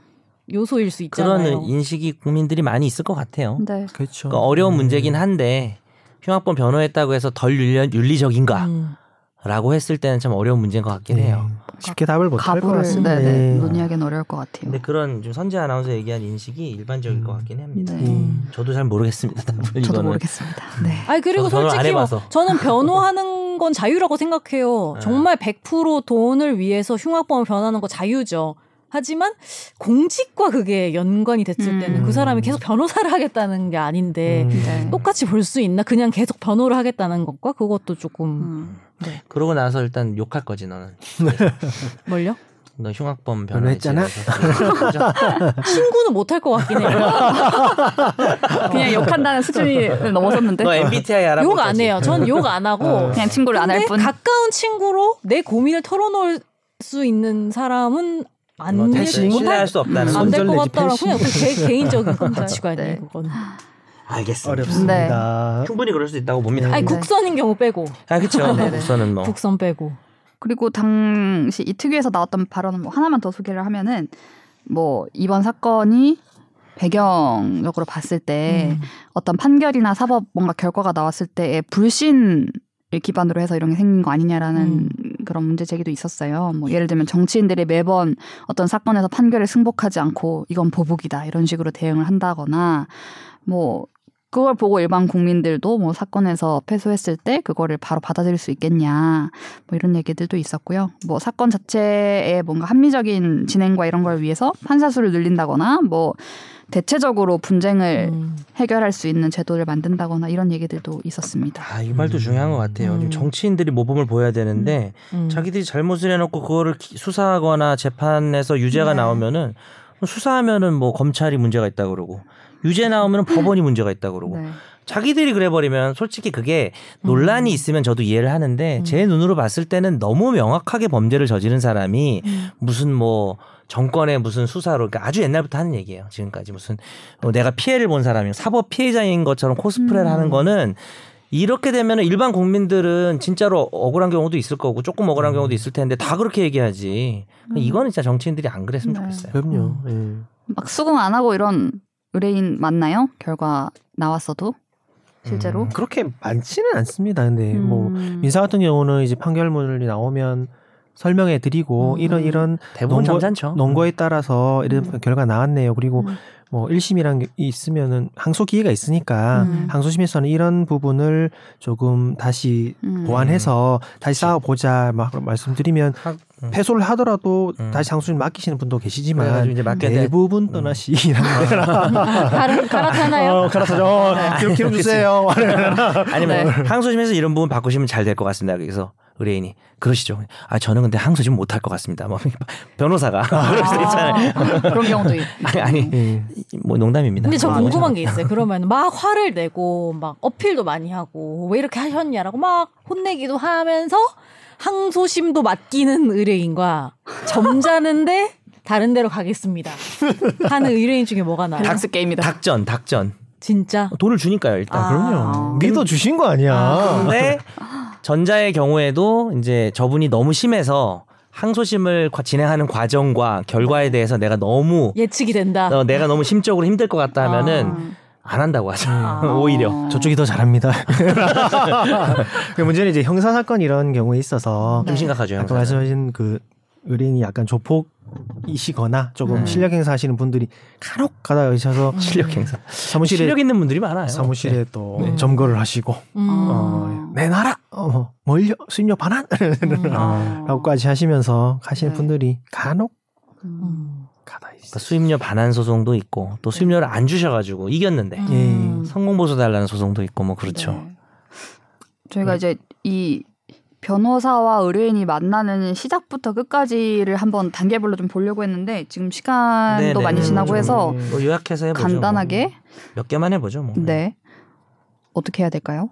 [SPEAKER 3] 요소일 수
[SPEAKER 2] 그런
[SPEAKER 3] 있잖아요.
[SPEAKER 2] 인식이 국민들이 많이 있을 것 같아요.
[SPEAKER 1] 음. 네.
[SPEAKER 4] 그렇죠.
[SPEAKER 2] 그러니까 어려운 문제긴 한데 흉악범 변호했다고 해서 덜 윤리, 윤리적인가라고
[SPEAKER 3] 음.
[SPEAKER 2] 했을 때는 참 어려운 문제인 것 같긴
[SPEAKER 4] 네.
[SPEAKER 2] 해요.
[SPEAKER 4] 예. 쉽게 답을
[SPEAKER 2] 뭐
[SPEAKER 4] 못 할 것
[SPEAKER 1] 가부를
[SPEAKER 4] 같습니다.
[SPEAKER 1] 네네
[SPEAKER 4] 예.
[SPEAKER 1] 논의하기는 어려울 것 같아요.
[SPEAKER 2] 근데 그런 좀 선재 아나운서 얘기한 인식이 일반적인
[SPEAKER 4] 음.
[SPEAKER 2] 것 같긴 합니다.
[SPEAKER 1] 네.
[SPEAKER 4] 음.
[SPEAKER 2] 저도 잘 모르겠습니다. 답을
[SPEAKER 1] 저도
[SPEAKER 2] 이거는.
[SPEAKER 1] 모르겠습니다. 네.
[SPEAKER 3] 아니 그리고
[SPEAKER 2] 저- 저는 안
[SPEAKER 3] 솔직히 뭐
[SPEAKER 2] 해봐서.
[SPEAKER 3] 저는 변호하는 건 자유라고 생각해요.
[SPEAKER 2] 네.
[SPEAKER 3] 정말 100% 돈을 위해서 흉악범을 변하는 거 자유죠. 하지만 공직과 그게 연관이 됐을
[SPEAKER 1] 음.
[SPEAKER 3] 때는 그 사람이 계속 변호사를 하겠다는 게 아닌데
[SPEAKER 4] 음.
[SPEAKER 1] 네.
[SPEAKER 3] 똑같이 볼 수 있나? 그냥 계속 변호를 하겠다는 것과 그것도 조금
[SPEAKER 1] 음.
[SPEAKER 2] 그러고 나서 일단 욕할 거지 너는.
[SPEAKER 3] 멀려?
[SPEAKER 2] 너 흉악범
[SPEAKER 4] 변호했잖아.
[SPEAKER 2] 변호했잖아.
[SPEAKER 3] 친구는 못할 것 같긴 해요.
[SPEAKER 1] 그냥 욕한다는 수준이 넘어섰는데
[SPEAKER 2] 너 MBTI 알아?
[SPEAKER 3] 욕 안 해요. 전 욕 안
[SPEAKER 2] 어.
[SPEAKER 3] 하고
[SPEAKER 1] 그냥 친구를 안 할
[SPEAKER 3] 근데
[SPEAKER 1] 뿐.
[SPEAKER 3] 가까운 친구로 내 고민을 털어놓을 수 있는 사람은 안
[SPEAKER 2] 대신 신뢰할 수 없다는
[SPEAKER 4] 음.
[SPEAKER 2] 거.
[SPEAKER 3] 안 될 것
[SPEAKER 4] 손절내지
[SPEAKER 3] 같더라고요.
[SPEAKER 4] 펜싱.
[SPEAKER 3] 그냥 제 개인적인 가치관이에요,
[SPEAKER 1] 네.
[SPEAKER 3] 그건.
[SPEAKER 2] 알겠습니다.
[SPEAKER 4] 어렵습니다.
[SPEAKER 3] 네.
[SPEAKER 2] 충분히 그럴 수 있다고 봅니다.
[SPEAKER 3] 아니,
[SPEAKER 1] 네.
[SPEAKER 3] 국선인 경우 빼고.
[SPEAKER 2] 아 그렇죠.
[SPEAKER 1] 네네.
[SPEAKER 2] 우선은 뭐
[SPEAKER 3] 국선 빼고.
[SPEAKER 1] 그리고 당시 이 특유에서 나왔던 발언은 뭐 하나만 더 소개를 하면은 뭐 이번 사건이 배경적으로 봤을 때
[SPEAKER 3] 음.
[SPEAKER 1] 어떤 판결이나 사법 뭔가 결과가 나왔을 때의 불신을 기반으로 해서 이런 게 생긴 거 아니냐라는 그런 문제 제기도 있었어요. 뭐 예를 들면 정치인들이 매번 어떤 사건에서 판결에 승복하지 않고 이건 보복이다 이런 식으로 대응을 한다거나 뭐 그걸 보고 일반 국민들도 뭐 사건에서 패소했을 때 그거를 바로 받아들일 수 있겠냐 뭐 이런 얘기들도 있었고요. 뭐 사건 자체의 뭔가 합리적인 진행과 이런 걸 위해서 판사 수를 늘린다거나 뭐 대체적으로 분쟁을
[SPEAKER 3] 음.
[SPEAKER 1] 해결할 수 있는 제도를 만든다거나 이런 얘기들도 있었습니다.
[SPEAKER 2] 아, 이 말도 중요한 것 같아요.
[SPEAKER 3] 음.
[SPEAKER 2] 지금 정치인들이 모범을 보여야 되는데
[SPEAKER 3] 음.
[SPEAKER 2] 자기들이 잘못을 해놓고 그거를 기- 수사하거나 재판에서 유죄가
[SPEAKER 1] 네.
[SPEAKER 2] 나오면은 수사하면은 뭐 검찰이 문제가 있다 그러고 유죄 나오면은 법원이 문제가 있다 그러고
[SPEAKER 1] 네.
[SPEAKER 2] 자기들이 그래버리면 솔직히 그게 논란이 있으면 저도 이해를 하는데
[SPEAKER 3] 음.
[SPEAKER 2] 제 눈으로 봤을 때는 너무 명확하게 범죄를 저지른 사람이
[SPEAKER 3] 음.
[SPEAKER 2] 무슨 뭐 정권의 무슨 수사로 그러니까 아주 옛날부터 하는 얘기예요. 지금까지 무슨 어, 내가 피해를 본 사람이 사법 피해자인 것처럼 코스프레를
[SPEAKER 1] 음.
[SPEAKER 2] 하는 거는 이렇게 되면 은 일반 국민들은 진짜로 억울한 경우도 있을 거고 조금 억울한 경우도 있을 텐데 다 그렇게 얘기하지. 그러니까
[SPEAKER 1] 음.
[SPEAKER 2] 이거는 진짜 정치인들이 안 그랬으면
[SPEAKER 1] 네.
[SPEAKER 2] 좋겠어요.
[SPEAKER 4] 그럼요.
[SPEAKER 3] 음.
[SPEAKER 4] 예.
[SPEAKER 1] 막 수긍 안 하고 이런 의뢰인 맞나요? 결과 나왔어도 실제로
[SPEAKER 2] 음.
[SPEAKER 4] 예. 그렇게 많지는 않습니다. 근데 뭐
[SPEAKER 1] 음.
[SPEAKER 4] 민사 같은 경우는 이제 판결문이 나오면 설명해 드리고
[SPEAKER 3] 음.
[SPEAKER 4] 이런 이런
[SPEAKER 2] 대부분
[SPEAKER 4] 논거-
[SPEAKER 2] 점잖죠.
[SPEAKER 4] 논거에 따라서 이런
[SPEAKER 1] 음.
[SPEAKER 4] 결과 나왔네요. 그리고
[SPEAKER 3] 음.
[SPEAKER 4] 뭐 1심이란 게 있으면은 항소 기회가 있으니까
[SPEAKER 1] 음.
[SPEAKER 4] 항소심에서는 이런 부분을 조금 다시
[SPEAKER 1] 음.
[SPEAKER 4] 보완해서 다시 싸워보자 막 말씀드리면
[SPEAKER 2] 네. 하- 음.
[SPEAKER 4] 패소를 하더라도
[SPEAKER 2] 음.
[SPEAKER 4] 다시 장수님 맡기시는 분도
[SPEAKER 2] 그래가지고
[SPEAKER 4] 계시지만
[SPEAKER 2] 이제 맡게 돼. 음.
[SPEAKER 4] 대부분 떠나시라는
[SPEAKER 3] 가라- 갈아타나요?
[SPEAKER 4] 어, 갈아타죠. 어,
[SPEAKER 2] 네.
[SPEAKER 4] 기름, 기름 주세요.
[SPEAKER 2] 아니면
[SPEAKER 1] 네.
[SPEAKER 2] 항소심에서 이런 부분 바꾸시면 잘 될 것 같습니다. 그래서 의뢰인이 그러시죠. 아 저는 근데 항소심 못 할 것 같습니다. 뭐 변호사가 그럴 수도 있잖아요.
[SPEAKER 1] 그런 경우도 있. 음.
[SPEAKER 2] 아니, 아니
[SPEAKER 4] 예.
[SPEAKER 2] 뭐 농담입니다.
[SPEAKER 3] 근데 저
[SPEAKER 2] 아,
[SPEAKER 3] 궁금한 게 있어요. 그러면 막 화를 내고 막 어필도 많이 하고 왜 이렇게 하셨냐라고 막 혼내기도 하면서 항소심도 맡기는 의뢰인과 점잖은데 다른 데로 가겠습니다. 하는 의뢰인 중에 뭐가 나요?
[SPEAKER 1] 밸런스 게임이다.
[SPEAKER 2] 닥전 닥전
[SPEAKER 3] 진짜
[SPEAKER 2] 돈을 주니까요 일단.
[SPEAKER 3] 아.
[SPEAKER 4] 그럼요. 믿어 주신 거 아니야.
[SPEAKER 3] 아,
[SPEAKER 1] 네.
[SPEAKER 2] 근데 전자의 경우에도 이제 저분이 너무 심해서 항소심을 과- 진행하는 과정과 결과에 대해서 내가 너무
[SPEAKER 3] 예측이 된다.
[SPEAKER 2] 어, 내가 너무 심적으로 힘들 것 같다
[SPEAKER 1] 아.
[SPEAKER 2] 하면은 안 한다고 하죠. 오히려.
[SPEAKER 1] 네.
[SPEAKER 4] 저쪽이 더 잘합니다. 그 문제는 이제 형사 사건 이런 경우에 있어서
[SPEAKER 1] 네.
[SPEAKER 2] 좀 심각하죠.
[SPEAKER 4] 아까
[SPEAKER 2] 형사는.
[SPEAKER 4] 말씀하신 그 의뢰인이 약간 조폭이시거나 조금
[SPEAKER 1] 네.
[SPEAKER 2] 음.
[SPEAKER 4] 실력 행사하시는 분들이 간혹 가다 계셔서
[SPEAKER 1] 음.
[SPEAKER 2] 실력 행사.
[SPEAKER 4] 사무실에
[SPEAKER 2] 실력 있는 분들이 많아요.
[SPEAKER 4] 사무실에 또
[SPEAKER 2] 네.
[SPEAKER 4] 점거를 하시고
[SPEAKER 3] 음.
[SPEAKER 1] 아,
[SPEAKER 4] 어,
[SPEAKER 1] 네.
[SPEAKER 4] 내놔라 어, 멀려 수입료 반환
[SPEAKER 3] 음.
[SPEAKER 2] 어.
[SPEAKER 4] 라고까지 하시면서 하시는
[SPEAKER 1] 네.
[SPEAKER 4] 분들이 간혹
[SPEAKER 3] 음.
[SPEAKER 4] 가다 있어.
[SPEAKER 2] 그러니까 수입료 반환 소송도 있고 또
[SPEAKER 1] 네.
[SPEAKER 2] 수입료를 안 주셔가지고 이겼는데
[SPEAKER 3] 음.
[SPEAKER 2] 성공 보수 달라는 소송도 있고 뭐 그렇죠.
[SPEAKER 1] 네.
[SPEAKER 2] 네.
[SPEAKER 1] 저희가 이제 이 변호사와 의뢰인이 만나는 시작부터 끝까지를 한번 단계별로 좀 보려고 했는데 지금 시간도
[SPEAKER 2] 네, 네,
[SPEAKER 1] 많이
[SPEAKER 2] 네,
[SPEAKER 1] 지나고
[SPEAKER 2] 좀
[SPEAKER 1] 해서
[SPEAKER 2] 뭐 요약해서 해보죠.
[SPEAKER 1] 간단하게
[SPEAKER 2] 뭐. 몇 개만 해보죠. 뭐.
[SPEAKER 1] 네 어떻게 해야 될까요?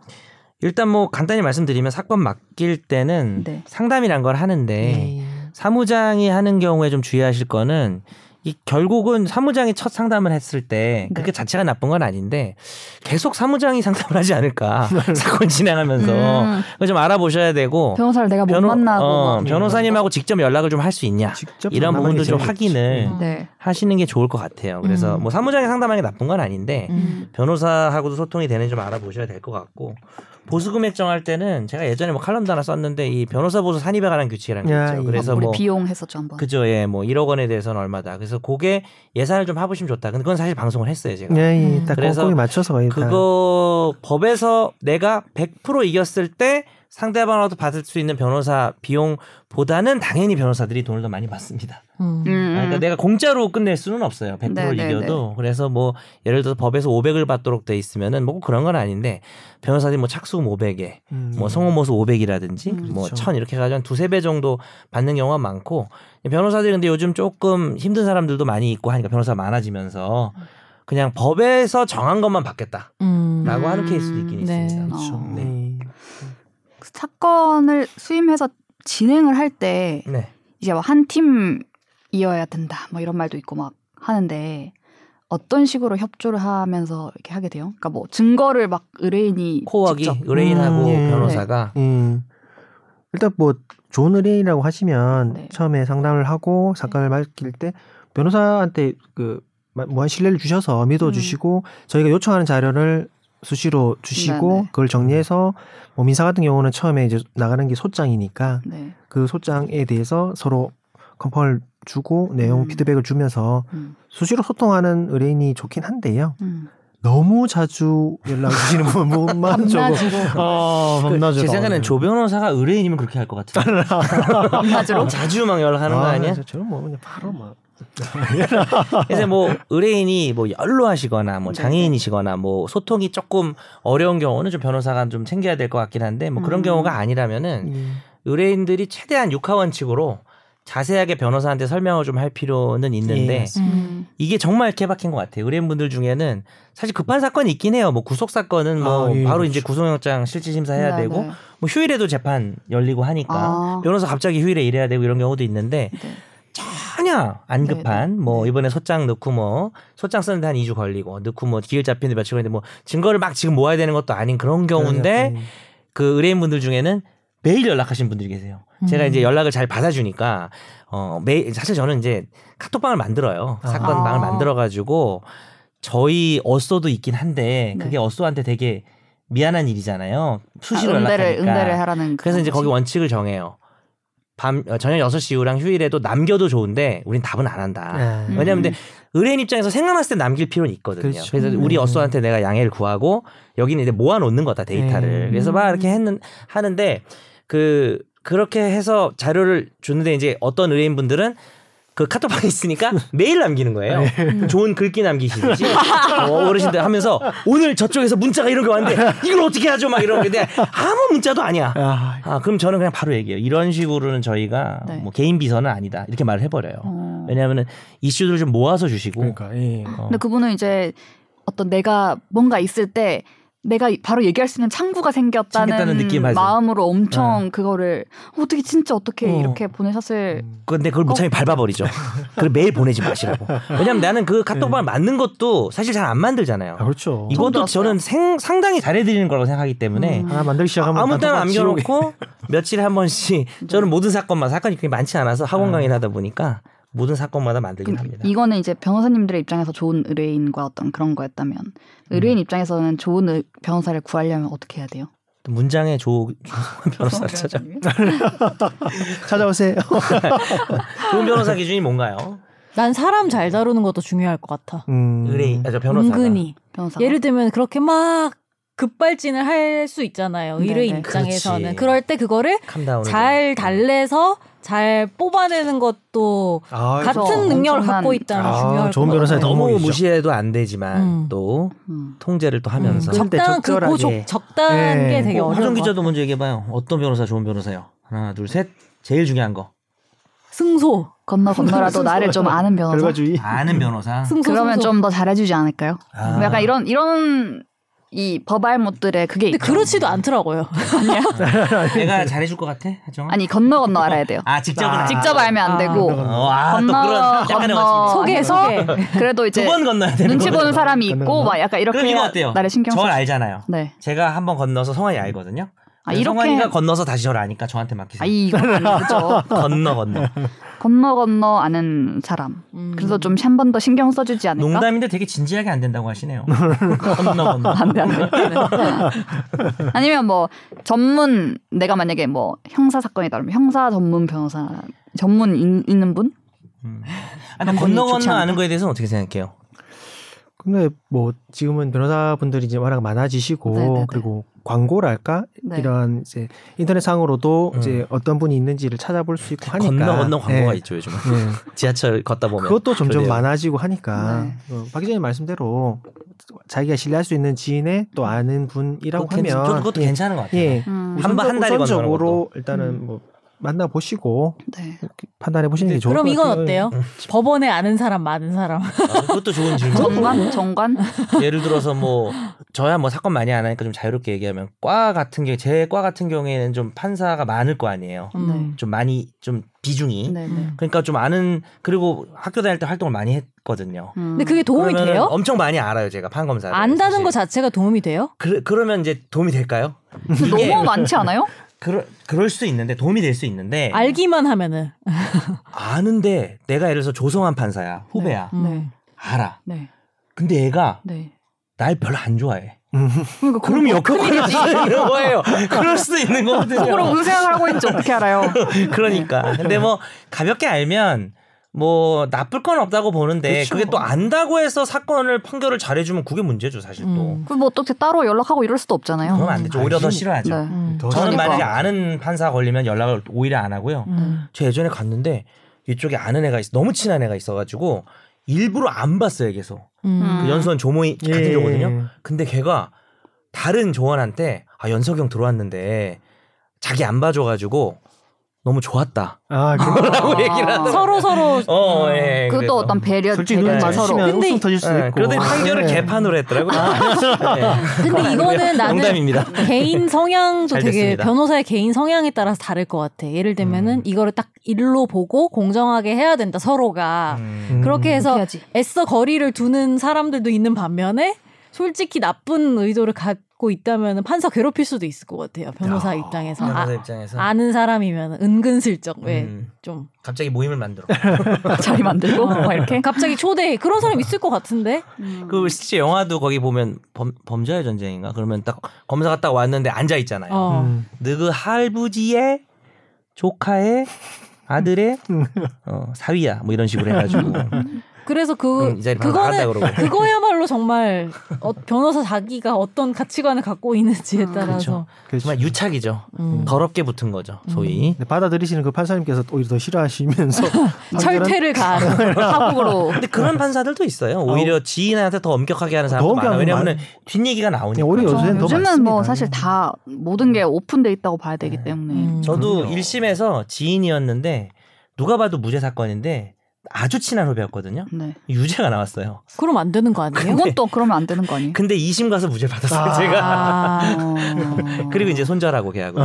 [SPEAKER 2] 일단 뭐 간단히 말씀드리면 사건 맡길 때는
[SPEAKER 1] 네.
[SPEAKER 2] 상담이란 걸 하는데
[SPEAKER 3] 음.
[SPEAKER 2] 사무장이 하는 경우에 좀 주의하실 거는 이 결국은 사무장이 첫 상담을 했을 때
[SPEAKER 1] 네.
[SPEAKER 2] 그게 자체가 나쁜 건 아닌데 계속 사무장이 상담을 하지 않을까 사건 진행하면서
[SPEAKER 1] 음,
[SPEAKER 2] 그걸 좀 알아보셔야 되고
[SPEAKER 1] 변호사를 내가 못 만나고
[SPEAKER 2] 어,
[SPEAKER 1] 막
[SPEAKER 2] 변호사님하고 직접 연락을 좀 할 수 있냐
[SPEAKER 4] 네. 직접
[SPEAKER 2] 이런
[SPEAKER 4] 만나는
[SPEAKER 2] 부분도
[SPEAKER 4] 게
[SPEAKER 2] 좀
[SPEAKER 4] 제일
[SPEAKER 2] 확인을
[SPEAKER 4] 좋지.
[SPEAKER 1] 네.
[SPEAKER 2] 하시는 게 좋을 것 같아요. 그래서
[SPEAKER 3] 음.
[SPEAKER 2] 뭐 사무장이 상담하는 게 나쁜 건 아닌데
[SPEAKER 3] 음.
[SPEAKER 2] 변호사하고도 소통이 되는지 좀 알아보셔야 될 것 같고 보수 금액 정할 때는 제가 예전에 뭐 칼럼도 하나 썼는데 이 변호사 보수 산입에 관한 규칙이라는 게
[SPEAKER 4] 야,
[SPEAKER 2] 있죠.
[SPEAKER 4] 예.
[SPEAKER 2] 그래서
[SPEAKER 1] 우리
[SPEAKER 2] 뭐
[SPEAKER 1] 비용 했었죠 한번
[SPEAKER 2] 그죠, 예, 뭐 1억 원에 대해서는 얼마다. 그래서 그게 예산을 좀 하보시면 좋다. 근데 그건 사실 방송을 했어요, 제가.
[SPEAKER 4] 예,
[SPEAKER 1] 네,
[SPEAKER 4] 예,
[SPEAKER 3] 음.
[SPEAKER 4] 딱
[SPEAKER 2] 그래서
[SPEAKER 4] 꼼꼼히 맞춰서 거의 다.
[SPEAKER 2] 그거 법에서 내가 100% 이겼을 때 상대방으로도 받을 수 있는 변호사 비용보다는 당연히 변호사들이 돈을 더 많이 받습니다.
[SPEAKER 3] 음.
[SPEAKER 1] 음, 음.
[SPEAKER 2] 그러니까 내가 공짜로 끝낼 수는 없어요. 100%
[SPEAKER 1] 네, 네,
[SPEAKER 2] 이겨도. 그래서 뭐 예를 들어서 법에서 500을 받도록 돼 있으면은 뭐 그런 건 아닌데 변호사들이 뭐 착수금 500에
[SPEAKER 4] 음.
[SPEAKER 2] 뭐 성호모수 500이라든지
[SPEAKER 1] 음.
[SPEAKER 2] 뭐
[SPEAKER 4] 그렇죠.
[SPEAKER 2] 1000 이렇게 해가지고 한 두세 배 정도 받는 경우가 많고 변호사들이 근데 요즘 조금 힘든 사람들도 많이 있고 하니까 변호사 많아지면서 그냥 법에서 정한 것만 받겠다라고
[SPEAKER 3] 음.
[SPEAKER 1] 나-
[SPEAKER 2] 하는 케이스도 있긴
[SPEAKER 3] 네.
[SPEAKER 2] 있습니다.
[SPEAKER 4] 그렇죠.
[SPEAKER 1] 어.
[SPEAKER 4] 네.
[SPEAKER 1] 그 사건을 수임해서 진행을 할 때
[SPEAKER 2] 네.
[SPEAKER 1] 이제 막 한 팀이어야 된다 뭐 이런 말도 있고 막 하는데 어떤 식으로 협조를 하면서 이렇게 하게 돼요? 그러니까 뭐 증거를 막 의뢰인이
[SPEAKER 2] 코어기
[SPEAKER 1] 직접
[SPEAKER 2] 의뢰인하고
[SPEAKER 4] 음, 예.
[SPEAKER 2] 변호사가
[SPEAKER 4] 음. 일단 뭐 좋은 의뢰인이라고 하시면
[SPEAKER 1] 네.
[SPEAKER 4] 처음에 상담을 하고 사건을 맡길 때 변호사한테 그 마- 무한 신뢰를 주셔서
[SPEAKER 1] 음.
[SPEAKER 4] 믿어 주시고 저희가 요청하는 자료를 수시로 주시고
[SPEAKER 1] 네네.
[SPEAKER 4] 그걸 정리해서 뭐 민사 같은 경우는 처음에 이제 나가는 게 소장이니까
[SPEAKER 1] 네.
[SPEAKER 4] 그 소장에 대해서 서로 컨펌을 주고 내용
[SPEAKER 1] 음.
[SPEAKER 4] 피드백을 주면서
[SPEAKER 1] 음,
[SPEAKER 4] 수시로 소통하는 의뢰인이 좋긴 한데요.
[SPEAKER 1] 음.
[SPEAKER 4] 너무 자주 연락 주시는 분만
[SPEAKER 3] 밤낮으로.
[SPEAKER 4] 저거 어,
[SPEAKER 2] 그 제 생각에는 조 변호사가 의뢰인이면 그렇게 할 것 같은데
[SPEAKER 1] 음. 맞으로
[SPEAKER 2] 자주 막 연락하는 거 아니야?
[SPEAKER 4] 저는 뭐 그냥 바로 막 어.
[SPEAKER 2] 그래서 뭐 의뢰인이 뭐 연로하시거나 뭐
[SPEAKER 1] 네.
[SPEAKER 2] 장애인이시거나 뭐 소통이 조금 어려운 경우는 좀 변호사가 좀 챙겨야 될 것 같긴 한데 뭐 그런
[SPEAKER 1] 음.
[SPEAKER 2] 경우가
[SPEAKER 4] 예.
[SPEAKER 2] 아니라면은 의뢰인들이 최대한 육하 원칙으로 자세하게 변호사한테 설명을 좀 할 필요는 있는데
[SPEAKER 4] 예.
[SPEAKER 3] 음.
[SPEAKER 2] 이게 정말 케바케인 것 같아요. 의뢰인분들 중에는 사실 급한 사건이 있긴 해요. 뭐 구속 사건은 뭐
[SPEAKER 4] 아, 예,
[SPEAKER 2] 바로
[SPEAKER 4] 그렇죠.
[SPEAKER 2] 이제 구속영장 실질 심사해야
[SPEAKER 1] 네,
[SPEAKER 2] 되고
[SPEAKER 1] 네.
[SPEAKER 2] 뭐 휴일에도 재판 열리고 하니까
[SPEAKER 1] 아.
[SPEAKER 2] 변호사 갑자기 휴일에 일해야 되고 이런 경우도 있는데
[SPEAKER 1] 네.
[SPEAKER 2] 전혀 안 급한 뭐 이번에 소장 넣고 뭐 소장 쓰는데 한 2주 걸리고 넣고 뭐 기일 잡히는데 며칠 걸리는데 뭐 증거를 막 지금 모아야 되는 것도 아닌 그런
[SPEAKER 1] 그러니까
[SPEAKER 4] 네,
[SPEAKER 2] 경우인데
[SPEAKER 1] 네.
[SPEAKER 2] 그 의뢰인분들 중에는 매일 연락하시는 분들이 계세요. 제가
[SPEAKER 3] 음.
[SPEAKER 2] 이제 연락을 잘 받아주니까 어 매일 사실 저는 이제 카톡방을 만들어요.
[SPEAKER 4] 아.
[SPEAKER 2] 사건
[SPEAKER 1] 아.
[SPEAKER 2] 방을 만들어가지고 저희 어쏘도 있긴 한데
[SPEAKER 1] 네.
[SPEAKER 2] 그게 어쏘한테 되게 미안한 일이잖아요. 수시로
[SPEAKER 1] 아, 응대를
[SPEAKER 2] 연락하니까.
[SPEAKER 1] 응대를 하라는
[SPEAKER 4] 아,
[SPEAKER 2] 그래서
[SPEAKER 1] 그런
[SPEAKER 2] 이제 거기
[SPEAKER 1] 거지.
[SPEAKER 2] 원칙을 정해요. 밤 어, 저녁 6시 이후랑 휴일에도 남겨도 좋은데 우린 답은 안
[SPEAKER 4] 네.
[SPEAKER 2] 한다.
[SPEAKER 1] 음.
[SPEAKER 2] 왜냐면 근데 의뢰인 입장에서 생각났을 때 남길 필요는 있거든요.
[SPEAKER 4] 그렇죠.
[SPEAKER 2] 그래서 우리
[SPEAKER 4] 음.
[SPEAKER 2] 어쏘한테 내가 양해를 구하고 여기는 이제 모아놓는 거다 데이터를.
[SPEAKER 4] 음.
[SPEAKER 2] 그래서 막 이렇게 했는 하는데 그 그렇게 해서 자료를 주는데 이제 어떤 의뢰인분들은 그 카톡방에 있으니까 메일 남기는 거예요.
[SPEAKER 4] 네.
[SPEAKER 2] 좋은 글귀 남기시듯이 어, 르신들 하면서 오늘 저쪽에서 문자가 이런 게 왔는데 이걸 어떻게 하죠? 막 이런 건데 아무 문자도 아니야.
[SPEAKER 4] 아,
[SPEAKER 2] 아 그럼 저는 그냥 바로 얘기해요. 이런 식으로는 저희가
[SPEAKER 1] 네.
[SPEAKER 2] 뭐 개인 비서는 아니다 이렇게 말을 해버려요.
[SPEAKER 1] 어.
[SPEAKER 2] 왜냐하면 이슈들을 좀 모아서 주시고
[SPEAKER 4] 그러니까 예.
[SPEAKER 2] 어.
[SPEAKER 1] 근데 그분은 이제 어떤 내가 뭔가 있을 때 내가 이- 바로 얘기할 수 있는 창구가 생겼다는,
[SPEAKER 2] 생겼다는 느낌 맞아요.
[SPEAKER 1] 마음으로 엄청 그거를 어떻게 진짜 어떻게
[SPEAKER 2] 어. 음,
[SPEAKER 1] 이렇게 보내셨을
[SPEAKER 2] 근데 그걸
[SPEAKER 1] 어?
[SPEAKER 2] 무참히 밟아버리죠. 그걸 매일 보내지 마시라고. 왜냐면 나는 그 카톡방을 만든 것도 사실 잘 안
[SPEAKER 4] 네.
[SPEAKER 2] 만들잖아요.
[SPEAKER 4] 아, 그렇죠.
[SPEAKER 2] 이것도
[SPEAKER 1] 들었어요.
[SPEAKER 2] 저는 생- 상당히 잘해드리는 거라고 생각하기 때문에
[SPEAKER 1] 음.
[SPEAKER 4] 하나 만들기 시작하면
[SPEAKER 2] 아무 때나
[SPEAKER 4] 단톡방 지옥에.
[SPEAKER 2] 남겨놓고 며칠에 한 번씩
[SPEAKER 1] 네.
[SPEAKER 2] 저는 모든 사건만 사건이 그렇게 많지 않아서 학원
[SPEAKER 4] 음.
[SPEAKER 2] 강의를 하다 보니까 모든 사건마다 만들긴
[SPEAKER 1] 그-
[SPEAKER 2] 합니다.
[SPEAKER 1] 이거는 이제 변호사님들의 입장에서 좋은 의뢰인과 어떤 그런 거였다면
[SPEAKER 2] 음.
[SPEAKER 1] 의뢰인 입장에서는 좋은 의- 변호사를 구하려면 어떻게 해야 돼요?
[SPEAKER 2] 또 문장에 좋은 변호사를 찾아.
[SPEAKER 4] 찾아오세요.
[SPEAKER 2] 좋은 변호사 기준이 뭔가요?
[SPEAKER 3] 난 사람 잘 다루는 것도 중요할 것 같아.
[SPEAKER 4] 음.
[SPEAKER 2] 의뢰인, 아, 저 변호사.
[SPEAKER 3] 은근히
[SPEAKER 1] 변호사
[SPEAKER 3] 예를 들면 그렇게 막 급발진을 할 수 있잖아요.
[SPEAKER 1] 네네.
[SPEAKER 3] 의뢰인 입장에서는
[SPEAKER 2] 그렇지.
[SPEAKER 3] 그럴때 그거를
[SPEAKER 2] 캄다운.
[SPEAKER 3] 잘 달래서 잘 뽑아내는 것도
[SPEAKER 4] 아,
[SPEAKER 1] 갓-
[SPEAKER 3] 같은 능력을
[SPEAKER 1] 엄청난-
[SPEAKER 3] 갖고 있다는 게
[SPEAKER 4] 아,
[SPEAKER 3] 중요할
[SPEAKER 4] 좋은
[SPEAKER 3] 것
[SPEAKER 4] 변호사의
[SPEAKER 3] 같아요.
[SPEAKER 2] 너무
[SPEAKER 4] 덕목이죠.
[SPEAKER 2] 무시해도 안 되지만
[SPEAKER 3] 음.
[SPEAKER 2] 또
[SPEAKER 1] 음.
[SPEAKER 2] 통제를 또
[SPEAKER 4] 음.
[SPEAKER 2] 하면서.
[SPEAKER 4] 근데
[SPEAKER 3] 적당 그
[SPEAKER 4] 적절하게.
[SPEAKER 3] 고적 적당한
[SPEAKER 4] 예.
[SPEAKER 3] 게 되게
[SPEAKER 1] 뭐
[SPEAKER 2] 어,
[SPEAKER 3] 어려운
[SPEAKER 2] 하정
[SPEAKER 3] 것 같아요.
[SPEAKER 2] 기자도 먼저 얘기해봐요. 어떤 변호사 좋은 변호사요? 하나, 둘, 셋. 제일 중요한 거.
[SPEAKER 3] 승소
[SPEAKER 1] 건너 건너라도 나를 좀 아는 변호사
[SPEAKER 4] 결과주의.
[SPEAKER 2] 아는 변호사.
[SPEAKER 3] 승소
[SPEAKER 1] 그러면
[SPEAKER 3] 승소.
[SPEAKER 1] 좀 더 잘해주지 않을까요? 뭐
[SPEAKER 2] 아.
[SPEAKER 1] 약간 이런 이런 이 법알못들의 그게
[SPEAKER 3] 근데
[SPEAKER 1] 있죠.
[SPEAKER 3] 그렇지도 않더라고요.
[SPEAKER 2] 아, 내가 잘해줄 것 같아, 하정.
[SPEAKER 1] 아니 건너 건너 알아야 돼요.
[SPEAKER 2] 아 직접은
[SPEAKER 4] 아,
[SPEAKER 2] 안
[SPEAKER 1] 직접 알면
[SPEAKER 3] 아.
[SPEAKER 1] 안 되고
[SPEAKER 2] 어, 아, 또
[SPEAKER 1] 건너,
[SPEAKER 2] 그런 약간의
[SPEAKER 1] 건너.
[SPEAKER 2] 맞춤.
[SPEAKER 3] 소개
[SPEAKER 1] 어, 아니고요.
[SPEAKER 3] 소개.
[SPEAKER 1] 그래도 이제
[SPEAKER 2] 두번 건너야 되는
[SPEAKER 1] 눈치
[SPEAKER 2] 거죠.
[SPEAKER 1] 보는 사람이 있고
[SPEAKER 4] 건너나?
[SPEAKER 1] 막 약간 이렇게
[SPEAKER 2] 그럼 이거 어때요?
[SPEAKER 1] 나를 신경
[SPEAKER 2] 저를
[SPEAKER 1] 써.
[SPEAKER 2] 알잖아요.
[SPEAKER 1] 네.
[SPEAKER 2] 제가 한 번 건너서 성환이 알거든요.
[SPEAKER 1] 아,
[SPEAKER 2] 그래서
[SPEAKER 1] 이렇게-
[SPEAKER 2] 성환이가 건너서 다시 저를 아니까 저한테 맡기세요.
[SPEAKER 1] 아 이거 그렇죠.
[SPEAKER 2] 건너 건너.
[SPEAKER 1] 건너 건너 아는 사람.
[SPEAKER 3] 음.
[SPEAKER 1] 그래서 좀 한 번 더 신경 써주지 않을까?
[SPEAKER 2] 농담인데 되게 진지하게 안 된다고 하시네요. 건너 건너.
[SPEAKER 1] 안돼 안돼. 아니면 뭐 전문 내가 만약에 뭐 형사 사건이다 그러면 형사 전문 변호사 전문 인- 있는 분?
[SPEAKER 2] 음. 아, 근데 건너
[SPEAKER 1] 좋지
[SPEAKER 2] 건너
[SPEAKER 1] 않다.
[SPEAKER 2] 아는 거에 대해서는 어떻게 생각해요?
[SPEAKER 4] 근데 뭐 지금은 변호사분들이 이제 워낙 많아지시고
[SPEAKER 1] 네네네.
[SPEAKER 4] 그리고 광고랄까
[SPEAKER 1] 네.
[SPEAKER 4] 이런 이제 인터넷상으로도
[SPEAKER 2] 음. 네,
[SPEAKER 4] 이제 어떤 분이 있는지를 찾아볼 수 있고 하니까
[SPEAKER 2] 건너 건너 광고가
[SPEAKER 4] 예.
[SPEAKER 2] 있죠 요즘.
[SPEAKER 4] 예.
[SPEAKER 2] 지하철 걷다 보면.
[SPEAKER 4] 그것도 점점
[SPEAKER 2] 그래요.
[SPEAKER 4] 많아지고 하니까
[SPEAKER 3] 네.
[SPEAKER 4] 어, 박 기자님 말씀대로 자기가 신뢰할 수 있는 지인의 또 아는 분이라고
[SPEAKER 2] 그거 괜찮-
[SPEAKER 4] 하면
[SPEAKER 2] 저도 그것도
[SPEAKER 4] 예.
[SPEAKER 2] 괜찮은 것 같아요.
[SPEAKER 4] 예.
[SPEAKER 1] 음,
[SPEAKER 2] 한- 번한 달에 건너는
[SPEAKER 4] 우선적으로 일단은
[SPEAKER 1] 음.
[SPEAKER 4] 뭐 만나 보시고
[SPEAKER 1] 네.
[SPEAKER 4] 판단해 보시는 게 좋을 것
[SPEAKER 3] 그럼
[SPEAKER 4] 같아요.
[SPEAKER 3] 이건 어때요? 법원에 아는 사람 많은 사람.
[SPEAKER 1] 네.
[SPEAKER 2] 아, 그것도 좋은 질문.
[SPEAKER 1] 정관 정관.
[SPEAKER 2] 음. 예를 들어서 뭐 저야 뭐 사건 많이 안 하니까 좀 자유롭게 얘기하면 과 같은 경우 제 과 같은 경우에는 좀 판사가 많을 거 아니에요.
[SPEAKER 3] 음.
[SPEAKER 2] 좀 많이 좀 비중이.
[SPEAKER 1] 네네.
[SPEAKER 2] 그러니까 좀 아는 그리고 학교 다닐 때 활동을 많이 했거든요.
[SPEAKER 1] 음.
[SPEAKER 3] 근데 그게 도움이
[SPEAKER 2] 그러면은
[SPEAKER 3] 돼요?
[SPEAKER 2] 엄청 많이 알아요 제가 판검사.
[SPEAKER 3] 안다는 거 자체가 도움이 돼요?
[SPEAKER 2] 그, 그러면 이제 도움이 될까요? 이게
[SPEAKER 1] 그 너무 많지 않아요?
[SPEAKER 2] 그러, 그럴 수 있는데 도움이 될 수 있는데
[SPEAKER 3] 알기만 하면은.
[SPEAKER 2] 아는데 내가 예를 들어서 조성한 판사야 후배야
[SPEAKER 3] 음.
[SPEAKER 1] 네.
[SPEAKER 2] 알아.
[SPEAKER 1] 네.
[SPEAKER 2] 근데 얘가
[SPEAKER 1] 네.
[SPEAKER 2] 날 별로 안 좋아해.
[SPEAKER 1] 그러니까
[SPEAKER 2] 그럼 역효과를 쓰는 거예요. 그럴 수도 있는 거거든요.
[SPEAKER 1] 그럼 뭐- 무슨 생각을 하고 있는지 어떻게 알아요?
[SPEAKER 2] 그러니까. 근데 뭐 가볍게 알면 뭐 나쁠 건 없다고 보는데
[SPEAKER 4] 그렇죠.
[SPEAKER 2] 그게또 안다고 해서 사건을 판결을 잘해주면 그게 문제죠 사실 또.
[SPEAKER 3] 음.
[SPEAKER 1] 그럼 뭐 어떻게 따로 연락하고 이럴 수도 없잖아요.
[SPEAKER 2] 그러면 안 되죠. 오히려 더 싫어하죠.
[SPEAKER 1] 네.
[SPEAKER 3] 음.
[SPEAKER 4] 더
[SPEAKER 2] 저는 뭐-
[SPEAKER 1] 그러니까.
[SPEAKER 2] 만약에 아는 판사 걸리면 연락을 오히려 안 하고요.
[SPEAKER 3] 음.
[SPEAKER 2] 저 예전에 갔는데 이쪽에 아는 애가 있어 너무 친한 애가 있어가지고 일부러 안 봤어요 계속.
[SPEAKER 3] 음.
[SPEAKER 2] 그 연수원 조모이 같은
[SPEAKER 4] 예.
[SPEAKER 2] 조거든요. 근데 걔가 다른 조원한테 아 연석이 형 들어왔는데 자기 안 봐줘가지고 너무 좋았다.
[SPEAKER 4] 아, 그-
[SPEAKER 2] 라고 얘기를 하더라고요.
[SPEAKER 3] 서로 서로
[SPEAKER 2] 어, 예.
[SPEAKER 1] 그것도
[SPEAKER 2] 그래서.
[SPEAKER 1] 어떤 배려
[SPEAKER 4] 솔직히 눈
[SPEAKER 1] 배려죠.
[SPEAKER 4] 마주치면
[SPEAKER 3] 근데
[SPEAKER 4] 웃음 터질 수도
[SPEAKER 2] 예,
[SPEAKER 4] 있고.
[SPEAKER 2] 그러더니 판결을
[SPEAKER 4] 예.
[SPEAKER 2] 개판으로 했더라고요. 예.
[SPEAKER 3] 근데 이거는 나는
[SPEAKER 2] 농담입니다.
[SPEAKER 3] 개인 성향도
[SPEAKER 2] 잘
[SPEAKER 3] 되게
[SPEAKER 2] 됐습니다. 음.
[SPEAKER 3] 변호사의 개인 성향에 따라서 다를 것 같아. 예를 들면은 이거를 딱 일로 보고 공정하게 해야 된다 서로가.
[SPEAKER 2] 음.
[SPEAKER 3] 그렇게 해서
[SPEAKER 1] 해야지.
[SPEAKER 3] 애써 거리를 두는 사람들도 있는 반면에 솔직히 나쁜 의도를 갖고 있다면 판사 괴롭힐 수도 있을 것 같아요. 변호사
[SPEAKER 4] 야.
[SPEAKER 3] 입장에서
[SPEAKER 2] 변호사
[SPEAKER 3] 아,
[SPEAKER 2] 입장에서
[SPEAKER 3] 아는 사람이면 은근슬쩍 왜
[SPEAKER 2] 음.
[SPEAKER 3] 좀
[SPEAKER 2] 갑자기 모임을 만들어.
[SPEAKER 1] 자리 만들고 막 이렇게.
[SPEAKER 3] 갑자기 초대해 그런 사람 있을 것 같은데
[SPEAKER 2] 그 실제 영화도 거기 보면 범, 범죄의 전쟁인가 그러면 딱 검사가 딱 왔는데 앉아 있잖아요.
[SPEAKER 3] 어.
[SPEAKER 4] 음.
[SPEAKER 2] 너그 할부지의 조카의 아들의
[SPEAKER 4] 음.
[SPEAKER 2] 어, 사위야 뭐 이런 식으로 해가지고
[SPEAKER 3] 그래서 그
[SPEAKER 2] 음, 이 자리 바로 나간다
[SPEAKER 3] 그거는
[SPEAKER 2] 그러고.
[SPEAKER 3] 그거야말로 사람별로 정말 어, 변호사 자기가 어떤 가치관을 갖고
[SPEAKER 1] 아,
[SPEAKER 3] 있는지에 따라서
[SPEAKER 4] 그렇죠.
[SPEAKER 2] 정말 유착이죠.
[SPEAKER 3] 음.
[SPEAKER 2] 더럽게 붙은 거죠.
[SPEAKER 4] 음.
[SPEAKER 2] 소위.
[SPEAKER 4] 근데 받아들이시는 그 판사님께서 오히려 더 싫어하시면서
[SPEAKER 3] 음.
[SPEAKER 4] 판결은
[SPEAKER 3] 철퇴를 가하는
[SPEAKER 1] 사국으로
[SPEAKER 2] 근데 그런 판사들도 있어요. 오히려 지인한테 더 엄격하게 하는
[SPEAKER 4] 음.
[SPEAKER 2] 사람도
[SPEAKER 4] 더 엄격하게
[SPEAKER 2] 많아요. 왜냐하면
[SPEAKER 4] 많-
[SPEAKER 2] 뒷얘기가 나오니까.
[SPEAKER 4] 오히려
[SPEAKER 1] 그렇죠.
[SPEAKER 4] 요새는 더
[SPEAKER 1] 요즘은 뭐
[SPEAKER 4] 많습니다.
[SPEAKER 1] 사실 다 모든 게 오픈돼 있다고 봐야 되기 때문에
[SPEAKER 3] 음.
[SPEAKER 2] 저도
[SPEAKER 4] 그럼요.
[SPEAKER 2] 1심에서 지인이었는데 누가 봐도 무죄 사건인데 아주 친한 후배였거든요.
[SPEAKER 1] 네.
[SPEAKER 2] 유죄가 나왔어요.
[SPEAKER 3] 그럼 안 되는 거 아니에요?
[SPEAKER 1] 그건 또 그러면 안 되는 거 아니에요?
[SPEAKER 2] 근데 2심 가서 무죄 받았어요, 제가.
[SPEAKER 3] 아,
[SPEAKER 1] 어.
[SPEAKER 2] 그리고 이제 손절하고 계약을.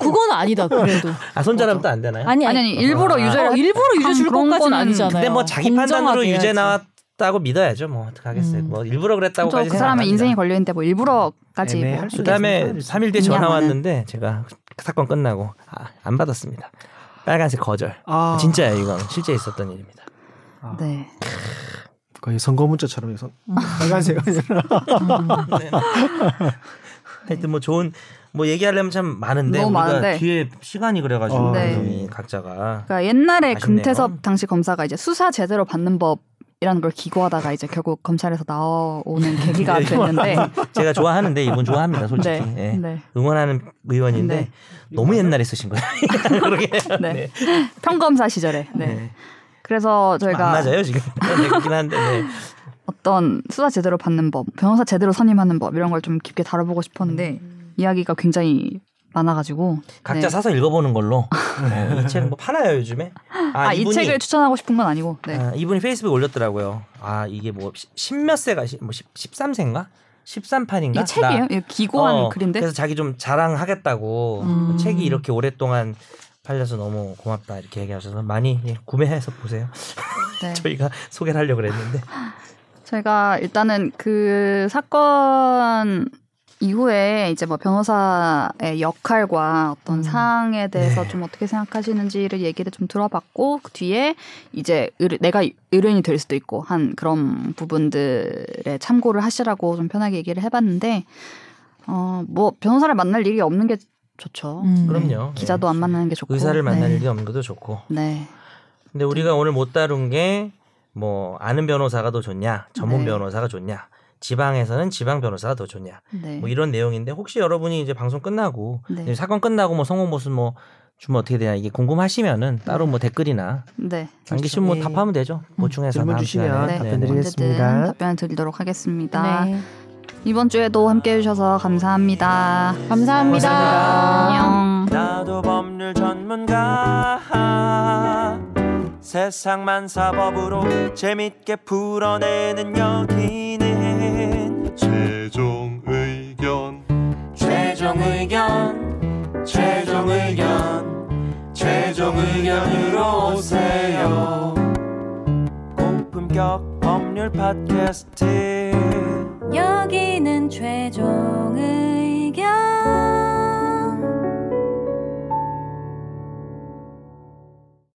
[SPEAKER 3] 그건 아니다 그래도
[SPEAKER 4] 어.
[SPEAKER 2] 아, 손절하면 또 안 되나요?
[SPEAKER 3] 아니
[SPEAKER 1] 아니
[SPEAKER 3] 아니
[SPEAKER 1] 아니 일부러
[SPEAKER 2] 아.
[SPEAKER 1] 유죄를
[SPEAKER 3] 어,
[SPEAKER 1] 할-
[SPEAKER 3] 일부러 유죄
[SPEAKER 1] 참
[SPEAKER 3] 줄
[SPEAKER 1] 그런
[SPEAKER 3] 것까지는
[SPEAKER 1] 거는-
[SPEAKER 3] 아니잖아요.
[SPEAKER 2] 근데 뭐 자기 판단으로
[SPEAKER 3] 공정하게
[SPEAKER 2] 유죄
[SPEAKER 3] 해야지.
[SPEAKER 2] 나왔다고 믿어야죠. 뭐 어떡하겠어요.
[SPEAKER 3] 음.
[SPEAKER 2] 뭐 일부러
[SPEAKER 1] 저
[SPEAKER 2] 그랬다고까지
[SPEAKER 1] 그 사람의
[SPEAKER 2] 생각 안
[SPEAKER 1] 인생이
[SPEAKER 2] 합니다.
[SPEAKER 1] 걸려있는데 뭐 일부러까지 뭐
[SPEAKER 4] 애매할 수도
[SPEAKER 2] 그다음에
[SPEAKER 4] 있습니다.
[SPEAKER 2] 3일 뒤에 전화
[SPEAKER 1] 인양하는-
[SPEAKER 2] 왔는데 제가 그 사건 끝나고 아, 안 받았습니다. 빨간색 거절.
[SPEAKER 4] 아,
[SPEAKER 2] 진짜예요, 이건 실제 있었던 일입니다.
[SPEAKER 4] 아,
[SPEAKER 1] 네.
[SPEAKER 4] 거의 선거 문자처럼 해서
[SPEAKER 3] 음.
[SPEAKER 4] 빨간색 아니라
[SPEAKER 2] 하여튼 뭐 좋은 뭐 얘기하려면 참 많은데
[SPEAKER 1] 너무
[SPEAKER 2] 우리가
[SPEAKER 1] 많은데.
[SPEAKER 2] 뒤에 시간이 그래가지고
[SPEAKER 4] 어,
[SPEAKER 1] 네.
[SPEAKER 2] 방송이 각자가
[SPEAKER 1] 그러니까 옛날에
[SPEAKER 2] 아쉽네요.
[SPEAKER 1] 금태섭 당시 검사가 이제 수사 제대로 받는 법이라는 걸 기고하다가 이제 결국 검찰에서 나오는 계기가
[SPEAKER 2] 네.
[SPEAKER 1] 됐는데
[SPEAKER 2] 제가 좋아하는데 이분 좋아합니다, 솔직히.
[SPEAKER 1] 네.
[SPEAKER 2] 예.
[SPEAKER 1] 네.
[SPEAKER 2] 응원하는 의원인데
[SPEAKER 1] 네.
[SPEAKER 2] 너무 옛날에 쓰신 거예요. 그러게.
[SPEAKER 1] 네. 평검사 시절에. 네. 그래서 저희가
[SPEAKER 2] 안 맞아요 지금. 네, 그렇긴 한데. 네.
[SPEAKER 1] 어떤 수사 제대로 받는 법, 변호사 제대로 선임하는 법 이런 걸 좀 깊게 다뤄보고 싶었는데 이야기가 굉장히 많아가지고
[SPEAKER 2] 각자
[SPEAKER 1] 네.
[SPEAKER 2] 사서 읽어보는 걸로. 네, 이 책은 뭐 파나요 요즘에?
[SPEAKER 1] 아, 이 책을 추천하고 싶은 건 아니고 네.
[SPEAKER 2] 아, 이분이 페이스북에 올렸더라고요. 아 이게 뭐십몇 세가 시- 뭐 13세인가? 13판인가? 어,
[SPEAKER 1] 이게 책이에요? 이거 기고한 글인데
[SPEAKER 2] 그래서 자기 좀 자랑하겠다고
[SPEAKER 3] 음.
[SPEAKER 2] 책이 이렇게 오랫동안 팔려서 너무 고맙다 이렇게 얘기하셔서 많이 예, 구매해서 보세요.
[SPEAKER 1] 네.
[SPEAKER 2] 저희가 소개를 하려고 그랬는데
[SPEAKER 1] 저희가 일단은 그 사건 이후에 이제 뭐 변호사의 역할과 어떤
[SPEAKER 3] 음.
[SPEAKER 1] 상황에 대해서
[SPEAKER 2] 네.
[SPEAKER 1] 좀 어떻게 생각하시는지를 얘기를 좀 들어봤고 그 뒤에 이제 의뢰- 내가 의뢰인이 될 수도 있고 한 그런 부분들에 참고를 하시라고 좀 편하게 얘기를 해봤는데 어 뭐 변호사를 만날 일이 없는 게 좋죠.
[SPEAKER 3] 음.
[SPEAKER 2] 그럼요.
[SPEAKER 1] 네,
[SPEAKER 2] 예.
[SPEAKER 1] 기자도 안 만나는 게 좋고
[SPEAKER 2] 네. 의사를 만날
[SPEAKER 1] 네.
[SPEAKER 2] 일이 없는 것도 좋고.
[SPEAKER 1] 네.
[SPEAKER 2] 근데 우리가 오늘 못 다룬 게 뭐 아는 변호사가 더 좋냐,
[SPEAKER 1] 네.
[SPEAKER 2] 전문 변호사가 좋냐, 지방에서는 지방 변호사가 더 좋냐,
[SPEAKER 1] 네.
[SPEAKER 2] 뭐 이런 내용인데 혹시 여러분이 이제 방송 끝나고
[SPEAKER 1] 네.
[SPEAKER 2] 이제 사건 끝나고 뭐 성공 모습 뭐 주면 어떻게 되냐 이게 궁금하시면은 따로 뭐 댓글이나
[SPEAKER 1] 네.
[SPEAKER 2] 남기시면 뭐
[SPEAKER 4] 예.
[SPEAKER 2] 답하면 되죠. 보충해서
[SPEAKER 4] 질문
[SPEAKER 2] 다음
[SPEAKER 4] 주시면
[SPEAKER 2] 시간에.
[SPEAKER 1] 네.
[SPEAKER 4] 답변
[SPEAKER 1] 언제든
[SPEAKER 4] 드리겠습니다.
[SPEAKER 1] 답변을 드리도록 하겠습니다.
[SPEAKER 3] 네.
[SPEAKER 1] 이번 주에도 함께 해주셔서 감사합니다.
[SPEAKER 3] 감사합니다.
[SPEAKER 1] 안녕.
[SPEAKER 5] 나도 법률 전문가 세상만 사법으로 재밌게 풀어내는 여기는
[SPEAKER 6] 최종 의견
[SPEAKER 5] 최종 의견 최종 의견 최종 의견으로 오세요 고품격 법률 팟캐스트
[SPEAKER 3] 여기는 최종 의